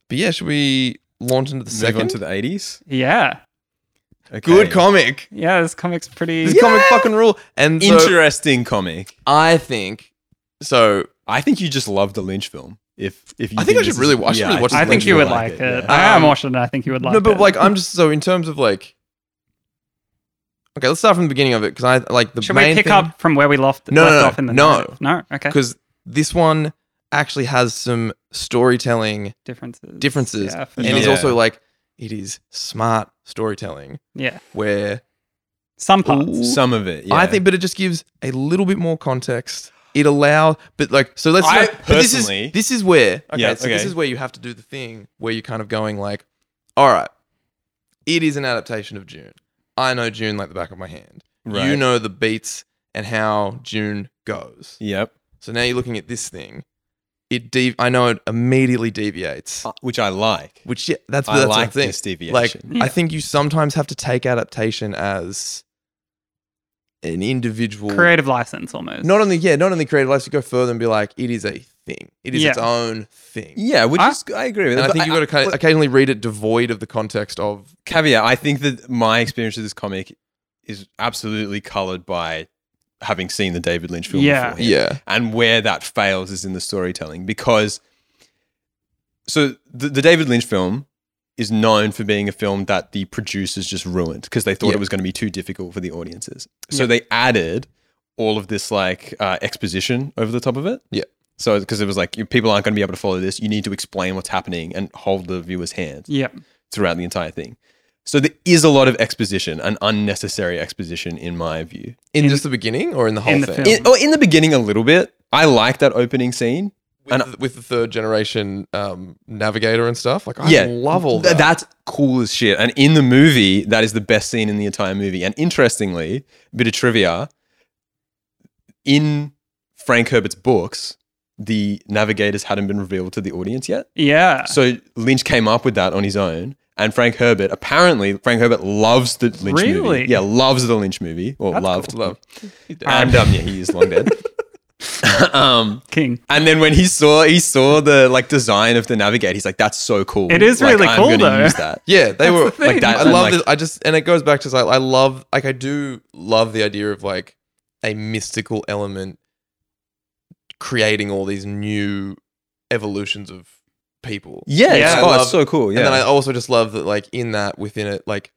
[SPEAKER 2] But yeah, should we launch into the
[SPEAKER 1] Move on
[SPEAKER 2] second?
[SPEAKER 1] to the eighties.
[SPEAKER 3] Yeah.
[SPEAKER 2] Good comic.
[SPEAKER 3] Yeah, this comic's pretty
[SPEAKER 2] This comic fucking rule. And so
[SPEAKER 1] Interesting comic.
[SPEAKER 2] I think so.
[SPEAKER 1] I think you just love the Lynch film. If if you
[SPEAKER 2] I think I should
[SPEAKER 1] this
[SPEAKER 2] really
[SPEAKER 1] is-
[SPEAKER 2] watch- I should really watch
[SPEAKER 3] I
[SPEAKER 2] this
[SPEAKER 3] think
[SPEAKER 1] Lynch
[SPEAKER 3] you
[SPEAKER 1] will
[SPEAKER 3] would like it.
[SPEAKER 1] yeah.
[SPEAKER 3] I am
[SPEAKER 2] Um,
[SPEAKER 3] watching it. I think you would like
[SPEAKER 2] no, but
[SPEAKER 3] it.
[SPEAKER 2] like I'm just so in terms of like. Okay, let's start from the beginning of it because I like the
[SPEAKER 3] should
[SPEAKER 2] main
[SPEAKER 3] we pick
[SPEAKER 2] thing-
[SPEAKER 3] up from where we left,
[SPEAKER 2] No,
[SPEAKER 3] left
[SPEAKER 2] no, no,
[SPEAKER 3] off in the
[SPEAKER 2] no.
[SPEAKER 3] narrative? No, okay.
[SPEAKER 2] because this one actually has some storytelling
[SPEAKER 3] Differences.
[SPEAKER 2] differences,
[SPEAKER 3] Yeah, for
[SPEAKER 2] and
[SPEAKER 1] sure.
[SPEAKER 2] it's
[SPEAKER 1] Yeah.
[SPEAKER 2] also like it is smart storytelling
[SPEAKER 3] yeah.
[SPEAKER 2] where
[SPEAKER 3] Some parts.
[SPEAKER 2] Ooh.
[SPEAKER 1] Some of it. Yeah.
[SPEAKER 2] I think, but it just gives a little bit more context. It allow, but like, so let's.
[SPEAKER 1] I
[SPEAKER 2] but this is
[SPEAKER 1] personally-
[SPEAKER 2] this is where okay,
[SPEAKER 1] Yeah,
[SPEAKER 2] so this
[SPEAKER 1] okay.
[SPEAKER 2] is where you have to do the thing where you're kind of going like, all right, it is an adaptation of June. I know June like the back of my hand. You
[SPEAKER 1] Right.
[SPEAKER 2] know the beats and how June goes.
[SPEAKER 1] Yep.
[SPEAKER 2] So now you're looking at this thing. It de- I know it immediately deviates,
[SPEAKER 1] Which I like.
[SPEAKER 2] which yeah, Uh, that's
[SPEAKER 1] Oh. I
[SPEAKER 2] that's
[SPEAKER 1] like
[SPEAKER 2] the thing.
[SPEAKER 1] this deviation.
[SPEAKER 2] Like
[SPEAKER 3] Yeah.
[SPEAKER 2] I think you sometimes have to take adaptation as an individual
[SPEAKER 3] creative license almost.
[SPEAKER 2] Not only yeah, not only creative license, you go further and be like, it is a thing. It is its
[SPEAKER 3] Yeah.
[SPEAKER 2] own thing.
[SPEAKER 1] yeah, which
[SPEAKER 3] I-
[SPEAKER 1] is I agree with.
[SPEAKER 2] And
[SPEAKER 1] that,
[SPEAKER 2] I
[SPEAKER 1] but
[SPEAKER 2] think you've got to kind of
[SPEAKER 1] but
[SPEAKER 2] occasionally read it devoid of the context of
[SPEAKER 1] caveat. I think that my experience with this comic is absolutely colored by having seen the David Lynch film.
[SPEAKER 3] Yeah.
[SPEAKER 1] beforehand. and where that fails is in the storytelling because so the, the david lynch film is known for being a film that the producers just ruined because they thought
[SPEAKER 2] Yeah.
[SPEAKER 1] it was going to be too difficult for the audiences so
[SPEAKER 3] Yeah.
[SPEAKER 1] they added all of this like uh, exposition over the top of it
[SPEAKER 2] Yeah.
[SPEAKER 1] so because it was like you- people aren't going to be able to follow this you need to explain what's happening and hold the viewer's hand
[SPEAKER 3] Yeah.
[SPEAKER 1] throughout the entire thing so there is a lot of exposition and unnecessary exposition in my view
[SPEAKER 2] in,
[SPEAKER 3] In-
[SPEAKER 2] just the beginning or in the whole
[SPEAKER 3] in the
[SPEAKER 2] thing.
[SPEAKER 3] film.
[SPEAKER 1] in, oh, in the beginning a little bit i like that opening scene
[SPEAKER 2] With,
[SPEAKER 1] And-
[SPEAKER 2] the, with the third generation um, navigator and stuff. Like I
[SPEAKER 1] Yeah.
[SPEAKER 2] love all
[SPEAKER 1] Th-
[SPEAKER 2] that.
[SPEAKER 1] That's cool as shit. And in the movie, that is the best scene in the entire movie. And interestingly, bit of trivia in Frank Herbert's books, the navigators hadn't been revealed to the audience yet.
[SPEAKER 3] Yeah.
[SPEAKER 1] So Lynch came up with that on his own. And Frank Herbert, apparently, Frank Herbert loves the Lynch
[SPEAKER 3] Really?
[SPEAKER 1] movie. Yeah, loves the Lynch movie. Or
[SPEAKER 3] That's
[SPEAKER 1] loved.
[SPEAKER 3] cool.
[SPEAKER 2] love.
[SPEAKER 1] And um, yeah, he is
[SPEAKER 3] (laughs)
[SPEAKER 1] long dead. um,
[SPEAKER 3] King.
[SPEAKER 1] and then when he saw he saw the like design of the Navigate, he's like, "That's so cool."
[SPEAKER 3] It is
[SPEAKER 1] Like,
[SPEAKER 3] really
[SPEAKER 1] I'm
[SPEAKER 3] cool,
[SPEAKER 1] gonna
[SPEAKER 3] though."
[SPEAKER 1] Use that.
[SPEAKER 2] Yeah, they
[SPEAKER 3] That's
[SPEAKER 2] were
[SPEAKER 3] the thing.
[SPEAKER 1] like that-
[SPEAKER 2] I
[SPEAKER 1] and,
[SPEAKER 2] love
[SPEAKER 1] like-
[SPEAKER 2] this. I just and it goes back to like I love like I do love the idea of like a mystical element creating all these new evolutions of people.
[SPEAKER 3] Yeah.
[SPEAKER 1] Yeah, It's,
[SPEAKER 2] I
[SPEAKER 1] oh,
[SPEAKER 2] love-
[SPEAKER 1] it's so cool. Yeah,
[SPEAKER 2] And then I also just love that like in that within it like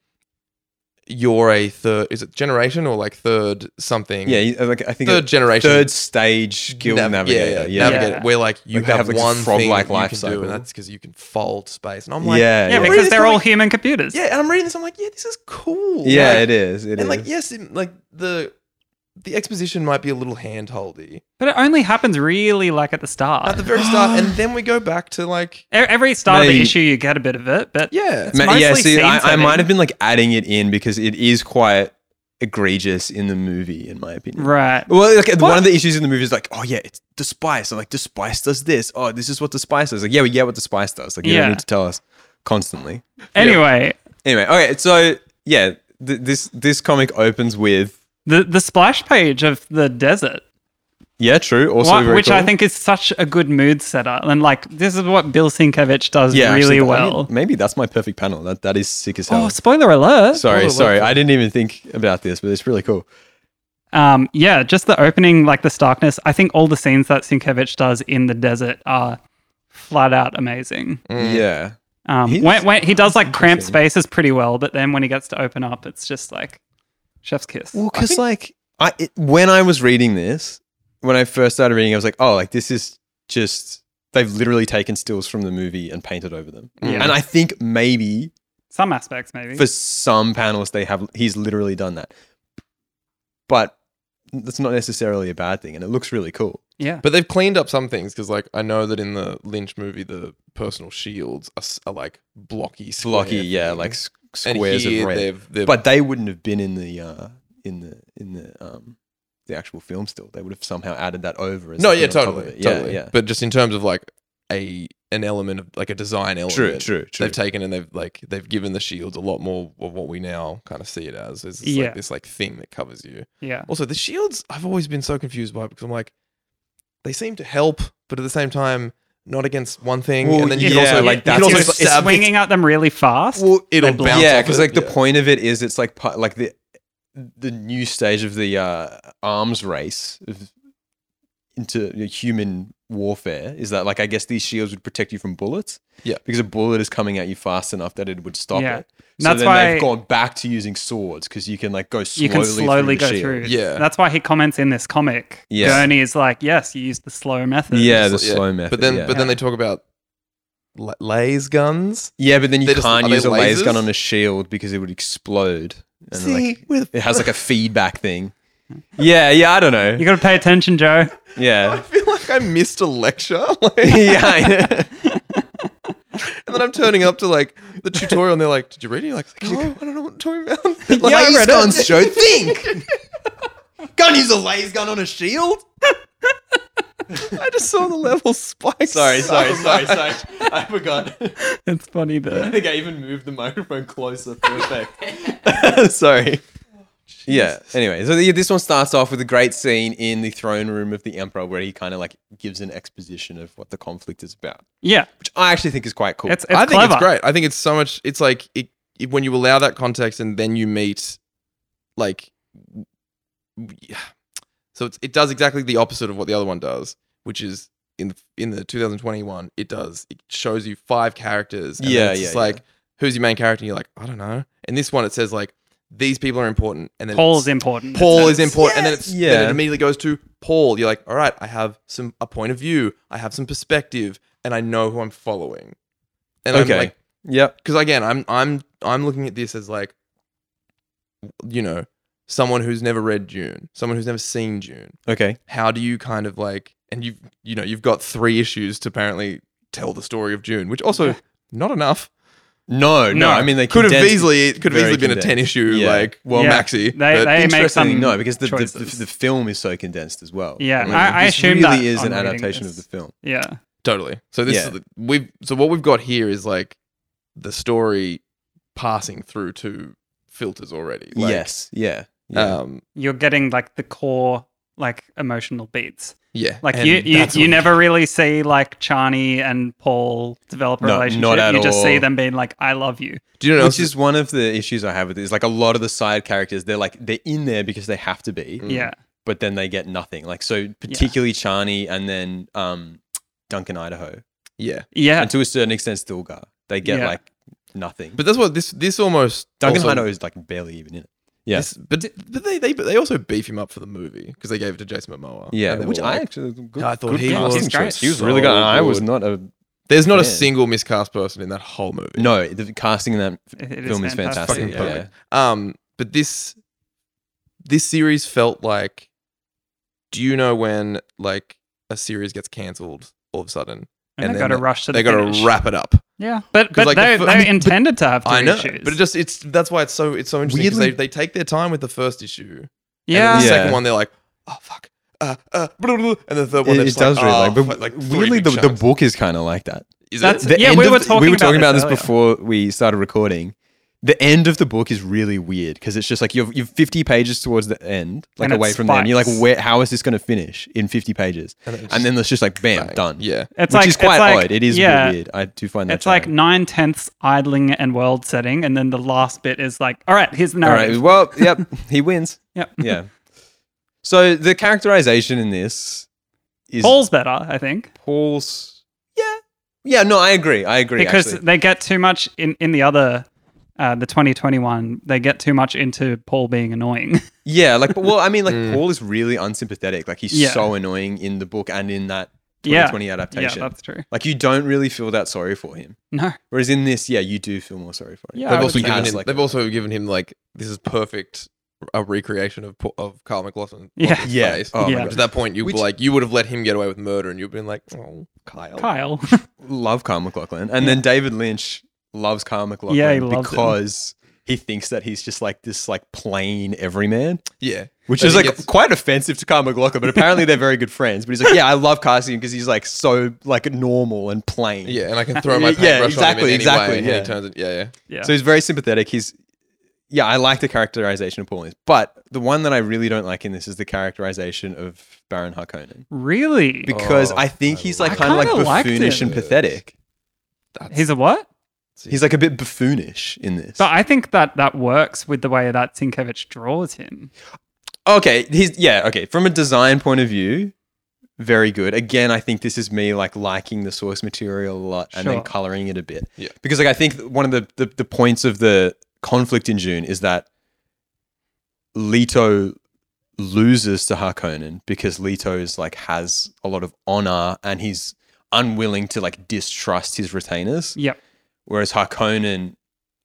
[SPEAKER 2] you're a third is it generation or like third something
[SPEAKER 1] yeah, he- like I think
[SPEAKER 2] third
[SPEAKER 1] a
[SPEAKER 2] generation
[SPEAKER 1] third stage guild
[SPEAKER 2] Nav-
[SPEAKER 1] navigator. Yeah, yeah,
[SPEAKER 2] navigator,
[SPEAKER 3] Yeah.
[SPEAKER 2] where like you
[SPEAKER 1] Like, they
[SPEAKER 2] have,
[SPEAKER 1] have, like, this
[SPEAKER 2] one thing
[SPEAKER 1] frog-like
[SPEAKER 2] that you
[SPEAKER 1] life
[SPEAKER 2] can do
[SPEAKER 1] cycle.
[SPEAKER 2] and that's because you can fold space and I'm
[SPEAKER 1] yeah,
[SPEAKER 2] like
[SPEAKER 3] Yeah,
[SPEAKER 1] yeah.
[SPEAKER 2] Where
[SPEAKER 3] because
[SPEAKER 2] is
[SPEAKER 3] they're all
[SPEAKER 2] going-
[SPEAKER 3] human computers.
[SPEAKER 2] yeah, and I'm reading this. I'm like, yeah, this is cool.
[SPEAKER 1] Yeah,
[SPEAKER 2] Like,
[SPEAKER 1] it is. It
[SPEAKER 2] and like,
[SPEAKER 1] is.
[SPEAKER 2] yes, it, like the the exposition might be a little handholdy
[SPEAKER 3] But it only happens really like at the start.
[SPEAKER 2] at the very start,
[SPEAKER 1] (gasps)
[SPEAKER 2] and then we go back to like,
[SPEAKER 3] E- Every start of
[SPEAKER 1] Maybe-
[SPEAKER 3] the issue, you get a bit of it, but
[SPEAKER 2] yeah,
[SPEAKER 3] It's
[SPEAKER 1] Ma- yeah.
[SPEAKER 3] mostly
[SPEAKER 1] See,
[SPEAKER 3] scene
[SPEAKER 1] I, I
[SPEAKER 3] setting.
[SPEAKER 1] might have been like adding it in because it is quite egregious in the movie, in my opinion.
[SPEAKER 3] right.
[SPEAKER 1] Well, like, one
[SPEAKER 3] What?
[SPEAKER 1] of the issues in the movie is like, oh yeah, it's the spice. And like the spice does this. Oh, this is what the spice does. Like, yeah, we get what the spice does. Like, you
[SPEAKER 3] Yeah.
[SPEAKER 1] don't need to tell us constantly.
[SPEAKER 3] Anyway,
[SPEAKER 1] Anyway, okay, so yeah, th- this this comic opens with
[SPEAKER 3] the the splash page of the desert,
[SPEAKER 1] yeah, true. Also,
[SPEAKER 3] wha-
[SPEAKER 1] very
[SPEAKER 3] which I
[SPEAKER 1] cool.
[SPEAKER 3] think is such a good mood setter, and like this is what Bill Sienkiewicz does
[SPEAKER 1] yeah,
[SPEAKER 3] really
[SPEAKER 1] actually, I mean,
[SPEAKER 3] well.
[SPEAKER 1] maybe that's my perfect panel. That that is sick as hell.
[SPEAKER 3] Oh, spoiler alert!
[SPEAKER 1] sorry,
[SPEAKER 2] spoiler
[SPEAKER 1] sorry,
[SPEAKER 2] alert.
[SPEAKER 1] I didn't even think about this, but it's really cool.
[SPEAKER 3] Um, yeah, just the opening, like the starkness. I think all the scenes that Sienkiewicz does in the desert are flat out amazing.
[SPEAKER 2] Mm.
[SPEAKER 1] Yeah,
[SPEAKER 3] Um,
[SPEAKER 1] He's-
[SPEAKER 3] when, when he does like cramped
[SPEAKER 1] interesting.
[SPEAKER 3] spaces pretty well, but then when he gets to open up, it's just like chef's kiss.
[SPEAKER 1] well, because like I it, when I was reading this, when I first started reading, I was like, oh, like this is just they've literally taken stills from the movie and painted over them.
[SPEAKER 2] Yeah.
[SPEAKER 1] And I think maybe
[SPEAKER 3] Some aspects, maybe.
[SPEAKER 1] for some panelists they have he's literally done that. But that's not necessarily a bad thing and it looks really cool.
[SPEAKER 3] yeah.
[SPEAKER 2] But they've cleaned up some things because, like, I know that in the Lynch movie, the personal shields are, s- are like blocky, square
[SPEAKER 1] Blocky, yeah,
[SPEAKER 2] things.
[SPEAKER 1] like s-
[SPEAKER 2] And
[SPEAKER 1] squares of
[SPEAKER 2] here
[SPEAKER 1] red.
[SPEAKER 2] They've, they've,
[SPEAKER 1] But they wouldn't have been in the uh, in the in the um the actual film still. They would have somehow added that over as
[SPEAKER 2] no,
[SPEAKER 1] like,
[SPEAKER 2] yeah,
[SPEAKER 1] on top of
[SPEAKER 2] totally,
[SPEAKER 1] it.
[SPEAKER 2] totally.
[SPEAKER 1] Yeah, yeah.
[SPEAKER 2] But just in terms of like a an element of like a design element,
[SPEAKER 1] True, true, true.
[SPEAKER 2] They've taken and they've like they've given the shields a lot more of what we now kind of see it as. Is this,
[SPEAKER 3] Yeah.
[SPEAKER 2] like this like thing that covers you.
[SPEAKER 3] yeah.
[SPEAKER 2] Also, the shields I've always been so confused by because I'm like, they seem to help, but at the same time, not against one thing.
[SPEAKER 1] Well,
[SPEAKER 2] and then you
[SPEAKER 1] yeah,
[SPEAKER 2] can also
[SPEAKER 1] like,
[SPEAKER 2] you
[SPEAKER 1] that's
[SPEAKER 2] can also
[SPEAKER 1] just
[SPEAKER 2] stab
[SPEAKER 1] it's-
[SPEAKER 3] swinging at them really fast.
[SPEAKER 2] Well, it'll
[SPEAKER 3] They
[SPEAKER 2] bounce.
[SPEAKER 3] bounce
[SPEAKER 1] yeah,
[SPEAKER 2] off
[SPEAKER 1] because
[SPEAKER 2] it,
[SPEAKER 1] like the
[SPEAKER 2] yeah.
[SPEAKER 1] point of it is, it's like pi- like the the new stage of the uh, arms race of, into human warfare is that like I guess these shields would protect you from bullets.
[SPEAKER 2] Yeah.
[SPEAKER 1] because a bullet is coming at you fast enough that it would stop
[SPEAKER 3] Yeah.
[SPEAKER 1] it.
[SPEAKER 3] And
[SPEAKER 1] So
[SPEAKER 3] that's
[SPEAKER 1] then
[SPEAKER 3] why-
[SPEAKER 1] they've gone back to using swords because you can like go slowly.
[SPEAKER 3] you can slowly
[SPEAKER 1] through the
[SPEAKER 3] go
[SPEAKER 1] shield.
[SPEAKER 3] through.
[SPEAKER 2] Yeah.
[SPEAKER 3] That's why he comments in this comic.
[SPEAKER 1] Yeah.
[SPEAKER 3] Gurney is like, yes, you use the slow method.
[SPEAKER 1] Yeah, the
[SPEAKER 2] Just like-
[SPEAKER 1] slow method.
[SPEAKER 2] But then,
[SPEAKER 1] yeah.
[SPEAKER 2] but then they talk about la- lays guns.
[SPEAKER 1] yeah, but then you
[SPEAKER 2] they're just-
[SPEAKER 1] can't
[SPEAKER 2] are they
[SPEAKER 1] use a laser gun
[SPEAKER 2] lasers?
[SPEAKER 1] on a shield because it would explode. And like,
[SPEAKER 2] with
[SPEAKER 1] it has like a feedback thing. Yeah, yeah, I don't know.
[SPEAKER 3] You got to pay attention, Joe.
[SPEAKER 2] (laughs)
[SPEAKER 3] (laughs)
[SPEAKER 2] I (laughs)
[SPEAKER 1] Yeah.
[SPEAKER 2] feel like I missed a lecture, (laughs) like,
[SPEAKER 1] (laughs) yeah. I know.
[SPEAKER 2] and then I'm turning up to like the tutorial, and they're like, "Did you read it?" You're like, "No, I don't know what I'm talking
[SPEAKER 1] (laughs)
[SPEAKER 2] about." like,
[SPEAKER 1] laser guns, Joe. Think. Can't use a laser gun on a (laughs) shield.
[SPEAKER 2] I just saw the level (laughs) spike. (laughs)
[SPEAKER 1] Sorry, sorry, sorry, sorry. I forgot. I
[SPEAKER 3] It's funny though.
[SPEAKER 1] (laughs) think I even moved the microphone closer for effect. (laughs) sorry. Yeah. Anyway, so the, this one starts off with a great scene in the throne room of the emperor, where he kind of like gives an exposition of what the conflict is about,
[SPEAKER 3] Yeah.
[SPEAKER 1] which I actually think is quite cool.
[SPEAKER 3] It's, it's
[SPEAKER 2] I think
[SPEAKER 3] clever.
[SPEAKER 2] it's great. I think it's so much. It's like it, it- when you allow that context, and then you meet, like, yeah. so it's, it does exactly the opposite of what the other one does, which is in the, in the 2021. It does. It shows you five characters. And then
[SPEAKER 1] Yeah,
[SPEAKER 2] it's
[SPEAKER 1] yeah,
[SPEAKER 2] just
[SPEAKER 1] yeah.
[SPEAKER 2] Like, who's your main character? And you're like, I don't know. And this one, it says like these people are important, and then
[SPEAKER 3] Paul's
[SPEAKER 2] it's-
[SPEAKER 3] important.
[SPEAKER 2] Paul is important, and then it's
[SPEAKER 1] Yes.
[SPEAKER 2] then
[SPEAKER 1] Yeah.
[SPEAKER 2] it immediately goes to Paul. You're like, all right, I have some a point of view, I have some perspective, and I know who I'm following. And
[SPEAKER 1] Okay.
[SPEAKER 2] I'm like,
[SPEAKER 1] yep.
[SPEAKER 2] because again, I'm I'm I'm looking at this as like, you know, someone who's never read June, someone who's never seen June.
[SPEAKER 1] Okay.
[SPEAKER 2] How do you kind of like, and you've you know you've got three issues to apparently tell the story of June, which also not enough.
[SPEAKER 1] No, no.
[SPEAKER 3] No.
[SPEAKER 1] I mean, they
[SPEAKER 2] Could have
[SPEAKER 1] condensed-
[SPEAKER 2] easily it could have
[SPEAKER 1] very
[SPEAKER 2] easily been a
[SPEAKER 1] condensed.
[SPEAKER 2] ten issue
[SPEAKER 1] Yeah.
[SPEAKER 2] like well
[SPEAKER 3] Yeah.
[SPEAKER 2] maxi.
[SPEAKER 3] They-
[SPEAKER 2] but-
[SPEAKER 3] they- make
[SPEAKER 1] Interestingly,
[SPEAKER 3] some
[SPEAKER 1] no, because the, the, the,
[SPEAKER 3] choices.
[SPEAKER 1] the film is so condensed as well.
[SPEAKER 3] Yeah,
[SPEAKER 1] mean,
[SPEAKER 3] I- I
[SPEAKER 1] this
[SPEAKER 3] assume
[SPEAKER 1] really
[SPEAKER 3] that
[SPEAKER 1] is
[SPEAKER 3] on
[SPEAKER 1] an
[SPEAKER 3] reading
[SPEAKER 1] adaptation of
[SPEAKER 3] this.
[SPEAKER 1] the film.
[SPEAKER 3] Yeah.
[SPEAKER 2] Totally. So this
[SPEAKER 1] Yeah.
[SPEAKER 2] is the, we've so what we've got here is like the story passing through two filters already. Like,
[SPEAKER 1] yes, yeah, yeah.
[SPEAKER 2] Um.
[SPEAKER 3] You're getting like the core like emotional beats.
[SPEAKER 2] Yeah.
[SPEAKER 3] Like
[SPEAKER 2] and
[SPEAKER 3] you you,
[SPEAKER 2] that's
[SPEAKER 3] you
[SPEAKER 2] what-
[SPEAKER 3] never really see like Chani and Paul develop a
[SPEAKER 1] No,
[SPEAKER 3] relationship.
[SPEAKER 1] not at
[SPEAKER 3] you just see
[SPEAKER 1] all.
[SPEAKER 3] them being like, I love you.
[SPEAKER 2] Do you know?
[SPEAKER 1] Which is one of the issues I have with it is like a lot of the side characters, they're like they're in there because they have to be,
[SPEAKER 2] Mm.
[SPEAKER 3] Yeah.
[SPEAKER 1] but then they get nothing. Like so, particularly Chani and then um, Duncan Idaho,
[SPEAKER 2] yeah.
[SPEAKER 3] Yeah.
[SPEAKER 1] and to a certain extent Stilgar, they get
[SPEAKER 3] Yeah.
[SPEAKER 1] like nothing. But
[SPEAKER 2] But that's what this this almost
[SPEAKER 1] Duncan
[SPEAKER 2] also-
[SPEAKER 1] Idaho is like barely even in it. Yeah,
[SPEAKER 2] this- but but they they but they also beef him up for the movie because they gave it to Jason Momoa.
[SPEAKER 1] yeah,
[SPEAKER 2] and they
[SPEAKER 1] which
[SPEAKER 2] were
[SPEAKER 1] I
[SPEAKER 2] like-
[SPEAKER 1] actually good,
[SPEAKER 2] I thought
[SPEAKER 1] good
[SPEAKER 2] he
[SPEAKER 1] casting
[SPEAKER 3] was
[SPEAKER 1] choice. He was
[SPEAKER 2] so
[SPEAKER 1] really good. I was
[SPEAKER 2] good.
[SPEAKER 1] not a
[SPEAKER 2] There's not a
[SPEAKER 1] Man.
[SPEAKER 2] single miscast person in that whole movie.
[SPEAKER 1] no. The casting in that
[SPEAKER 3] It- it
[SPEAKER 1] film is fantastic.
[SPEAKER 2] Fucking
[SPEAKER 1] yeah.
[SPEAKER 2] perfect. Um, but this this series felt like do you know when like a series gets cancelled all of a sudden?
[SPEAKER 3] And,
[SPEAKER 2] And
[SPEAKER 3] they
[SPEAKER 2] then
[SPEAKER 3] got to rush to
[SPEAKER 2] they
[SPEAKER 3] the
[SPEAKER 2] got
[SPEAKER 3] finish.
[SPEAKER 2] to wrap it up.
[SPEAKER 3] Yeah, but
[SPEAKER 2] 'Cause,
[SPEAKER 3] but
[SPEAKER 2] like, the
[SPEAKER 3] they
[SPEAKER 2] fir-
[SPEAKER 3] they
[SPEAKER 2] I mean, but-
[SPEAKER 3] intended to have three
[SPEAKER 2] I know,
[SPEAKER 3] issues.
[SPEAKER 2] but it just it's that's why it's so it's so interesting 'cause
[SPEAKER 1] Weirdly-
[SPEAKER 2] they, they take their time with the first issue. and
[SPEAKER 3] yeah,
[SPEAKER 2] then the
[SPEAKER 1] Yeah.
[SPEAKER 2] second one they're like, oh fuck, uh, uh, blah, blah, blah," and the third one
[SPEAKER 1] It,
[SPEAKER 2] they're
[SPEAKER 1] it
[SPEAKER 2] just
[SPEAKER 1] does
[SPEAKER 2] like,
[SPEAKER 1] really
[SPEAKER 2] oh,
[SPEAKER 1] like, but
[SPEAKER 2] fuck, like three
[SPEAKER 1] weirdly,
[SPEAKER 2] big
[SPEAKER 1] the, the
[SPEAKER 2] chunks.
[SPEAKER 1] book is kind of like that.
[SPEAKER 2] Is
[SPEAKER 3] That's-
[SPEAKER 2] it?
[SPEAKER 1] The
[SPEAKER 3] Yeah,
[SPEAKER 1] end
[SPEAKER 3] we
[SPEAKER 1] of
[SPEAKER 3] were
[SPEAKER 1] the-
[SPEAKER 3] talking
[SPEAKER 1] we were
[SPEAKER 3] about
[SPEAKER 1] talking about
[SPEAKER 3] this
[SPEAKER 1] this,
[SPEAKER 3] earlier.
[SPEAKER 1] before we started recording. The end of the book is really weird because it's just like you're you're 50 pages towards the end, like
[SPEAKER 3] And it
[SPEAKER 1] away from the end. You're like,
[SPEAKER 3] spikes.
[SPEAKER 1] where? How is this going to finish in 50 pages?
[SPEAKER 2] And
[SPEAKER 1] And,
[SPEAKER 2] then it
[SPEAKER 1] then it's just like, bam,
[SPEAKER 2] Bang.
[SPEAKER 1] done.
[SPEAKER 2] Yeah,
[SPEAKER 3] it's
[SPEAKER 1] which
[SPEAKER 3] like,
[SPEAKER 1] is quite
[SPEAKER 3] it's like,
[SPEAKER 1] odd. It is
[SPEAKER 3] yeah,
[SPEAKER 1] weird. I do find that.
[SPEAKER 3] It's like nine tenths idling and world setting, and then the last bit is like, all right, here's the
[SPEAKER 1] jarring. all right.
[SPEAKER 3] narrative.
[SPEAKER 1] Well, yep, he wins.
[SPEAKER 3] Yep.
[SPEAKER 1] Yeah. So the characterization in this is
[SPEAKER 3] Paul's better, I think,
[SPEAKER 1] Paul's. Yeah. Yeah. No, I agree. I agree.
[SPEAKER 3] because
[SPEAKER 1] actually.
[SPEAKER 3] they get too much in in the other. Uh, the 2021, they get too much into Paul being annoying. (laughs)
[SPEAKER 1] Yeah, like, but well, I mean, like,
[SPEAKER 2] Mm.
[SPEAKER 1] Paul is really unsympathetic. Like, he's
[SPEAKER 3] Yeah.
[SPEAKER 1] so annoying in the book and in that
[SPEAKER 3] Yeah.
[SPEAKER 1] 2020
[SPEAKER 3] Yeah,
[SPEAKER 1] adaptation.
[SPEAKER 3] that's true.
[SPEAKER 1] like you don't really feel that sorry for him.
[SPEAKER 3] No.
[SPEAKER 1] Whereas in this, yeah, you do feel more sorry for him.
[SPEAKER 3] Yeah, I
[SPEAKER 2] they've
[SPEAKER 3] would
[SPEAKER 2] also
[SPEAKER 3] say
[SPEAKER 2] given
[SPEAKER 3] that's
[SPEAKER 2] him.
[SPEAKER 1] like-
[SPEAKER 2] they've also given him like this is perfect a recreation of Po- of Carl McLaughlin.
[SPEAKER 3] Yeah.
[SPEAKER 2] Laughlin's
[SPEAKER 1] Yeah.
[SPEAKER 2] face.
[SPEAKER 1] Oh
[SPEAKER 3] my
[SPEAKER 2] Which
[SPEAKER 3] God.
[SPEAKER 2] At that point, you
[SPEAKER 1] Which-
[SPEAKER 2] like you would have let him get away with murder, and you've been like, oh, Kyle. (laughs)
[SPEAKER 3] (laughs) Kyle.
[SPEAKER 1] love Carl McLaughlin. And then David Lynch loves Carl McLaughlin
[SPEAKER 3] Yeah, he loves him.
[SPEAKER 1] because he thinks that he's just like this like plain everyman,
[SPEAKER 2] Yeah,
[SPEAKER 1] which
[SPEAKER 2] But
[SPEAKER 1] is
[SPEAKER 2] he
[SPEAKER 1] like
[SPEAKER 2] gets-
[SPEAKER 1] quite offensive to Carl McLaughlin, but apparently they're very good friends. But he's like, yeah, I love Cassian because he's like so like normal and plain.
[SPEAKER 2] yeah, and I can throw my
[SPEAKER 1] Yeah, (laughs) yeah,
[SPEAKER 2] paintbrush on him
[SPEAKER 1] exactly,
[SPEAKER 2] in
[SPEAKER 1] exactly,
[SPEAKER 2] Any way,
[SPEAKER 1] yeah.
[SPEAKER 2] and he turns it. Yeah, yeah.
[SPEAKER 3] yeah.
[SPEAKER 1] So he's very sympathetic. He's yeah, I like the characterization of Paul Ince, but the one that I really don't like in this is the characterization of Baron Harkonnen
[SPEAKER 3] really?
[SPEAKER 1] because
[SPEAKER 2] Oh,
[SPEAKER 1] I think
[SPEAKER 2] I
[SPEAKER 1] he's
[SPEAKER 2] like
[SPEAKER 1] like kind of
[SPEAKER 3] it. I kinda
[SPEAKER 1] like
[SPEAKER 3] liked
[SPEAKER 1] buffoonish
[SPEAKER 3] it.
[SPEAKER 1] and pathetic.
[SPEAKER 2] That's,
[SPEAKER 3] He's a what?
[SPEAKER 1] He's like a bit buffoonish in this.
[SPEAKER 3] But I think that that works with the way that Sienkiewicz draws him.
[SPEAKER 1] Okay, he's yeah, okay. From a design point of view, very good. Again, I think this is me like liking the source material a lot and
[SPEAKER 3] Sure.
[SPEAKER 1] then coloring it a bit.
[SPEAKER 2] Yeah.
[SPEAKER 1] Because like I think one of the, the the points of the conflict in June is that Leto loses to Harkonnen because Leto's like has a lot of honor and he's unwilling to like distrust his retainers
[SPEAKER 3] Yep.
[SPEAKER 1] whereas Harkonnen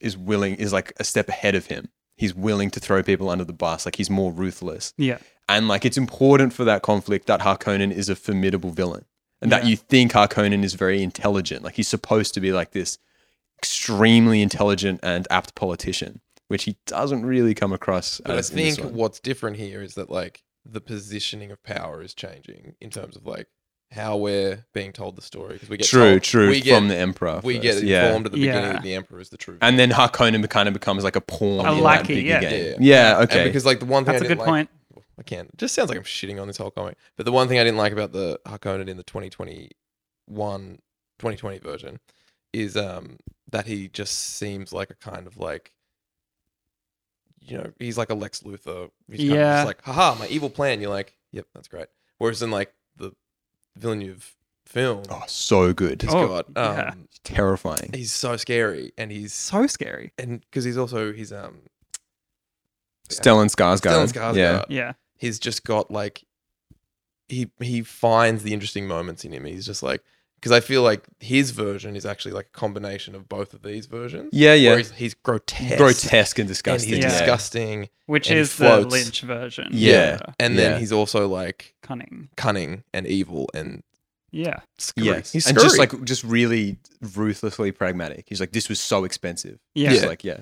[SPEAKER 1] is willing is like a step ahead of him. He's willing to throw people under the bus, like he's more ruthless.
[SPEAKER 3] Yeah.
[SPEAKER 1] And like it's important for that conflict that Harkonnen is a formidable villain and that
[SPEAKER 3] Yeah.
[SPEAKER 1] you think Harkonnen is very intelligent. Like he's supposed to be like this extremely intelligent and apt politician, which he doesn't really come across
[SPEAKER 2] But I
[SPEAKER 1] as in this
[SPEAKER 2] think
[SPEAKER 1] one.
[SPEAKER 2] what's different here is that like the positioning of power is changing in terms of like how we're being told the story because we get
[SPEAKER 1] true,
[SPEAKER 2] told-
[SPEAKER 1] true
[SPEAKER 2] we get,
[SPEAKER 1] from the emperor.
[SPEAKER 2] we
[SPEAKER 1] first,
[SPEAKER 2] get
[SPEAKER 1] yeah.
[SPEAKER 2] informed at the beginning
[SPEAKER 3] Yeah.
[SPEAKER 2] that the emperor is the true
[SPEAKER 1] And then Harkonnen kind of becomes like a pawn
[SPEAKER 3] A
[SPEAKER 1] in that
[SPEAKER 3] lackey,
[SPEAKER 1] bigger
[SPEAKER 3] yeah.
[SPEAKER 1] game.
[SPEAKER 2] Yeah,
[SPEAKER 1] Yeah,
[SPEAKER 2] And
[SPEAKER 1] okay.
[SPEAKER 2] because like the one thing
[SPEAKER 3] That's
[SPEAKER 2] I
[SPEAKER 3] a
[SPEAKER 2] didn't
[SPEAKER 3] good
[SPEAKER 2] like,
[SPEAKER 3] point.
[SPEAKER 2] I can't. It just sounds like I'm shitting on this whole comic. But the one thing I didn't like about the Harkonnen in the 2021 2020 version is um that he just seems like a kind of like you know, he's like a Lex Luthor. He's kind of
[SPEAKER 3] Yeah.
[SPEAKER 2] just like, haha, my evil plan. You're like, yep, that's great. Whereas in like the Villeneuve film,
[SPEAKER 1] oh, so good.
[SPEAKER 2] he's
[SPEAKER 3] Oh,
[SPEAKER 2] got
[SPEAKER 3] yeah.
[SPEAKER 2] um
[SPEAKER 1] Terrifying.
[SPEAKER 2] he's so scary and he's
[SPEAKER 3] So scary.
[SPEAKER 2] and because he's also he's um
[SPEAKER 1] Stellan Skarsgård.
[SPEAKER 2] Stellan Skarsgård.
[SPEAKER 1] Yeah.
[SPEAKER 3] Yeah.
[SPEAKER 2] he's just got like he he finds the interesting moments in him. He's just like because I feel like his version is actually like a combination of both of these versions.
[SPEAKER 1] Yeah,
[SPEAKER 2] Where
[SPEAKER 1] yeah.
[SPEAKER 2] he's, he's grotesque,
[SPEAKER 1] Grotesque and
[SPEAKER 2] and
[SPEAKER 1] disgusting.
[SPEAKER 2] he's
[SPEAKER 3] Yeah.
[SPEAKER 2] disgusting,
[SPEAKER 3] Which
[SPEAKER 2] And he
[SPEAKER 3] is the
[SPEAKER 2] floats.
[SPEAKER 3] Lynch version.
[SPEAKER 1] Yeah.
[SPEAKER 2] and then
[SPEAKER 1] Yeah.
[SPEAKER 2] he's also like
[SPEAKER 3] Cunning.
[SPEAKER 2] cunning and evil and
[SPEAKER 3] Yeah.
[SPEAKER 2] scurry.
[SPEAKER 1] Yes.
[SPEAKER 2] he's
[SPEAKER 1] and just
[SPEAKER 2] scurry.
[SPEAKER 1] like just really ruthlessly pragmatic. He's like, this was so expensive.
[SPEAKER 3] Yeah.
[SPEAKER 1] He's
[SPEAKER 3] Yeah.
[SPEAKER 2] Yeah.
[SPEAKER 1] like, yeah.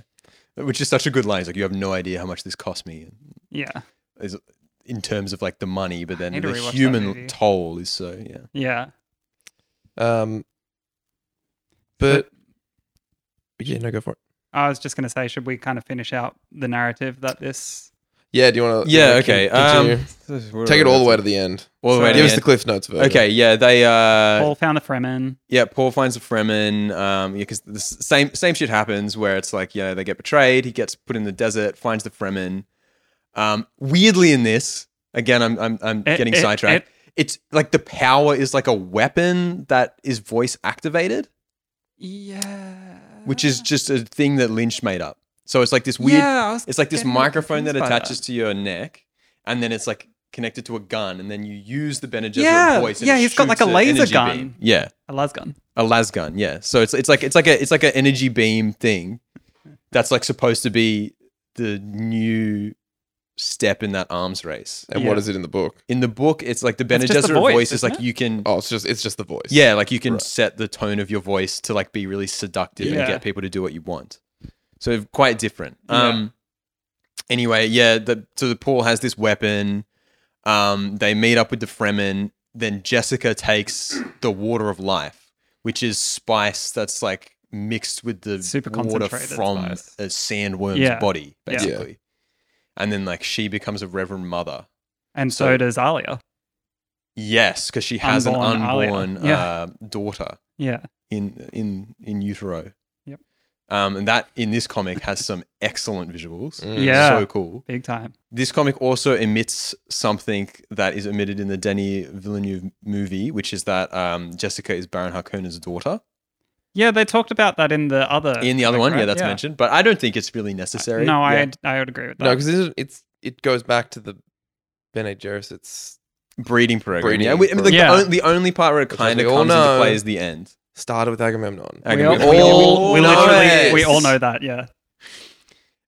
[SPEAKER 1] Which is such a good line. He's like, you have no idea how much this cost me
[SPEAKER 3] Yeah.
[SPEAKER 1] is in terms of like the money, but then
[SPEAKER 3] need to
[SPEAKER 1] the
[SPEAKER 3] rewatch that
[SPEAKER 1] human
[SPEAKER 3] movie.
[SPEAKER 1] toll is so yeah.
[SPEAKER 2] um, but, yeah, no, go for it.
[SPEAKER 3] I was just going to say, should we kind of finish out the narrative that this.
[SPEAKER 2] Yeah, do you want to?
[SPEAKER 1] um,
[SPEAKER 2] Take it all the way to the end.
[SPEAKER 1] all the way
[SPEAKER 3] Sorry.
[SPEAKER 1] to
[SPEAKER 2] Give
[SPEAKER 1] the
[SPEAKER 2] us the
[SPEAKER 1] end.
[SPEAKER 2] Cliff Notes version.
[SPEAKER 1] Okay, yeah, they uh
[SPEAKER 3] Paul found the Fremen.
[SPEAKER 1] Yeah, Paul finds a Fremen. Um, yeah, because the s- same same shit happens where it's like, yeah, they get betrayed. He gets put in the desert, finds the Fremen. Um, weirdly, in this again, I'm I'm, I'm
[SPEAKER 3] Eh,
[SPEAKER 1] getting
[SPEAKER 3] eh,
[SPEAKER 1] sidetracked. it's like the power is like a weapon that is voice activated,
[SPEAKER 3] Yeah.
[SPEAKER 1] which is just a thing that Lynch made up. So it's like this weird.
[SPEAKER 3] Ah. Yeah, I was
[SPEAKER 1] It's like this
[SPEAKER 3] getting a bit
[SPEAKER 1] microphone that
[SPEAKER 3] confused by
[SPEAKER 1] attaches to your neck, and then it's like connected to a gun, and then you use the Bene Gesserit
[SPEAKER 3] Yeah,
[SPEAKER 1] voice. And
[SPEAKER 3] yeah,
[SPEAKER 1] it
[SPEAKER 3] he's got like a
[SPEAKER 1] shoots an
[SPEAKER 3] laser
[SPEAKER 1] energy
[SPEAKER 3] gun.
[SPEAKER 1] beam. Yeah.
[SPEAKER 3] A lasgun.
[SPEAKER 1] A lasgun, yeah. So it's it's like it's like a it's like an energy beam thing that's like supposed to be the new step in that arms race.
[SPEAKER 2] And what
[SPEAKER 3] Yeah.
[SPEAKER 2] is it in the book?
[SPEAKER 1] In the book, it's like the Bene
[SPEAKER 3] It's just
[SPEAKER 1] Gesserit
[SPEAKER 3] the
[SPEAKER 1] voice,
[SPEAKER 3] voice,
[SPEAKER 1] is
[SPEAKER 3] isn't
[SPEAKER 1] like
[SPEAKER 3] it?
[SPEAKER 1] you can
[SPEAKER 2] Oh, it's just it's just the voice.
[SPEAKER 1] yeah, like you can
[SPEAKER 2] Right.
[SPEAKER 1] set the tone of your voice to like be really seductive and
[SPEAKER 3] Yeah.
[SPEAKER 1] get people to do what you want. So quite different.
[SPEAKER 3] Yeah.
[SPEAKER 1] Um anyway, yeah, the so the Paul has this weapon. Um they meet up with the Fremen, then Jessica takes the water of life, which is spice that's like mixed with the
[SPEAKER 3] Super
[SPEAKER 1] water
[SPEAKER 3] concentrated
[SPEAKER 1] from
[SPEAKER 3] spice.
[SPEAKER 1] a sandworm's
[SPEAKER 3] Yeah.
[SPEAKER 1] body,
[SPEAKER 3] Yeah. Yeah.
[SPEAKER 1] basically. And then like she becomes a reverend mother.
[SPEAKER 3] And so,
[SPEAKER 1] So-
[SPEAKER 3] does Alia.
[SPEAKER 1] Yes, because she has an
[SPEAKER 3] Unborn Alia.
[SPEAKER 1] unborn
[SPEAKER 3] Yeah.
[SPEAKER 1] uh, daughter
[SPEAKER 3] Yeah.
[SPEAKER 1] in in in utero.
[SPEAKER 3] Yep.
[SPEAKER 1] Um, and that in this comic has some excellent visuals.
[SPEAKER 2] Mm.
[SPEAKER 3] Yeah.
[SPEAKER 1] So cool.
[SPEAKER 3] Big time.
[SPEAKER 1] This comic also emits something that is omitted in the Denny Villeneuve movie, which is that um, Jessica is Baron Harkonnen's daughter.
[SPEAKER 3] Yeah, they talked about that in the other.
[SPEAKER 1] In the other one,
[SPEAKER 3] comic,
[SPEAKER 1] yeah,
[SPEAKER 3] right?
[SPEAKER 1] that's mentioned, but I don't think it's really necessary.
[SPEAKER 3] No, I
[SPEAKER 1] Yeah.
[SPEAKER 3] I would agree with that.
[SPEAKER 2] No, because it's it goes back to the Bene Gesserit's
[SPEAKER 1] breeding program.
[SPEAKER 2] Breeding
[SPEAKER 1] yeah, and we, I mean, like,
[SPEAKER 3] program.
[SPEAKER 1] The, on- the only part where it
[SPEAKER 2] Which, as
[SPEAKER 1] kind of
[SPEAKER 2] we all
[SPEAKER 1] comes into
[SPEAKER 2] know-
[SPEAKER 1] play is the end.
[SPEAKER 2] Started with Agamemnon.
[SPEAKER 1] Okay,
[SPEAKER 3] all-
[SPEAKER 1] we-
[SPEAKER 3] we
[SPEAKER 2] all
[SPEAKER 3] we
[SPEAKER 2] know
[SPEAKER 3] literally
[SPEAKER 2] it.
[SPEAKER 3] we all know that. Yeah.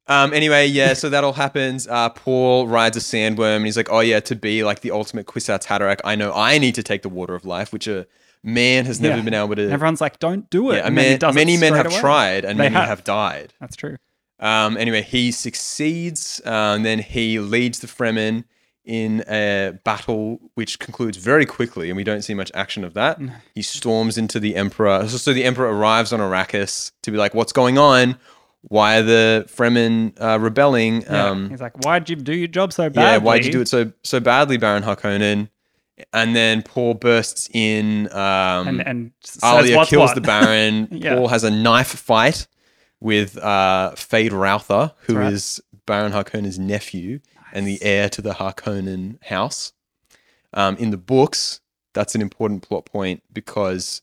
[SPEAKER 1] Um, anyway, yeah, so that all happens. Uh, Paul rides a sandworm and he's like, oh, yeah, to be like the ultimate Kwisatz Haderach, I know I need to take the water of life, which a man has never
[SPEAKER 3] Yeah.
[SPEAKER 1] been able to.
[SPEAKER 3] Everyone's like, "Don't do it."
[SPEAKER 1] yeah, a
[SPEAKER 3] and then he
[SPEAKER 1] man,
[SPEAKER 3] does it
[SPEAKER 1] many men
[SPEAKER 3] straight
[SPEAKER 1] have
[SPEAKER 3] away.
[SPEAKER 1] tried and
[SPEAKER 3] They
[SPEAKER 1] many
[SPEAKER 3] have.
[SPEAKER 1] have died.
[SPEAKER 3] That's true.
[SPEAKER 1] Um, anyway, he succeeds. Um, then he leads the Fremen in a battle which concludes very quickly, and we don't see much action of that. He storms into the Emperor. So, so the Emperor arrives on Arrakis to be like, "What's going on? Why are the Fremen uh, rebelling?
[SPEAKER 3] Yeah.
[SPEAKER 1] Um,
[SPEAKER 3] He's like, "Why'd you do your job so badly?"
[SPEAKER 1] yeah, why'd you do it so so badly, Baron Harkonnen?" And then Paul bursts in. Um,
[SPEAKER 3] And and says
[SPEAKER 1] Alia
[SPEAKER 3] what's
[SPEAKER 1] kills
[SPEAKER 3] what.
[SPEAKER 1] the Baron.
[SPEAKER 3] (laughs) Yeah.
[SPEAKER 1] Paul has a knife fight with uh, Fade Routher, who is
[SPEAKER 3] That's right.
[SPEAKER 1] Baron Harkonnen's nephew
[SPEAKER 3] (laughs)
[SPEAKER 1] and the heir to the Harkonnen house. Um, in the books, that's an important plot point because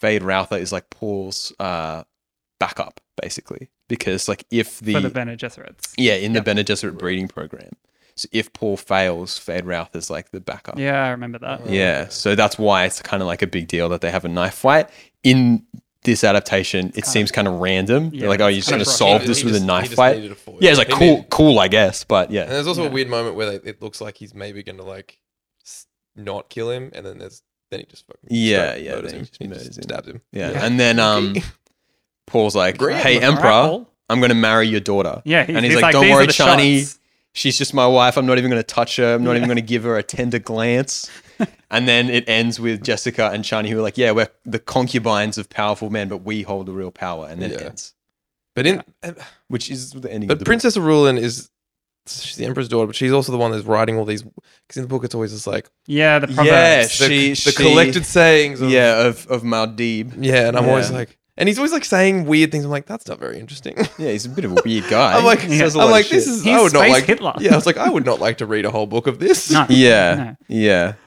[SPEAKER 1] Fade Routher is like Paul's uh, backup, basically. Because like if the,
[SPEAKER 3] for the Bene Gesserits.
[SPEAKER 1] yeah in the Bene Gesserit breeding program, so if Paul fails, Fade Routher is like the backup.
[SPEAKER 3] Yeah, I remember that.
[SPEAKER 1] Yeah, so that's why it's kind of like a big deal that they have a knife fight. In this adaptation, it seems kind of random. They're
[SPEAKER 3] yeah,
[SPEAKER 1] like, oh,
[SPEAKER 3] it's
[SPEAKER 1] you're just
[SPEAKER 3] kind
[SPEAKER 1] going
[SPEAKER 3] of
[SPEAKER 1] to
[SPEAKER 3] rushed.
[SPEAKER 1] solve
[SPEAKER 2] He
[SPEAKER 1] this
[SPEAKER 2] just-
[SPEAKER 1] with a
[SPEAKER 2] he
[SPEAKER 1] knife
[SPEAKER 2] just
[SPEAKER 1] fight.
[SPEAKER 2] needed a foil.
[SPEAKER 1] Yeah, it's like
[SPEAKER 2] He
[SPEAKER 1] cool,
[SPEAKER 2] needed-
[SPEAKER 1] cool, I guess. But
[SPEAKER 2] (laughs) And
[SPEAKER 1] yeah,
[SPEAKER 2] there's also
[SPEAKER 3] Yeah.
[SPEAKER 2] a weird moment where like, it looks like he's maybe going to like s- not kill him, and then there's then he just fucking
[SPEAKER 1] Yeah,
[SPEAKER 2] straight
[SPEAKER 1] yeah,
[SPEAKER 2] murders
[SPEAKER 1] then
[SPEAKER 2] him.
[SPEAKER 1] he just
[SPEAKER 2] He
[SPEAKER 1] murders
[SPEAKER 2] just
[SPEAKER 1] him.
[SPEAKER 2] stabs him.
[SPEAKER 1] yeah.
[SPEAKER 3] Yeah.
[SPEAKER 1] And then um, Paul's like,
[SPEAKER 2] Great.
[SPEAKER 1] hey,
[SPEAKER 2] All right,
[SPEAKER 1] Emperor,
[SPEAKER 3] Paul.
[SPEAKER 1] I'm going to marry your daughter.
[SPEAKER 3] Yeah, he's,
[SPEAKER 1] and he's,
[SPEAKER 3] he's
[SPEAKER 1] like, don't
[SPEAKER 3] "These are
[SPEAKER 1] worry,
[SPEAKER 3] the
[SPEAKER 1] Chani,
[SPEAKER 3] shots."
[SPEAKER 1] she's just my wife. I'm not even going to touch her. I'm not even
[SPEAKER 3] Yeah.
[SPEAKER 1] going to give her a
[SPEAKER 3] (laughs)
[SPEAKER 1] tender glance. and then it ends with Jessica and Shani who are like, yeah, we're the concubines of powerful men, but we hold the real power. And then it
[SPEAKER 2] Yeah.
[SPEAKER 1] ends,
[SPEAKER 2] But in
[SPEAKER 1] which is the ending. of
[SPEAKER 2] but
[SPEAKER 1] the book.
[SPEAKER 2] Princess Arulin is she's the Emperor's daughter, but she's also the one that's writing all these. Because in the book, it's always just like
[SPEAKER 3] Yeah, the proverb.
[SPEAKER 1] Yeah,
[SPEAKER 2] the,
[SPEAKER 1] she,
[SPEAKER 2] the
[SPEAKER 1] she-
[SPEAKER 2] collected sayings. Of,
[SPEAKER 1] yeah, of of Maldib.
[SPEAKER 2] yeah, and I'm always
[SPEAKER 1] Yeah.
[SPEAKER 2] like, and he's always like saying weird things. I'm like, that's not very interesting. (laughs)
[SPEAKER 1] Yeah, he's a bit of a weird guy.
[SPEAKER 2] I'm like,
[SPEAKER 1] He says a lot
[SPEAKER 2] I'm
[SPEAKER 1] of
[SPEAKER 2] like, this
[SPEAKER 1] shit.
[SPEAKER 2] is.
[SPEAKER 3] He's
[SPEAKER 2] I would not
[SPEAKER 3] space
[SPEAKER 2] like.
[SPEAKER 3] Hitler.
[SPEAKER 2] Yeah, I was like, I would not like to read a whole book of
[SPEAKER 3] (laughs)
[SPEAKER 2] this.
[SPEAKER 3] No.
[SPEAKER 1] (laughs) yeah,
[SPEAKER 3] No.
[SPEAKER 1] yeah.
[SPEAKER 2] (laughs)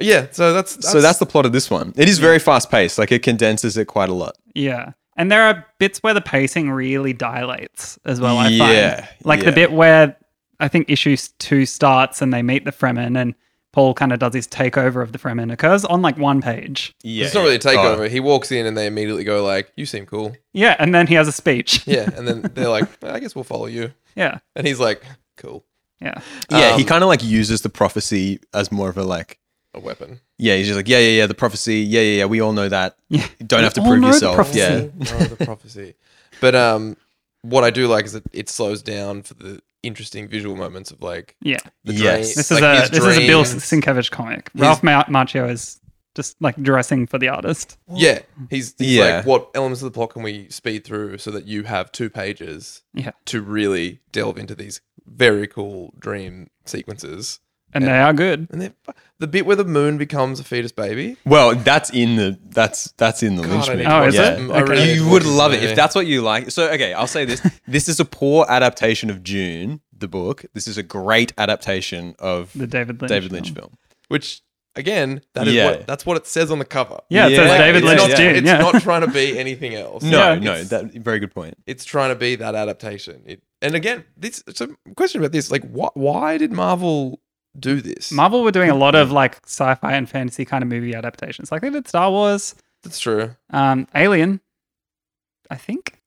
[SPEAKER 2] Yeah, so that's,
[SPEAKER 1] so that's the plot of this one. It is very fast paced. Like it condenses it quite a lot.
[SPEAKER 3] Yeah. And there are bits where the pacing really dilates as well, I
[SPEAKER 1] Yeah,
[SPEAKER 3] find. Like
[SPEAKER 1] yeah.
[SPEAKER 3] the bit where I think issue s- two starts and they meet the Fremen and Paul kind of does his takeover of the Fremen occurs on like one page.
[SPEAKER 1] Yeah,
[SPEAKER 2] it's not really a
[SPEAKER 1] Oh.
[SPEAKER 2] takeover. He walks in and they immediately go like, "You seem cool."
[SPEAKER 3] Yeah, and then he has a speech.
[SPEAKER 2] Yeah, and then they're like,
[SPEAKER 1] (laughs)
[SPEAKER 2] "I guess we'll follow you."
[SPEAKER 3] Yeah.
[SPEAKER 2] And he's like, "Cool,
[SPEAKER 3] Yeah.
[SPEAKER 1] Yeah, he
[SPEAKER 2] Um,
[SPEAKER 1] kind of like uses the prophecy as more of a like.
[SPEAKER 2] a weapon."
[SPEAKER 1] Yeah, he's just like, yeah, yeah, yeah. The prophecy. Yeah, yeah, yeah. We all know that.
[SPEAKER 3] Yeah.
[SPEAKER 1] You don't
[SPEAKER 3] We
[SPEAKER 1] have to
[SPEAKER 3] all
[SPEAKER 1] prove
[SPEAKER 3] know the
[SPEAKER 1] yourself.
[SPEAKER 3] prophecy.
[SPEAKER 1] yeah,
[SPEAKER 2] oh, the prophecy. But um, what I do like is that it slows down for the interesting visual moments of like
[SPEAKER 3] Yeah.
[SPEAKER 2] the
[SPEAKER 1] Yes.
[SPEAKER 3] This
[SPEAKER 2] like,
[SPEAKER 3] is a
[SPEAKER 2] his
[SPEAKER 3] this is a Bill
[SPEAKER 2] dreams.
[SPEAKER 3] Sienkiewicz comic. Ralph Ma- Macchio is just like dressing for the artist.
[SPEAKER 2] Yeah, he's, he's
[SPEAKER 1] Yeah.
[SPEAKER 2] like, what elements of the plot can we speed through so that you have two pages
[SPEAKER 3] Yeah.
[SPEAKER 2] to really delve into these very cool dream sequences.
[SPEAKER 3] And they are good.
[SPEAKER 2] And then the bit where the moon becomes a fetus baby.
[SPEAKER 1] Well, that's in the that's that's in the
[SPEAKER 2] God, I
[SPEAKER 1] Lynchman.
[SPEAKER 2] need
[SPEAKER 3] Oh,
[SPEAKER 2] to
[SPEAKER 3] is
[SPEAKER 2] watch
[SPEAKER 3] it?
[SPEAKER 2] that.
[SPEAKER 3] Yeah.
[SPEAKER 2] I really
[SPEAKER 3] Okay.
[SPEAKER 2] need to
[SPEAKER 1] you
[SPEAKER 2] watch
[SPEAKER 1] would
[SPEAKER 2] this
[SPEAKER 1] love it
[SPEAKER 2] movie.
[SPEAKER 1] if that's what you like. So, okay, I'll say this: (laughs) this is a poor adaptation of June, the book. This is a great adaptation of
[SPEAKER 3] The David Lynch.
[SPEAKER 1] David Lynch
[SPEAKER 3] film.
[SPEAKER 1] film.
[SPEAKER 2] Which again, that is
[SPEAKER 1] Yeah.
[SPEAKER 2] what that's what it says on the cover.
[SPEAKER 3] Yeah, it
[SPEAKER 1] Yeah.
[SPEAKER 3] says
[SPEAKER 1] Like,
[SPEAKER 3] David
[SPEAKER 2] it's
[SPEAKER 3] Lynch
[SPEAKER 2] Not,
[SPEAKER 1] yeah.
[SPEAKER 3] Dune.
[SPEAKER 2] It's
[SPEAKER 3] yeah.
[SPEAKER 2] not trying to be anything else.
[SPEAKER 1] No,
[SPEAKER 3] Yeah.
[SPEAKER 1] no,
[SPEAKER 2] It's-
[SPEAKER 1] that very good point.
[SPEAKER 2] It's trying to be that adaptation. It, and again, this so question about this, like, why why did Marvel do this?
[SPEAKER 3] (laughs) Marvel were doing a lot of like sci-fi and fantasy kind of movie adaptations. Like they did Star Wars,
[SPEAKER 2] that's true.
[SPEAKER 3] um, Alien, I think.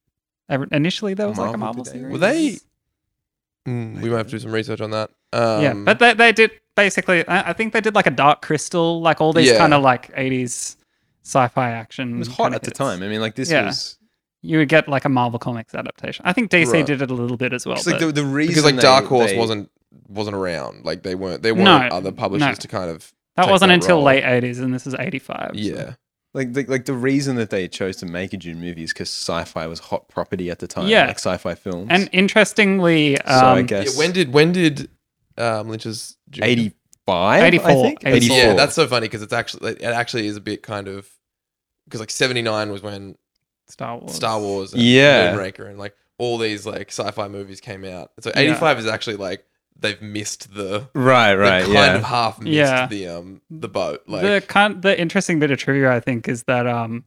[SPEAKER 3] Ever- Initially, there was like a Marvel
[SPEAKER 1] Marvel did Alien?
[SPEAKER 3] series.
[SPEAKER 2] Were they- Mm, we might have to do some research on that. Um,
[SPEAKER 3] yeah, but they, they did basically. I, I think they did like a Dark Crystal, like all these
[SPEAKER 2] Yeah.
[SPEAKER 3] kind of like '80s sci-fi action.
[SPEAKER 1] It was hot
[SPEAKER 3] Mm, kinda
[SPEAKER 1] at the
[SPEAKER 3] hits.
[SPEAKER 1] time. I mean, like this
[SPEAKER 3] Yeah.
[SPEAKER 1] was
[SPEAKER 3] You would get like a Marvel Comics adaptation. I think DC
[SPEAKER 2] Right.
[SPEAKER 3] did it a little bit as well.
[SPEAKER 1] 'cause, like
[SPEAKER 3] but-
[SPEAKER 1] the, the reason
[SPEAKER 2] because like
[SPEAKER 1] they-
[SPEAKER 2] Dark Horse
[SPEAKER 1] they-
[SPEAKER 2] wasn't wasn't around. Like they weren't there
[SPEAKER 3] No,
[SPEAKER 2] weren't other publishers
[SPEAKER 3] no.
[SPEAKER 2] to kind of
[SPEAKER 3] that
[SPEAKER 2] take
[SPEAKER 3] wasn't
[SPEAKER 2] that
[SPEAKER 3] until
[SPEAKER 2] role.
[SPEAKER 3] late '80s, and this is '85.
[SPEAKER 2] yeah.
[SPEAKER 1] like the, like the reason that they chose to make a June movie is because sci-fi was hot property at the time.
[SPEAKER 3] Yeah.
[SPEAKER 1] like sci-fi films.
[SPEAKER 3] And interestingly,
[SPEAKER 1] so I
[SPEAKER 3] um,
[SPEAKER 1] guess
[SPEAKER 2] Yeah, when did when did um, Lynch's Dune-
[SPEAKER 1] eighty-five,
[SPEAKER 3] 84,
[SPEAKER 1] I think
[SPEAKER 3] 84.
[SPEAKER 2] Yeah, that's so funny because it's actually like, it actually is a bit kind of because like seventy nine was when
[SPEAKER 3] Star Wars.
[SPEAKER 2] Star Wars, and
[SPEAKER 1] Yeah.
[SPEAKER 2] Moonraker, and like all these like sci fi movies came out. So
[SPEAKER 3] Yeah.
[SPEAKER 2] eighty five is actually like they've missed the they
[SPEAKER 1] right, right,
[SPEAKER 2] kind
[SPEAKER 1] yeah.
[SPEAKER 2] of half missed
[SPEAKER 3] Yeah.
[SPEAKER 2] the um the boat like
[SPEAKER 3] the kind, the interesting bit of trivia I think is that um,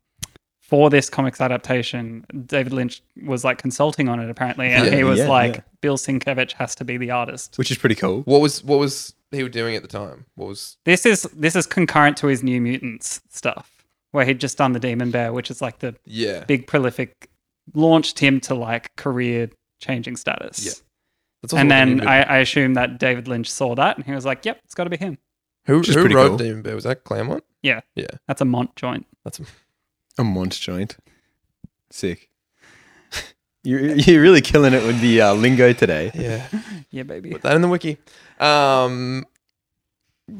[SPEAKER 3] for this comics adaptation, David Lynch was like consulting on it apparently, and
[SPEAKER 2] Yeah,
[SPEAKER 3] he was
[SPEAKER 1] yeah,
[SPEAKER 3] like,
[SPEAKER 1] yeah.
[SPEAKER 3] Bill Sienkiewicz has to be the artist.
[SPEAKER 1] which is pretty cool.
[SPEAKER 2] what was what was he were doing at the time? What was
[SPEAKER 3] This is this is concurrent to his New Mutants stuff, where he'd just done the Demon Bear, which is like the
[SPEAKER 2] yeah?
[SPEAKER 3] big prolific launched him to like career changing status.
[SPEAKER 2] Yeah. That's also
[SPEAKER 3] And
[SPEAKER 2] what the
[SPEAKER 3] then
[SPEAKER 2] Demon-
[SPEAKER 3] I, I assume that David Lynch saw that and he was like, "Yep, it's got to be him."
[SPEAKER 2] who,
[SPEAKER 1] Which is
[SPEAKER 2] who
[SPEAKER 1] pretty
[SPEAKER 2] wrote
[SPEAKER 1] cool.
[SPEAKER 2] Demon Bear was that Claremont?
[SPEAKER 3] That's a Mont joint.
[SPEAKER 2] That's
[SPEAKER 1] A munch joint.
[SPEAKER 3] (laughs)
[SPEAKER 1] Sick. You're, you're really killing it with the uh, lingo today.
[SPEAKER 2] yeah.
[SPEAKER 3] Yeah,
[SPEAKER 2] (laughs)
[SPEAKER 3] baby.
[SPEAKER 2] Put that in the wiki. Um,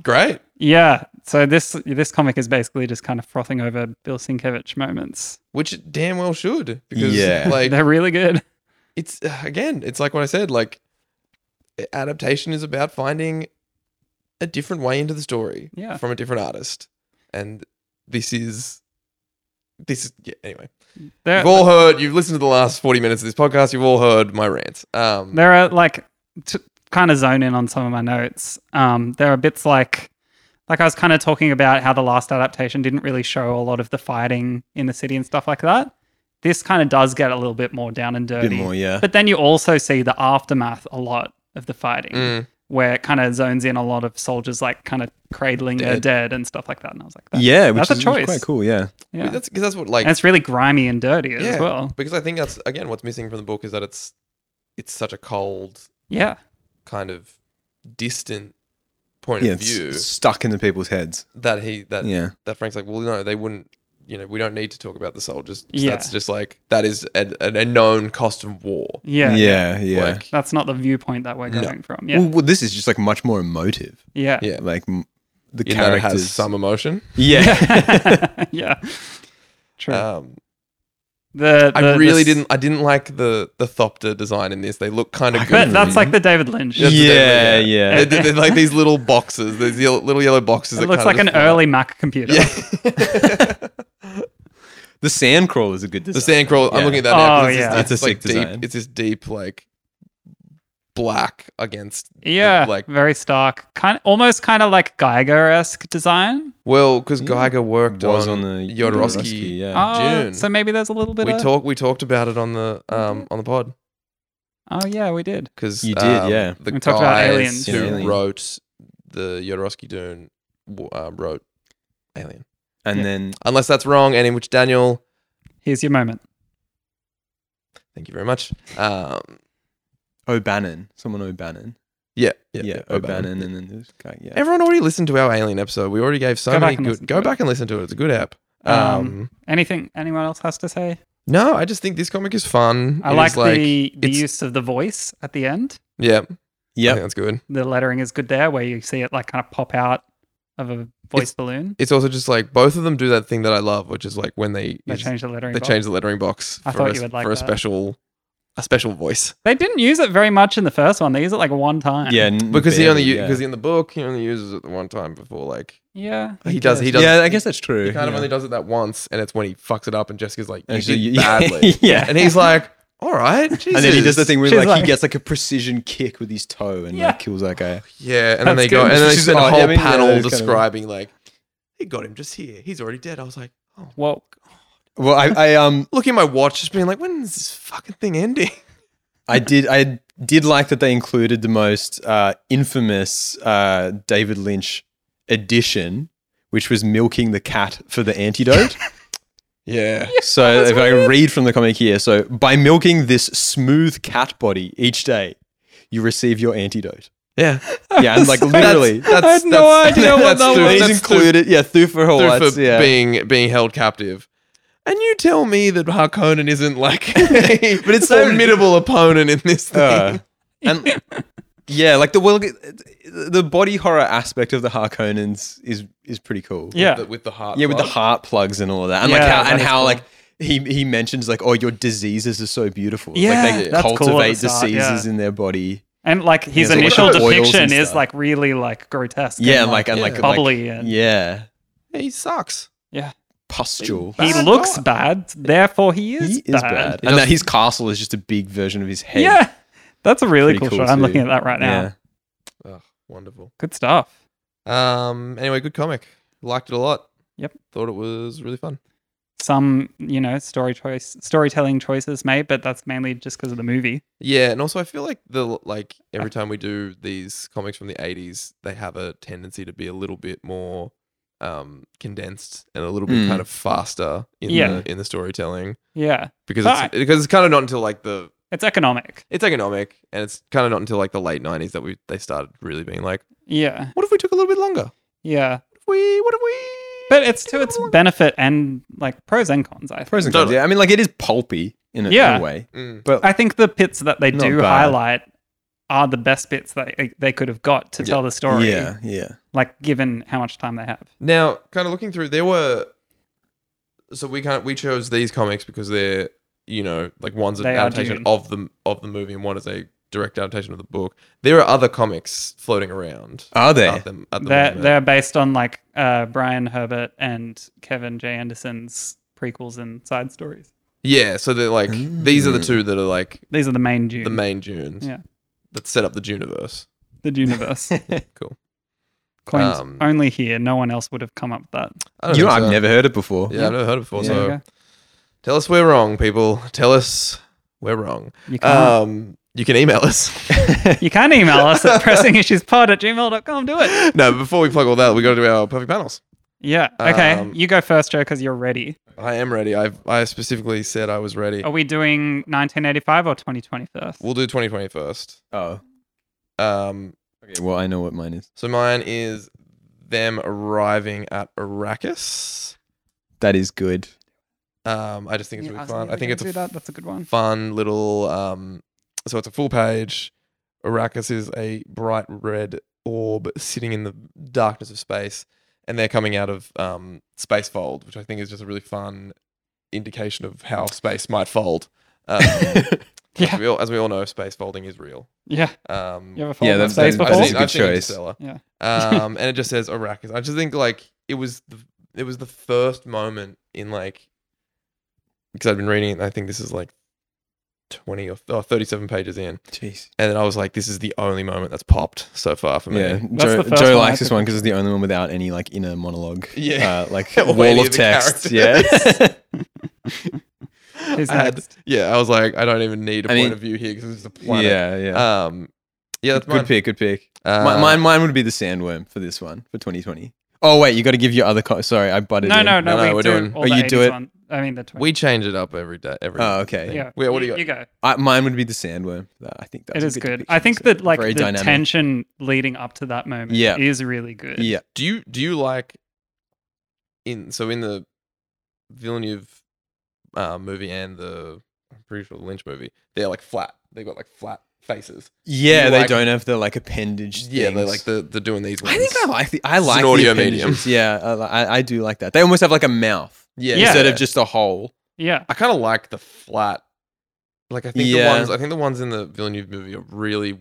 [SPEAKER 2] great.
[SPEAKER 3] Yeah. So this this comic is basically just kind of frothing over Bill Sienkiewicz moments.
[SPEAKER 2] Which it damn well should because
[SPEAKER 1] Yeah.
[SPEAKER 2] like
[SPEAKER 3] They're really good.
[SPEAKER 2] it's uh, again, it's like what I said. Like adaptation is about finding a different way into the story
[SPEAKER 3] Yeah.
[SPEAKER 2] from a different artist, and this is this is yeah. Anyway,
[SPEAKER 3] They're,
[SPEAKER 2] you've all heard. You've listened to the last forty minutes of this podcast. You've all heard my rants. Um,
[SPEAKER 3] there are like to kind of zone in on some of my notes. Um, there are bits like like I was kind of talking about how the last adaptation didn't really show a lot of the fighting in the city and stuff like that. This kind of does get a little bit more down and dirty.
[SPEAKER 1] bit more, yeah.
[SPEAKER 3] But then you also see the aftermath a lot of the fighting,
[SPEAKER 2] mm,
[SPEAKER 3] where it kind of zones in a lot of soldiers like kind of cradling their
[SPEAKER 2] Dead.
[SPEAKER 3] dead and stuff like that. And I was like, that,
[SPEAKER 1] yeah, which
[SPEAKER 3] that's a
[SPEAKER 1] is, which is
[SPEAKER 3] choice.
[SPEAKER 1] quite cool, yeah.
[SPEAKER 3] yeah.
[SPEAKER 2] because that's because that's what like
[SPEAKER 3] and it's really grimy and dirty as
[SPEAKER 2] Yeah.
[SPEAKER 3] well.
[SPEAKER 2] because I think that's again what's missing from the book is that it's it's such a cold
[SPEAKER 3] Yeah.
[SPEAKER 2] kind of distant point
[SPEAKER 1] Yeah,
[SPEAKER 2] of
[SPEAKER 1] it's
[SPEAKER 2] view
[SPEAKER 1] stuck into people's heads.
[SPEAKER 2] that he that
[SPEAKER 1] Yeah.
[SPEAKER 2] that Frank's like, well, no, they wouldn't. You know, we don't need to talk about the soldiers. So
[SPEAKER 3] Yeah.
[SPEAKER 2] That's just like that is a, a, a known cost of war.
[SPEAKER 3] Yeah.
[SPEAKER 1] Yeah, yeah.
[SPEAKER 2] Like,
[SPEAKER 3] That's not the viewpoint that we're
[SPEAKER 2] No.
[SPEAKER 3] going from. Yeah.
[SPEAKER 1] Well, well, this is just like much more emotive.
[SPEAKER 3] yeah.
[SPEAKER 2] yeah,
[SPEAKER 1] Like m- the
[SPEAKER 2] in that it
[SPEAKER 1] characters.
[SPEAKER 2] has some emotion.
[SPEAKER 1] (laughs) yeah.
[SPEAKER 3] (laughs) yeah. True.
[SPEAKER 2] Um,
[SPEAKER 3] the,
[SPEAKER 2] I
[SPEAKER 3] the-
[SPEAKER 2] really
[SPEAKER 3] the-
[SPEAKER 2] didn't. I didn't like the the Thopter design in this. They look kind of
[SPEAKER 1] I
[SPEAKER 2] good.
[SPEAKER 3] But that's
[SPEAKER 1] Mhm.
[SPEAKER 3] like the David Lynch.
[SPEAKER 2] That's the
[SPEAKER 1] Yeah,
[SPEAKER 2] thing,
[SPEAKER 1] yeah.
[SPEAKER 2] They- they- they're like these little boxes. These yellow, little yellow boxes.
[SPEAKER 3] It
[SPEAKER 2] that
[SPEAKER 3] looks like
[SPEAKER 2] kinda
[SPEAKER 3] an
[SPEAKER 2] just fly.
[SPEAKER 3] early Mac computer.
[SPEAKER 2] Yeah.
[SPEAKER 1] the sandcrawler is a good
[SPEAKER 2] the
[SPEAKER 1] design.
[SPEAKER 2] sandcrawler. I'm
[SPEAKER 1] Yeah.
[SPEAKER 2] looking at that now.
[SPEAKER 3] Oh,
[SPEAKER 2] 'cause it's
[SPEAKER 3] yeah.
[SPEAKER 2] this-
[SPEAKER 1] That's a
[SPEAKER 2] it's like
[SPEAKER 1] sick design.
[SPEAKER 2] Deep, it's this deep like black against the (laughs)
[SPEAKER 3] Yeah,
[SPEAKER 2] like
[SPEAKER 3] very stark, kind of, almost kind of like Geiger esque design.
[SPEAKER 2] well because
[SPEAKER 1] Yeah.
[SPEAKER 2] Geiger worked
[SPEAKER 1] was
[SPEAKER 2] on,
[SPEAKER 1] on the
[SPEAKER 2] Jodorowsky.
[SPEAKER 1] yeah.
[SPEAKER 3] Oh,
[SPEAKER 2] June.
[SPEAKER 3] so maybe there's a little bit.
[SPEAKER 2] we
[SPEAKER 3] of,
[SPEAKER 2] talked we talked about it on the
[SPEAKER 3] Mm-hmm.
[SPEAKER 2] um on the pod
[SPEAKER 3] Oh yeah, we did.
[SPEAKER 2] because
[SPEAKER 1] You did, yeah.
[SPEAKER 2] the
[SPEAKER 3] We
[SPEAKER 2] guys
[SPEAKER 3] talked about aliens.
[SPEAKER 2] who
[SPEAKER 1] Yeah, Alien.
[SPEAKER 2] wrote the Jodorowsky Dune w- uh, wrote Alien
[SPEAKER 1] And
[SPEAKER 3] Yeah.
[SPEAKER 1] then
[SPEAKER 2] unless that's wrong and in which Daniel
[SPEAKER 3] Here's your moment.
[SPEAKER 2] thank you very much um
[SPEAKER 1] O'Bannon, someone O'Bannon.
[SPEAKER 2] yeah
[SPEAKER 1] Yeah,
[SPEAKER 2] yeah, yeah,
[SPEAKER 1] O'Bannon, and then this guy. Yeah.
[SPEAKER 2] Everyone already listened to our Alien episode. We already gave so
[SPEAKER 3] Go back
[SPEAKER 2] many
[SPEAKER 3] and
[SPEAKER 2] good.
[SPEAKER 3] listen
[SPEAKER 2] Go
[SPEAKER 3] to it.
[SPEAKER 2] back and listen to it. It's a good app. Um,
[SPEAKER 3] Um, Anything anyone else has to say?
[SPEAKER 2] no, I just think this comic is fun.
[SPEAKER 3] I
[SPEAKER 2] It is
[SPEAKER 3] like, the the
[SPEAKER 2] it's-
[SPEAKER 3] use of the voice at the end.
[SPEAKER 2] yeah. Yeah, I think
[SPEAKER 1] yep.
[SPEAKER 2] that's good.
[SPEAKER 3] The lettering is good there, where you see it like kind of pop out of a voice balloon.
[SPEAKER 2] It's also just like both of them do that thing that I love, which is like when they
[SPEAKER 3] They
[SPEAKER 2] is-
[SPEAKER 3] change the lettering.
[SPEAKER 2] they
[SPEAKER 3] box.
[SPEAKER 2] change the lettering box
[SPEAKER 3] I
[SPEAKER 2] for,
[SPEAKER 3] thought
[SPEAKER 2] a,
[SPEAKER 3] you would like
[SPEAKER 2] for a
[SPEAKER 3] that.
[SPEAKER 2] special a special voice
[SPEAKER 3] They didn't use it very much in the first one. They use it like one time.
[SPEAKER 1] Yeah. n-
[SPEAKER 2] because he only
[SPEAKER 1] Mm, barely, yeah.
[SPEAKER 2] because in the book he only uses it the one time before like
[SPEAKER 3] Yeah.
[SPEAKER 2] he does he does
[SPEAKER 1] Yeah, I guess that's true.
[SPEAKER 2] he kind of
[SPEAKER 1] yeah.
[SPEAKER 2] only does it that once and it's when he fucks it up and Jessica's like you
[SPEAKER 1] Actually,
[SPEAKER 2] did
[SPEAKER 1] yeah.
[SPEAKER 2] badly
[SPEAKER 1] (laughs) yeah.
[SPEAKER 2] and he's like all right Jesus.
[SPEAKER 1] (laughs) And then he does the thing where
[SPEAKER 3] She's
[SPEAKER 1] like,
[SPEAKER 3] like-
[SPEAKER 1] he gets like a precision kick with his toe and
[SPEAKER 3] Yeah.
[SPEAKER 1] like kills that guy.
[SPEAKER 2] Yeah, and then
[SPEAKER 3] That's
[SPEAKER 2] they go,
[SPEAKER 3] good.
[SPEAKER 2] and then they
[SPEAKER 1] She's-
[SPEAKER 2] spend
[SPEAKER 1] oh,
[SPEAKER 2] a
[SPEAKER 1] yeah,
[SPEAKER 2] whole
[SPEAKER 1] I mean, yeah,
[SPEAKER 2] panel
[SPEAKER 1] it's kind of-
[SPEAKER 2] describing like, he got him just here. He's already dead. I was like, oh,
[SPEAKER 3] Well,
[SPEAKER 1] Well, I, I um
[SPEAKER 2] looking at my watch, just being like, when is this fucking thing ending?
[SPEAKER 1] I did I did like that they included the most uh, infamous uh, David Lynch edition, which was milking the cat for the antidote.
[SPEAKER 2] Yeah,
[SPEAKER 1] so if I read from the comic here, so by milking this smooth cat body each day, you receive your antidote.
[SPEAKER 2] (laughs) yeah.
[SPEAKER 1] Yeah, and like
[SPEAKER 2] That's-
[SPEAKER 1] literally.
[SPEAKER 2] that's,
[SPEAKER 3] I had no
[SPEAKER 2] that's-
[SPEAKER 1] (laughs)
[SPEAKER 3] idea what
[SPEAKER 2] that's
[SPEAKER 3] that
[SPEAKER 2] through-
[SPEAKER 3] was.
[SPEAKER 1] He's
[SPEAKER 2] that's
[SPEAKER 1] included, yeah, through for
[SPEAKER 2] through- through
[SPEAKER 1] Hawats,
[SPEAKER 2] for
[SPEAKER 1] Oh, yeah.
[SPEAKER 2] being being held captive. And you tell me that Harkonnen isn't like, (laughs)
[SPEAKER 1] (laughs)
[SPEAKER 2] but
[SPEAKER 1] it's
[SPEAKER 2] it's
[SPEAKER 1] so-
[SPEAKER 2] a (laughs)
[SPEAKER 1] (laughs)
[SPEAKER 2] formidable opponent in this thing. (laughs)
[SPEAKER 1] Uh, and yeah, like the well, the body horror aspect of the Harkonnens is is pretty cool.
[SPEAKER 3] yeah.
[SPEAKER 2] The- with the heart.
[SPEAKER 1] yeah, with the
[SPEAKER 2] plug.
[SPEAKER 1] heart plugs and all of that, and like
[SPEAKER 3] Yeah,
[SPEAKER 1] how
[SPEAKER 3] that
[SPEAKER 1] and
[SPEAKER 3] is
[SPEAKER 1] how
[SPEAKER 3] cool.
[SPEAKER 1] like he he mentions like oh your diseases are so beautiful. like
[SPEAKER 3] Yeah,
[SPEAKER 1] they
[SPEAKER 3] that's cool at the
[SPEAKER 1] cultivate
[SPEAKER 3] start,
[SPEAKER 1] diseases
[SPEAKER 3] yeah.
[SPEAKER 1] in their body.
[SPEAKER 3] And like his
[SPEAKER 1] Yeah,
[SPEAKER 2] so
[SPEAKER 3] initial
[SPEAKER 2] what about
[SPEAKER 1] oils and
[SPEAKER 3] depiction is
[SPEAKER 1] stuff?
[SPEAKER 3] like really like grotesque.
[SPEAKER 1] Yeah, and, like and
[SPEAKER 2] yeah.
[SPEAKER 1] like
[SPEAKER 3] bubbly
[SPEAKER 1] like,
[SPEAKER 3] and
[SPEAKER 1] yeah,
[SPEAKER 2] He sucks.
[SPEAKER 1] pustule.
[SPEAKER 3] he
[SPEAKER 2] bad
[SPEAKER 3] looks
[SPEAKER 2] guy.
[SPEAKER 3] bad, therefore he is,
[SPEAKER 1] He is bad, and that his castle is just a big version of his
[SPEAKER 3] (laughs)
[SPEAKER 1] head.
[SPEAKER 3] Yeah, that's a really
[SPEAKER 1] Pretty
[SPEAKER 3] cool,
[SPEAKER 1] cool
[SPEAKER 3] shot. I'm
[SPEAKER 1] too.
[SPEAKER 3] looking at that right now.
[SPEAKER 1] yeah.
[SPEAKER 2] Ugh, wonderful.
[SPEAKER 3] Good stuff.
[SPEAKER 2] Um. Anyway, good comic. Liked it a lot.
[SPEAKER 3] Yep.
[SPEAKER 2] Thought it was really fun.
[SPEAKER 3] some you know story choice storytelling choices made, but that's mainly just because of the movie.
[SPEAKER 2] Yeah, and also I feel like the like every time we do these comics from the '80s, they have a tendency to be a little bit more um condensed and a little bit
[SPEAKER 1] Mm.
[SPEAKER 2] kind of faster in
[SPEAKER 3] Yeah.
[SPEAKER 2] the in the storytelling
[SPEAKER 3] Yeah,
[SPEAKER 2] because
[SPEAKER 3] But
[SPEAKER 2] it's, because it's kind of not until like the
[SPEAKER 3] it's economic.
[SPEAKER 2] it's economic and it's kind of not until like the late '90s that we they started really being like,
[SPEAKER 3] Yeah,
[SPEAKER 2] what if we took a little bit longer?
[SPEAKER 3] yeah,
[SPEAKER 2] What if we what if we?
[SPEAKER 3] but it's to its benefit and like pros and cons. I think.
[SPEAKER 1] Pros and cons.
[SPEAKER 2] Totally.
[SPEAKER 1] Yeah, I mean, like it is pulpy in a, in a
[SPEAKER 3] Yeah.
[SPEAKER 1] way,
[SPEAKER 2] Mm.
[SPEAKER 1] but
[SPEAKER 3] I think the bits that they
[SPEAKER 1] Not
[SPEAKER 3] do
[SPEAKER 1] bad.
[SPEAKER 3] highlight are the best bits that they, they could have got to tell the story.
[SPEAKER 1] yeah, yeah.
[SPEAKER 3] Like given how much time they have.
[SPEAKER 2] Now, kind of looking through, there were so we can't we chose these comics because they're you know like one's an
[SPEAKER 3] They are
[SPEAKER 2] adaptation
[SPEAKER 3] Dune.
[SPEAKER 2] of the of the movie and one is a direct adaptation of the book. There are other comics floating around.
[SPEAKER 1] Are they?
[SPEAKER 2] At the, at the
[SPEAKER 3] They're
[SPEAKER 2] moment.
[SPEAKER 3] they're based on like uh, Brian Herbert and Kevin J. Anderson's prequels and side stories.
[SPEAKER 2] yeah, so they're like these are the
[SPEAKER 1] Mm.
[SPEAKER 2] two that are like
[SPEAKER 3] These are the main Dune,
[SPEAKER 2] the main Dunes
[SPEAKER 3] Mm. Yeah.
[SPEAKER 2] that set up the Juniverse.
[SPEAKER 3] the universe.
[SPEAKER 2] (laughs) Cool.
[SPEAKER 3] Coins
[SPEAKER 2] Um,
[SPEAKER 3] only here. No one else would have come up with that.
[SPEAKER 2] I don't
[SPEAKER 1] You know,
[SPEAKER 2] think
[SPEAKER 1] I've
[SPEAKER 2] so.
[SPEAKER 1] never heard it before.
[SPEAKER 2] yeah, I've never heard it before.
[SPEAKER 1] Yeah.
[SPEAKER 3] There you
[SPEAKER 2] So
[SPEAKER 3] go.
[SPEAKER 2] tell us we're wrong, people. Tell us we're wrong.
[SPEAKER 3] You can,
[SPEAKER 2] Um, you can email us. (laughs)
[SPEAKER 3] you can email us at pressingissuespod at gmail.com. Do it.
[SPEAKER 2] no, before we plug all that, we got to do our perfect panels.
[SPEAKER 3] Yeah. Okay.
[SPEAKER 2] Um,
[SPEAKER 3] you go first, Joe, because you're ready.
[SPEAKER 2] I am ready. I've I specifically said I was ready.
[SPEAKER 3] Are we doing 1985 or 2020 first?
[SPEAKER 2] We'll do 2020 first.
[SPEAKER 1] Oh,
[SPEAKER 2] Um,
[SPEAKER 1] okay. Well, I know what mine is.
[SPEAKER 2] so mine is them arriving at Arrakis.
[SPEAKER 1] That is good.
[SPEAKER 2] Um, I just think it's
[SPEAKER 3] Yeah,
[SPEAKER 2] really
[SPEAKER 3] was
[SPEAKER 2] fun.
[SPEAKER 3] never
[SPEAKER 2] I think
[SPEAKER 3] gonna
[SPEAKER 2] it's
[SPEAKER 3] do
[SPEAKER 2] a
[SPEAKER 3] that. That's a good one.
[SPEAKER 2] fun little. Um, so it's a full page. Arrakis is a bright red orb sitting in the darkness of space, and they're coming out of um, space fold, which I think is just a really fun indication of how space might fold. Um,
[SPEAKER 3] Yeah.
[SPEAKER 2] we all, as we all know, space folding is real.
[SPEAKER 3] Yeah.
[SPEAKER 2] Um,
[SPEAKER 3] You ever
[SPEAKER 1] Yeah,
[SPEAKER 3] folded
[SPEAKER 1] that's-
[SPEAKER 3] space
[SPEAKER 1] that's-
[SPEAKER 3] before?
[SPEAKER 1] I've seen- a good choice.
[SPEAKER 2] Interstellar.
[SPEAKER 3] Yeah.
[SPEAKER 2] um,
[SPEAKER 1] (laughs)
[SPEAKER 2] and it just says Arrakis. I just think like it was the it was the first moment in like because I'd been reading it. and I think this is like twenty or, or thirty seven pages in,
[SPEAKER 1] Jeez.
[SPEAKER 2] and then I was like, this is the only moment that's popped so far for me.
[SPEAKER 1] Yeah,
[SPEAKER 3] That's
[SPEAKER 1] Joe,
[SPEAKER 3] the first
[SPEAKER 1] Joe
[SPEAKER 3] one I
[SPEAKER 1] likes this
[SPEAKER 3] took.
[SPEAKER 1] one because it's the only one without any like inner monologue.
[SPEAKER 2] Yeah.
[SPEAKER 1] uh, like
[SPEAKER 2] (laughs) Or any
[SPEAKER 1] wall
[SPEAKER 2] of
[SPEAKER 1] of
[SPEAKER 2] the
[SPEAKER 1] text. Yeah, (laughs)
[SPEAKER 2] characters. (laughs)
[SPEAKER 3] Who's
[SPEAKER 2] I had-
[SPEAKER 3] next?
[SPEAKER 2] yeah, I was like, I don't even need a
[SPEAKER 1] I
[SPEAKER 2] point
[SPEAKER 1] mean-
[SPEAKER 2] of view here because it's just a planet.
[SPEAKER 1] yeah, yeah.
[SPEAKER 2] Um, yeah, that's
[SPEAKER 1] good
[SPEAKER 2] mine.
[SPEAKER 1] pick. Good pick.
[SPEAKER 2] Uh,
[SPEAKER 1] Mi- mine, mine would be the sandworm for this one for 2020. Oh wait, you got to give your other. Co- Sorry, I butted.
[SPEAKER 3] No,
[SPEAKER 1] in.
[SPEAKER 3] no,
[SPEAKER 2] No,
[SPEAKER 3] no,
[SPEAKER 2] no,
[SPEAKER 3] we
[SPEAKER 2] we're
[SPEAKER 3] do
[SPEAKER 2] doing-
[SPEAKER 3] all
[SPEAKER 1] Oh,
[SPEAKER 3] the
[SPEAKER 1] you
[SPEAKER 3] 80s
[SPEAKER 1] do it?
[SPEAKER 3] one. I mean, the 20.
[SPEAKER 2] We change it up every day. Every
[SPEAKER 1] Oh, okay.
[SPEAKER 2] thing.
[SPEAKER 3] yeah.
[SPEAKER 2] Well, what do you got?
[SPEAKER 3] You go.
[SPEAKER 1] I, mine would be the sandworm. I think that's
[SPEAKER 3] It
[SPEAKER 1] a
[SPEAKER 3] is good.
[SPEAKER 1] depiction.
[SPEAKER 3] I think
[SPEAKER 1] It's
[SPEAKER 3] that like the
[SPEAKER 1] very dynamic.
[SPEAKER 3] tension leading up to that moment
[SPEAKER 1] Yeah.
[SPEAKER 3] is really good.
[SPEAKER 1] Yeah,
[SPEAKER 2] Do you do you like in so in the Villeneuve uh, movie and the I'm pretty sure the Lynch movie they're like flat. They got like flat faces.
[SPEAKER 1] yeah.
[SPEAKER 2] You
[SPEAKER 1] they
[SPEAKER 2] like-
[SPEAKER 1] don't have the like appendage.
[SPEAKER 2] Yeah, they're
[SPEAKER 1] things.
[SPEAKER 2] like the they're doing these. Ones.
[SPEAKER 1] I think I like the. I
[SPEAKER 2] It's
[SPEAKER 1] like
[SPEAKER 2] an
[SPEAKER 1] the
[SPEAKER 2] audio
[SPEAKER 1] appendages. Yeah, I, li- I, I do like that. They almost have like a mouth
[SPEAKER 2] yeah,
[SPEAKER 3] Yeah.
[SPEAKER 1] instead of just a hole.
[SPEAKER 3] Yeah.
[SPEAKER 2] I kind of like the flat. Like I think
[SPEAKER 1] Yeah.
[SPEAKER 2] the ones I think the ones in the Villeneuve movie are really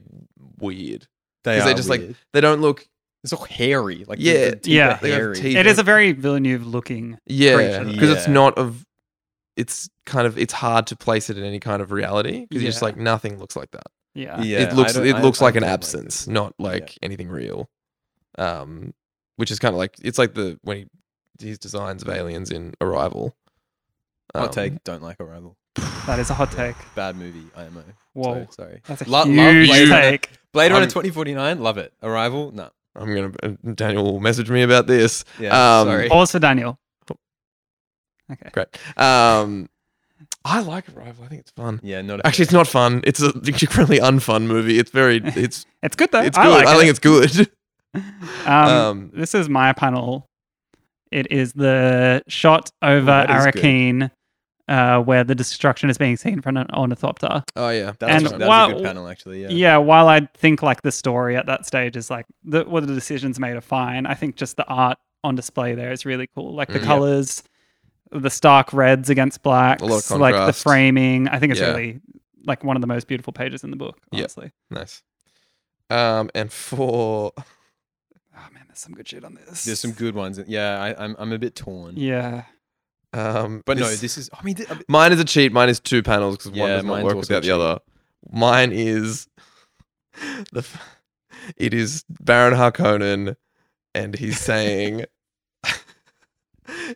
[SPEAKER 2] weird.
[SPEAKER 1] They
[SPEAKER 2] 'Cause
[SPEAKER 1] are
[SPEAKER 2] they just, like,
[SPEAKER 1] weird.
[SPEAKER 2] They don't look
[SPEAKER 1] it's all hairy. Like the-
[SPEAKER 2] Yeah.
[SPEAKER 1] the teeth
[SPEAKER 3] Yeah.
[SPEAKER 1] are
[SPEAKER 2] They have
[SPEAKER 1] hairy.
[SPEAKER 2] teeth.
[SPEAKER 3] It is a very Villeneuve looking.
[SPEAKER 2] yeah
[SPEAKER 3] Creature.
[SPEAKER 2] because it's
[SPEAKER 1] Yeah.
[SPEAKER 2] not of. It's kind of it's hard to place it in any kind of reality because you're just
[SPEAKER 3] Yeah.
[SPEAKER 2] like nothing looks like that.
[SPEAKER 3] Yeah.
[SPEAKER 1] Yeah,
[SPEAKER 2] it looks
[SPEAKER 1] I don't-
[SPEAKER 2] it
[SPEAKER 1] I-
[SPEAKER 2] looks
[SPEAKER 1] I
[SPEAKER 2] like an
[SPEAKER 1] don't
[SPEAKER 2] absence,
[SPEAKER 1] this.
[SPEAKER 2] not like anything real. Um, which is kind of like it's like the when he his designs of aliens in Arrival.
[SPEAKER 1] Hot
[SPEAKER 2] Um,
[SPEAKER 1] take. Don't like Arrival.
[SPEAKER 3] That is a hot take.
[SPEAKER 1] Bad movie. IMO.
[SPEAKER 3] Whoa.
[SPEAKER 1] So, sorry.
[SPEAKER 3] That's a
[SPEAKER 1] Lo- lo-
[SPEAKER 3] huge
[SPEAKER 1] Blade Runner-
[SPEAKER 3] take.
[SPEAKER 1] Blade Runner
[SPEAKER 2] I'm-
[SPEAKER 1] 2049. Love it. Arrival. No.
[SPEAKER 2] I'm gonna uh, Daniel will message me about this.
[SPEAKER 1] Yeah.
[SPEAKER 2] Um,
[SPEAKER 1] sorry.
[SPEAKER 3] All's for Daniel. Okay.
[SPEAKER 2] Great. Um, I like Arrival. I think it's fun.
[SPEAKER 1] Yeah. Not a
[SPEAKER 2] Actually, it's not fun. It's a incredibly unfun movie. It's
[SPEAKER 1] (laughs)
[SPEAKER 2] very it's
[SPEAKER 3] It's good though.
[SPEAKER 2] it's
[SPEAKER 3] I
[SPEAKER 2] good.
[SPEAKER 3] like
[SPEAKER 2] I
[SPEAKER 3] it.
[SPEAKER 2] think it's good.
[SPEAKER 3] (laughs) Um,
[SPEAKER 2] um,
[SPEAKER 3] this is my panel. It is the shot over
[SPEAKER 1] that is good.
[SPEAKER 3] Arakeen, uh, where the destruction is being seen from an ornithopter.
[SPEAKER 2] Oh yeah,
[SPEAKER 1] That's,
[SPEAKER 3] And
[SPEAKER 1] that's
[SPEAKER 3] while-
[SPEAKER 1] a good panel, actually. Yeah.
[SPEAKER 3] Yeah. while I think like the story at that stage is like the, what the decisions made are fine. I think just the art on display there is really cool. Like the
[SPEAKER 2] Mm. Yeah.
[SPEAKER 3] colors, the stark reds against blacks,
[SPEAKER 2] A lot of
[SPEAKER 3] like the
[SPEAKER 2] contrast.
[SPEAKER 3] framing. I think it's
[SPEAKER 2] Yeah.
[SPEAKER 3] really like one of the most beautiful pages in the book.
[SPEAKER 2] Yeah.
[SPEAKER 3] Honestly,
[SPEAKER 2] (laughs) nice. Um, and for
[SPEAKER 3] oh man, there's some good shit on this.
[SPEAKER 1] There's (laughs) some good ones. Yeah. I, I'm, I'm a bit torn.
[SPEAKER 3] Yeah,
[SPEAKER 2] um,
[SPEAKER 1] But no, this is. I mean, th-
[SPEAKER 2] Mine is a cheat. Mine is two panels because one
[SPEAKER 1] Yeah,
[SPEAKER 2] does not
[SPEAKER 1] mine's
[SPEAKER 2] work
[SPEAKER 1] also
[SPEAKER 2] without
[SPEAKER 1] cheat.
[SPEAKER 2] the other. Mine is (laughs) the. f- It is Baron Harkonnen, and he's saying, (laughs)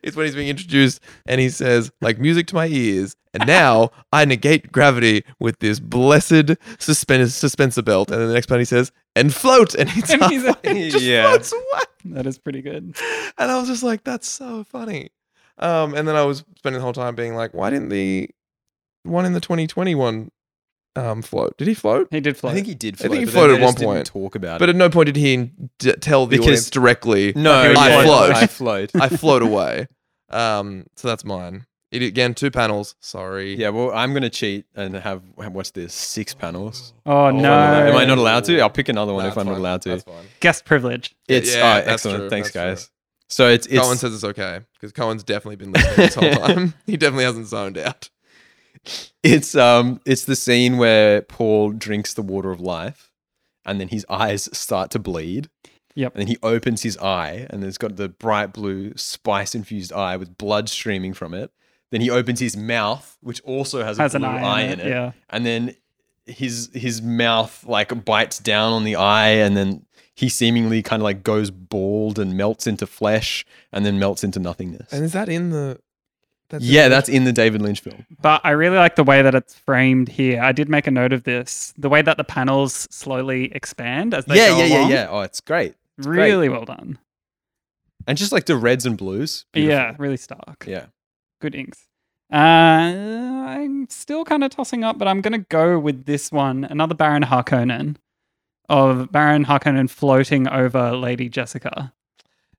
[SPEAKER 2] it's when he's being introduced and he says, like music to my ears, and now I negate gravity with this blessed suspense suspensor belt. And then the next part he says, and float, and he's
[SPEAKER 3] (laughs) And he's-
[SPEAKER 2] halfway, (laughs) just
[SPEAKER 1] Yeah.
[SPEAKER 2] floats away.
[SPEAKER 3] That is pretty good.
[SPEAKER 2] (laughs) And I was just like, that's so funny. Um, and then I was spending the whole time being like, why didn't the one in the 2021 um, float? Did he float?
[SPEAKER 3] He did float.
[SPEAKER 1] I think he did.
[SPEAKER 2] I think
[SPEAKER 1] float,
[SPEAKER 2] he
[SPEAKER 1] but then
[SPEAKER 2] floated
[SPEAKER 1] they
[SPEAKER 2] at
[SPEAKER 1] just
[SPEAKER 2] one point.
[SPEAKER 1] Didn't talk about
[SPEAKER 2] But
[SPEAKER 1] it.
[SPEAKER 2] at no point did he d- tell the
[SPEAKER 1] Because-
[SPEAKER 2] audience
[SPEAKER 1] (laughs)
[SPEAKER 2] directly,
[SPEAKER 1] no,
[SPEAKER 3] I
[SPEAKER 1] yeah,
[SPEAKER 2] float.
[SPEAKER 1] I float.
[SPEAKER 2] I float away. Um, so that's mine. It, again, two panels. Sorry.
[SPEAKER 1] (laughs) yeah, well, I'm gonna cheat and have what's this six panels.
[SPEAKER 3] oh,
[SPEAKER 2] no.
[SPEAKER 3] no.
[SPEAKER 1] Am I not allowed to? I'll pick another
[SPEAKER 2] Nah,
[SPEAKER 1] one if
[SPEAKER 2] that's
[SPEAKER 1] I'm not
[SPEAKER 2] fine.
[SPEAKER 1] allowed to.
[SPEAKER 2] That's fine.
[SPEAKER 3] Guest privilege.
[SPEAKER 1] It's
[SPEAKER 2] Yeah,
[SPEAKER 1] uh,
[SPEAKER 2] that's
[SPEAKER 1] excellent.
[SPEAKER 2] true,
[SPEAKER 1] Thanks,
[SPEAKER 2] that's
[SPEAKER 1] guys. So it's it's
[SPEAKER 2] Cohen says it's okay because Cohen's definitely been listening this whole
[SPEAKER 1] (laughs)
[SPEAKER 2] time. (laughs) he definitely hasn't zoned out.
[SPEAKER 1] it's um it's the scene where Paul drinks the water of life, and then his eyes start to bleed.
[SPEAKER 3] Yep.
[SPEAKER 1] And then he opens his eye, and it's got the bright blue spice infused eye with blood streaming from it. Then he opens his mouth, which also has a
[SPEAKER 3] Has an
[SPEAKER 1] blue
[SPEAKER 3] eye, in it. Yeah.
[SPEAKER 1] and then his his mouth like bites down on the eye and then he seemingly kind of like goes bald and melts into flesh and then melts into nothingness
[SPEAKER 2] And is that in the? That's
[SPEAKER 1] yeah that's in the david lynch film
[SPEAKER 3] But I really like the way that it's framed here. I did make a note of this. The way that the panels slowly expand as they
[SPEAKER 1] yeah
[SPEAKER 3] go
[SPEAKER 1] yeah yeah
[SPEAKER 3] along.
[SPEAKER 1] yeah oh it's great great.
[SPEAKER 3] Really well done.
[SPEAKER 1] and just like the reds and blues
[SPEAKER 3] Yeah,
[SPEAKER 1] beautiful.
[SPEAKER 3] really stark.
[SPEAKER 1] yeah
[SPEAKER 3] Good inks. Uh, I'm still kind of tossing up, but I'm going to go with this one. Another Baron Harkonnen of Baron Harkonnen floating over Lady Jessica.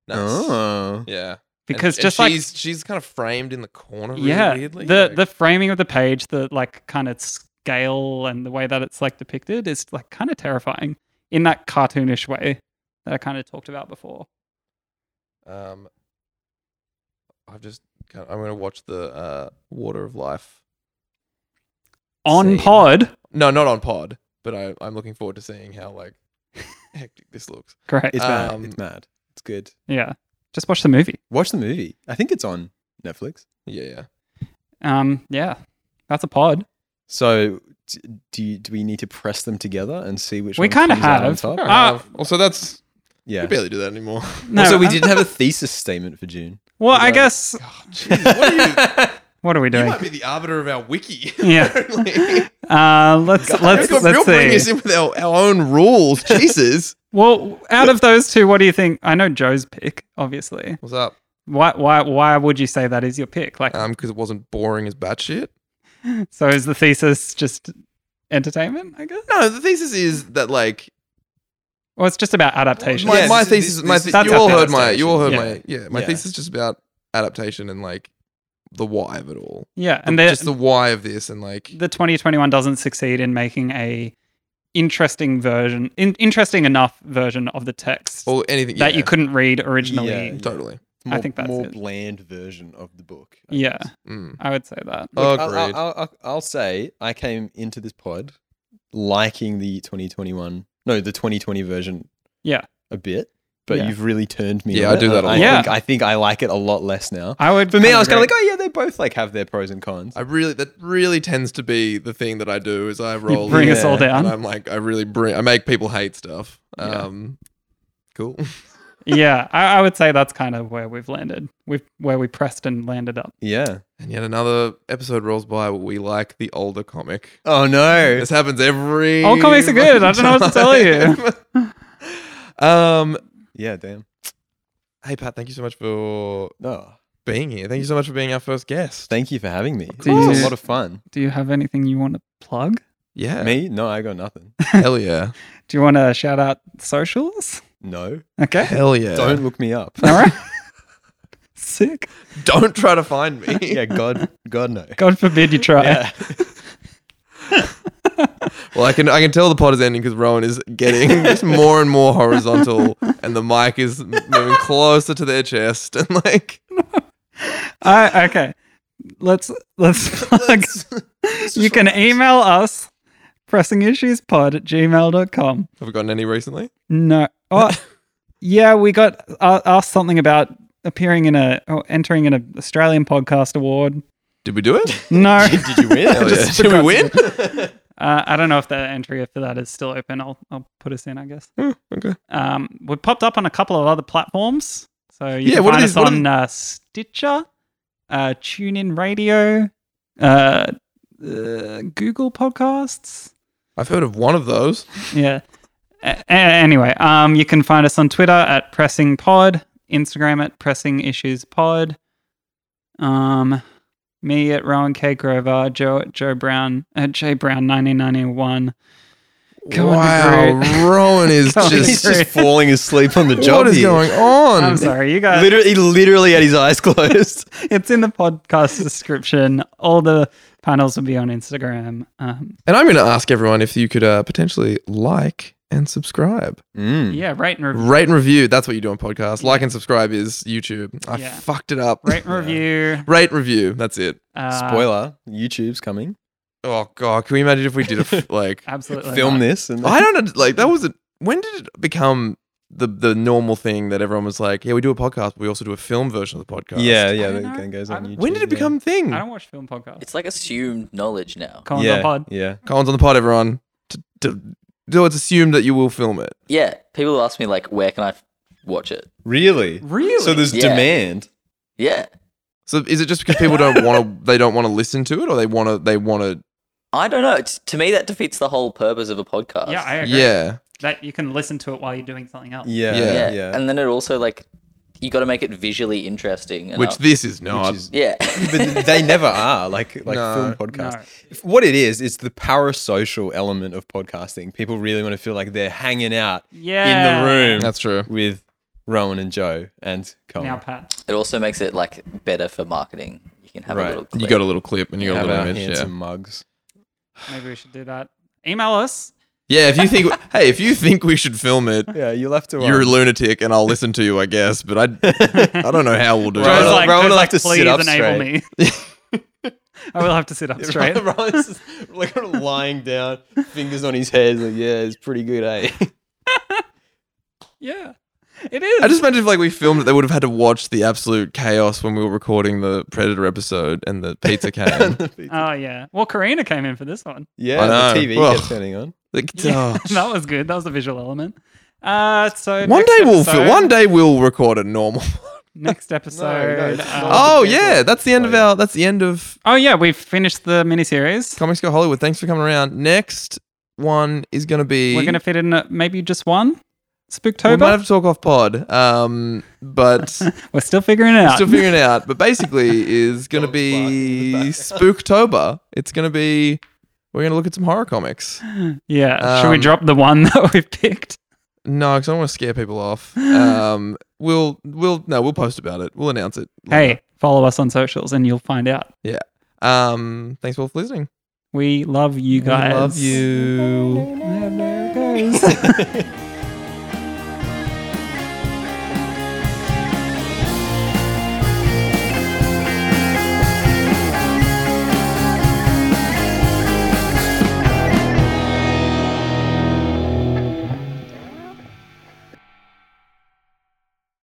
[SPEAKER 2] Nice.
[SPEAKER 1] oh
[SPEAKER 2] Yeah.
[SPEAKER 3] Because
[SPEAKER 2] And-
[SPEAKER 3] just
[SPEAKER 2] and
[SPEAKER 3] like
[SPEAKER 2] she's she's kind of framed in the corner. Really
[SPEAKER 3] yeah
[SPEAKER 2] Weirdly.
[SPEAKER 3] the
[SPEAKER 2] like-
[SPEAKER 3] the framing of the page the like kind of scale and the way that it's like depicted is like kind of terrifying in that cartoonish way that i kind of talked about before
[SPEAKER 2] Um, I've just kind of- I'm gonna watch the uh, Water of Life.
[SPEAKER 3] on
[SPEAKER 2] Same.
[SPEAKER 3] pod
[SPEAKER 2] No, not on Pod, but I, I'm looking forward to seeing how like (laughs) hectic this looks.
[SPEAKER 3] great
[SPEAKER 1] it's mad
[SPEAKER 2] Um,
[SPEAKER 1] it's mad it's good
[SPEAKER 3] yeah just watch the movie
[SPEAKER 1] watch the movie i think it's on netflix
[SPEAKER 2] Yeah, yeah.
[SPEAKER 3] um yeah that's a pod
[SPEAKER 1] so d- do, you, do we need to press them together and see which
[SPEAKER 3] We
[SPEAKER 1] one
[SPEAKER 3] kinda
[SPEAKER 1] comes out on
[SPEAKER 3] have.
[SPEAKER 1] top?
[SPEAKER 2] Fair
[SPEAKER 3] Ah.
[SPEAKER 2] enough. Um, also, that's
[SPEAKER 1] yeah
[SPEAKER 2] we barely do that anymore.
[SPEAKER 3] no
[SPEAKER 1] so we
[SPEAKER 3] uh, (laughs)
[SPEAKER 1] didn't have a thesis statement for june
[SPEAKER 3] well i
[SPEAKER 2] Yeah.
[SPEAKER 3] guess
[SPEAKER 2] God, Oh, jeez, what are you?
[SPEAKER 3] what are we
[SPEAKER 2] You
[SPEAKER 3] doing
[SPEAKER 2] might be the arbiter of our wiki. (laughs)
[SPEAKER 3] (laughs) Yeah.
[SPEAKER 2] apparently.
[SPEAKER 3] uh
[SPEAKER 2] (laughs)
[SPEAKER 3] let's let's
[SPEAKER 2] You're
[SPEAKER 3] let's
[SPEAKER 2] bringing
[SPEAKER 3] see
[SPEAKER 2] us in with our, our own rules. Jesus.
[SPEAKER 3] well out of those two what do you think i know joe's pick obviously
[SPEAKER 2] What's up?
[SPEAKER 3] why why why would you say that is your pick like
[SPEAKER 2] Um, because it wasn't boring as batshit.
[SPEAKER 3] So is the thesis just entertainment, I guess?
[SPEAKER 2] No, the thesis is that like
[SPEAKER 3] Or it's just about adaptation.
[SPEAKER 2] my,
[SPEAKER 1] Yeah,
[SPEAKER 2] my
[SPEAKER 1] this-
[SPEAKER 2] thesis,
[SPEAKER 1] this-
[SPEAKER 2] my
[SPEAKER 1] this
[SPEAKER 2] the-
[SPEAKER 1] is
[SPEAKER 3] That's
[SPEAKER 2] you all
[SPEAKER 3] about
[SPEAKER 2] heard my, you all heard
[SPEAKER 1] adaptation.
[SPEAKER 2] my, yeah, my
[SPEAKER 1] Yeah.
[SPEAKER 2] thesis is just about adaptation and like the why of it all.
[SPEAKER 3] yeah, and
[SPEAKER 2] The-
[SPEAKER 3] the,
[SPEAKER 2] just the why of this and like
[SPEAKER 3] the 2021 doesn't succeed in making a interesting version, in, interesting enough version of the text
[SPEAKER 2] or anything
[SPEAKER 3] that
[SPEAKER 2] yeah,
[SPEAKER 3] you couldn't read originally.
[SPEAKER 1] Yeah.
[SPEAKER 2] totally.
[SPEAKER 3] I think that's
[SPEAKER 1] more
[SPEAKER 3] it.
[SPEAKER 1] bland version of the book. I
[SPEAKER 3] Yeah,
[SPEAKER 1] guess.
[SPEAKER 2] Mm.
[SPEAKER 3] I would say that.
[SPEAKER 1] Look, I'll-
[SPEAKER 2] Agreed.
[SPEAKER 1] I'll, I'll, I'll, I'll say I came into this pod liking the 2021, no, the 2020 version.
[SPEAKER 3] Yeah.
[SPEAKER 1] a bit, but
[SPEAKER 3] Yeah.
[SPEAKER 1] you've really turned me.
[SPEAKER 2] Yeah,
[SPEAKER 1] on
[SPEAKER 2] I do that a
[SPEAKER 1] I
[SPEAKER 3] lot. Yeah.
[SPEAKER 1] think, I think I like it a lot less now.
[SPEAKER 3] I would
[SPEAKER 1] For me,
[SPEAKER 3] kinda
[SPEAKER 1] I was kind of like,
[SPEAKER 3] agree.
[SPEAKER 1] oh yeah, they both like have their pros and cons.
[SPEAKER 2] I really that really tends to be the thing that I do is I roll
[SPEAKER 3] bring
[SPEAKER 2] in
[SPEAKER 1] us all
[SPEAKER 2] and
[SPEAKER 3] down.
[SPEAKER 2] I'm like I really bring I make people hate stuff.
[SPEAKER 3] Yeah.
[SPEAKER 2] Um, cool. (laughs)
[SPEAKER 3] yeah, I, I would say that's kind of where we've landed. We've where we pressed and landed up.
[SPEAKER 1] Yeah.
[SPEAKER 2] And yet another episode rolls by where we like the older comic.
[SPEAKER 1] Oh no.
[SPEAKER 2] This happens every.
[SPEAKER 3] All comics are good. I don't know what to tell
[SPEAKER 2] you. (laughs) um,
[SPEAKER 1] Yeah. Damn.
[SPEAKER 2] hey Pat, thank you so much for
[SPEAKER 1] No.
[SPEAKER 2] being here. Thank you so much for being our first guest.
[SPEAKER 1] Thank you for having me. It
[SPEAKER 3] course.
[SPEAKER 1] was a lot of fun.
[SPEAKER 3] Do you have anything you want to plug?
[SPEAKER 2] yeah,
[SPEAKER 1] Me? No, I got nothing.
[SPEAKER 2] hell yeah,
[SPEAKER 3] Do you want to shout out socials?
[SPEAKER 1] No.
[SPEAKER 3] Okay,
[SPEAKER 1] (laughs)
[SPEAKER 2] hell yeah.
[SPEAKER 1] Don't look me up.
[SPEAKER 3] all right, sick.
[SPEAKER 2] don't try to find (laughs) me.
[SPEAKER 1] yeah. God. God no.
[SPEAKER 3] God forbid you try.
[SPEAKER 1] Yeah.
[SPEAKER 2] Well, I can I can tell the pod is ending because Rowan is (laughs) getting just more and more horizontal, and the mic is moving closer to their chest, and like (laughs)
[SPEAKER 3] I, okay. Let's let's (laughs) plug.
[SPEAKER 2] (laughs)
[SPEAKER 3] you can email us pressingissuespod at gmail.com.
[SPEAKER 2] have we gotten any recently?
[SPEAKER 3] No. Oh, yeah, we got uh, asked something about appearing in a or entering an Australian podcast award.
[SPEAKER 2] Did we do (laughs) it?
[SPEAKER 1] (laughs)
[SPEAKER 3] No.
[SPEAKER 1] (laughs) Did you win?
[SPEAKER 2] Hell
[SPEAKER 1] Just-
[SPEAKER 2] yeah. Did we win? (laughs)
[SPEAKER 3] Uh, I don't know if the entry for that is still open. I'll I'll put us in, I guess.
[SPEAKER 2] Hmm, okay.
[SPEAKER 3] Um, we popped up on a couple of other platforms. So you
[SPEAKER 2] Yeah,
[SPEAKER 3] can
[SPEAKER 2] what are
[SPEAKER 3] find
[SPEAKER 2] these-
[SPEAKER 3] us
[SPEAKER 2] what are
[SPEAKER 3] on uh, Stitcher, uh, TuneIn Radio, uh, uh, Google Podcasts.
[SPEAKER 2] I've heard of one of those.
[SPEAKER 3] yeah. A- a- anyway, um, you can find us on Twitter at Pressing Pod, Instagram at Pressing Issues Pod, um, me at Rowan K Grover, Joe at Joe Brown at J Brown 1991. Come on,
[SPEAKER 2] wow, Rowan is
[SPEAKER 3] Come on,
[SPEAKER 1] He's
[SPEAKER 2] just.
[SPEAKER 3] Groot.
[SPEAKER 1] just falling asleep on the job
[SPEAKER 2] (laughs) What is
[SPEAKER 1] here.
[SPEAKER 2] going on?
[SPEAKER 3] I'm sorry, you (laughs) guys.
[SPEAKER 1] Literally, literally had his eyes (laughs) closed.
[SPEAKER 3] It's in the podcast description. All the panels will be on Instagram. Um,
[SPEAKER 2] And I'm going to ask everyone if you could uh, potentially like and subscribe,
[SPEAKER 1] Mm.
[SPEAKER 3] yeah, rate and review.
[SPEAKER 2] rate and review. That's what you do on podcasts. Like and subscribe is YouTube. I
[SPEAKER 3] Yeah.
[SPEAKER 2] fucked it up.
[SPEAKER 3] Rate and review.
[SPEAKER 2] (laughs) Rate and review. That's it.
[SPEAKER 3] Uh,
[SPEAKER 1] Spoiler: YouTube's coming.
[SPEAKER 2] Oh god, can we imagine if we did a
[SPEAKER 3] (laughs)
[SPEAKER 2] f- like?
[SPEAKER 3] Absolutely.
[SPEAKER 1] Film
[SPEAKER 3] not.
[SPEAKER 1] this, and
[SPEAKER 2] I don't know. Like that was a, when did it become the the normal thing that everyone was like, yeah, we do a podcast, but we also do a film version of the podcast.
[SPEAKER 1] yeah,
[SPEAKER 3] I
[SPEAKER 1] yeah,
[SPEAKER 3] don't
[SPEAKER 1] that
[SPEAKER 3] know.
[SPEAKER 1] kind of goes
[SPEAKER 3] I
[SPEAKER 1] on
[SPEAKER 3] don't-
[SPEAKER 1] YouTube.
[SPEAKER 2] When did it become a thing?
[SPEAKER 3] I don't watch film podcasts.
[SPEAKER 4] It's like assumed knowledge now.
[SPEAKER 3] Come on
[SPEAKER 1] yeah,
[SPEAKER 3] the pod.
[SPEAKER 1] Yeah,
[SPEAKER 2] Collins on the pod, everyone. T- t- So it's assumed that you will film it.
[SPEAKER 4] Yeah, people ask me like, where can I f- watch it?
[SPEAKER 1] really.
[SPEAKER 3] Really?
[SPEAKER 1] So there's
[SPEAKER 4] Yeah.
[SPEAKER 1] demand.
[SPEAKER 4] Yeah,
[SPEAKER 2] So is it just because people don't
[SPEAKER 3] (laughs)
[SPEAKER 2] want to? They don't want to listen to it, or they want to? They want to?
[SPEAKER 4] I don't know. It's, to me, that defeats the whole purpose of a podcast.
[SPEAKER 3] yeah, I agree.
[SPEAKER 2] Yeah.
[SPEAKER 3] That you can listen to it while you're doing something else.
[SPEAKER 1] Yeah,
[SPEAKER 2] Yeah.
[SPEAKER 1] yeah,
[SPEAKER 4] yeah. And then it also like, you got to make it visually interesting. Enough.
[SPEAKER 2] Which this is not.
[SPEAKER 1] Which is,
[SPEAKER 2] (laughs)
[SPEAKER 4] yeah,
[SPEAKER 1] but they never are like like
[SPEAKER 2] No.
[SPEAKER 1] film podcasts. If- What it is, it's the parasocial element of podcasting. People really want to feel like they're hanging out
[SPEAKER 3] Yeah.
[SPEAKER 1] in the room
[SPEAKER 2] That's true.
[SPEAKER 1] with Rowan and Joe and Colin.
[SPEAKER 3] Now, Pat.
[SPEAKER 4] (laughs) it also makes it like better for marketing. You can have
[SPEAKER 1] Right.
[SPEAKER 4] a little.
[SPEAKER 2] You
[SPEAKER 4] clip.
[SPEAKER 2] got a little clip and you got a
[SPEAKER 1] Have
[SPEAKER 2] little
[SPEAKER 1] our
[SPEAKER 2] image.
[SPEAKER 1] handsome
[SPEAKER 2] Yeah.
[SPEAKER 1] mugs.
[SPEAKER 3] Maybe we should do that. Email us.
[SPEAKER 2] Yeah. If you think, hey, if you think we should film it,
[SPEAKER 1] Yeah, you left to. um,
[SPEAKER 2] you're a lunatic, and I'll listen to you, I guess. But I, I don't know how we'll do
[SPEAKER 3] Joe's
[SPEAKER 1] Right. Rowan-
[SPEAKER 2] it.
[SPEAKER 3] like,
[SPEAKER 1] Rowan
[SPEAKER 3] Joe's
[SPEAKER 1] will
[SPEAKER 3] like,
[SPEAKER 1] have to sit
[SPEAKER 3] please
[SPEAKER 1] up
[SPEAKER 3] enable me.
[SPEAKER 1] (laughs)
[SPEAKER 3] I will have to sit up straight.
[SPEAKER 2] (laughs)
[SPEAKER 1] Rowan's just, like lying down, fingers on his head. Like, yeah, it's pretty good, eh? (laughs)
[SPEAKER 3] Yeah. It is.
[SPEAKER 2] I just imagine if like we filmed it, they would have had to watch the absolute chaos when we were recording the Predator episode and the pizza came.
[SPEAKER 1] (laughs)
[SPEAKER 3] oh, yeah. Well, Karina came in for this one.
[SPEAKER 1] yeah,
[SPEAKER 2] I
[SPEAKER 1] the
[SPEAKER 2] know.
[SPEAKER 1] TV
[SPEAKER 2] Well.
[SPEAKER 1] kept turning on.
[SPEAKER 2] like, oh,
[SPEAKER 3] (laughs) that was good. That was a visual element. Uh, so
[SPEAKER 2] one
[SPEAKER 3] next
[SPEAKER 2] day we'll
[SPEAKER 3] episode,
[SPEAKER 2] fi- one day we'll record a normal.
[SPEAKER 3] Next episode.
[SPEAKER 1] it's
[SPEAKER 3] uh,
[SPEAKER 1] not.
[SPEAKER 2] (laughs) oh
[SPEAKER 1] the people.
[SPEAKER 2] yeah, that's the end of
[SPEAKER 1] Oh, yeah.
[SPEAKER 2] our. That's the end of
[SPEAKER 3] oh yeah, we've finished the miniseries.
[SPEAKER 2] Comics Go Hollywood. Thanks for coming around. Next one is gonna be
[SPEAKER 3] We're gonna fit in uh, maybe just one.
[SPEAKER 2] We
[SPEAKER 3] Spooktober.
[SPEAKER 2] might have to talk off pod, um,
[SPEAKER 1] (laughs)
[SPEAKER 2] but
[SPEAKER 3] We're still figuring it out.
[SPEAKER 2] still figuring it out. But basically, is going to
[SPEAKER 1] Dog's barking in
[SPEAKER 2] be
[SPEAKER 1] the
[SPEAKER 2] Spooktober. It's going to be we're going to look at some horror comics.
[SPEAKER 3] yeah. Should we
[SPEAKER 2] Um,
[SPEAKER 3] drop the one (laughs) that we've picked?
[SPEAKER 2] No, because I don't want to scare people off. Um, we'll we'll no, we'll post about it. We'll announce it. later.
[SPEAKER 3] Hey, follow us on socials and you'll find out.
[SPEAKER 2] um, thanks all for listening.
[SPEAKER 3] We love you guys.
[SPEAKER 2] we love you.
[SPEAKER 3] There it goes.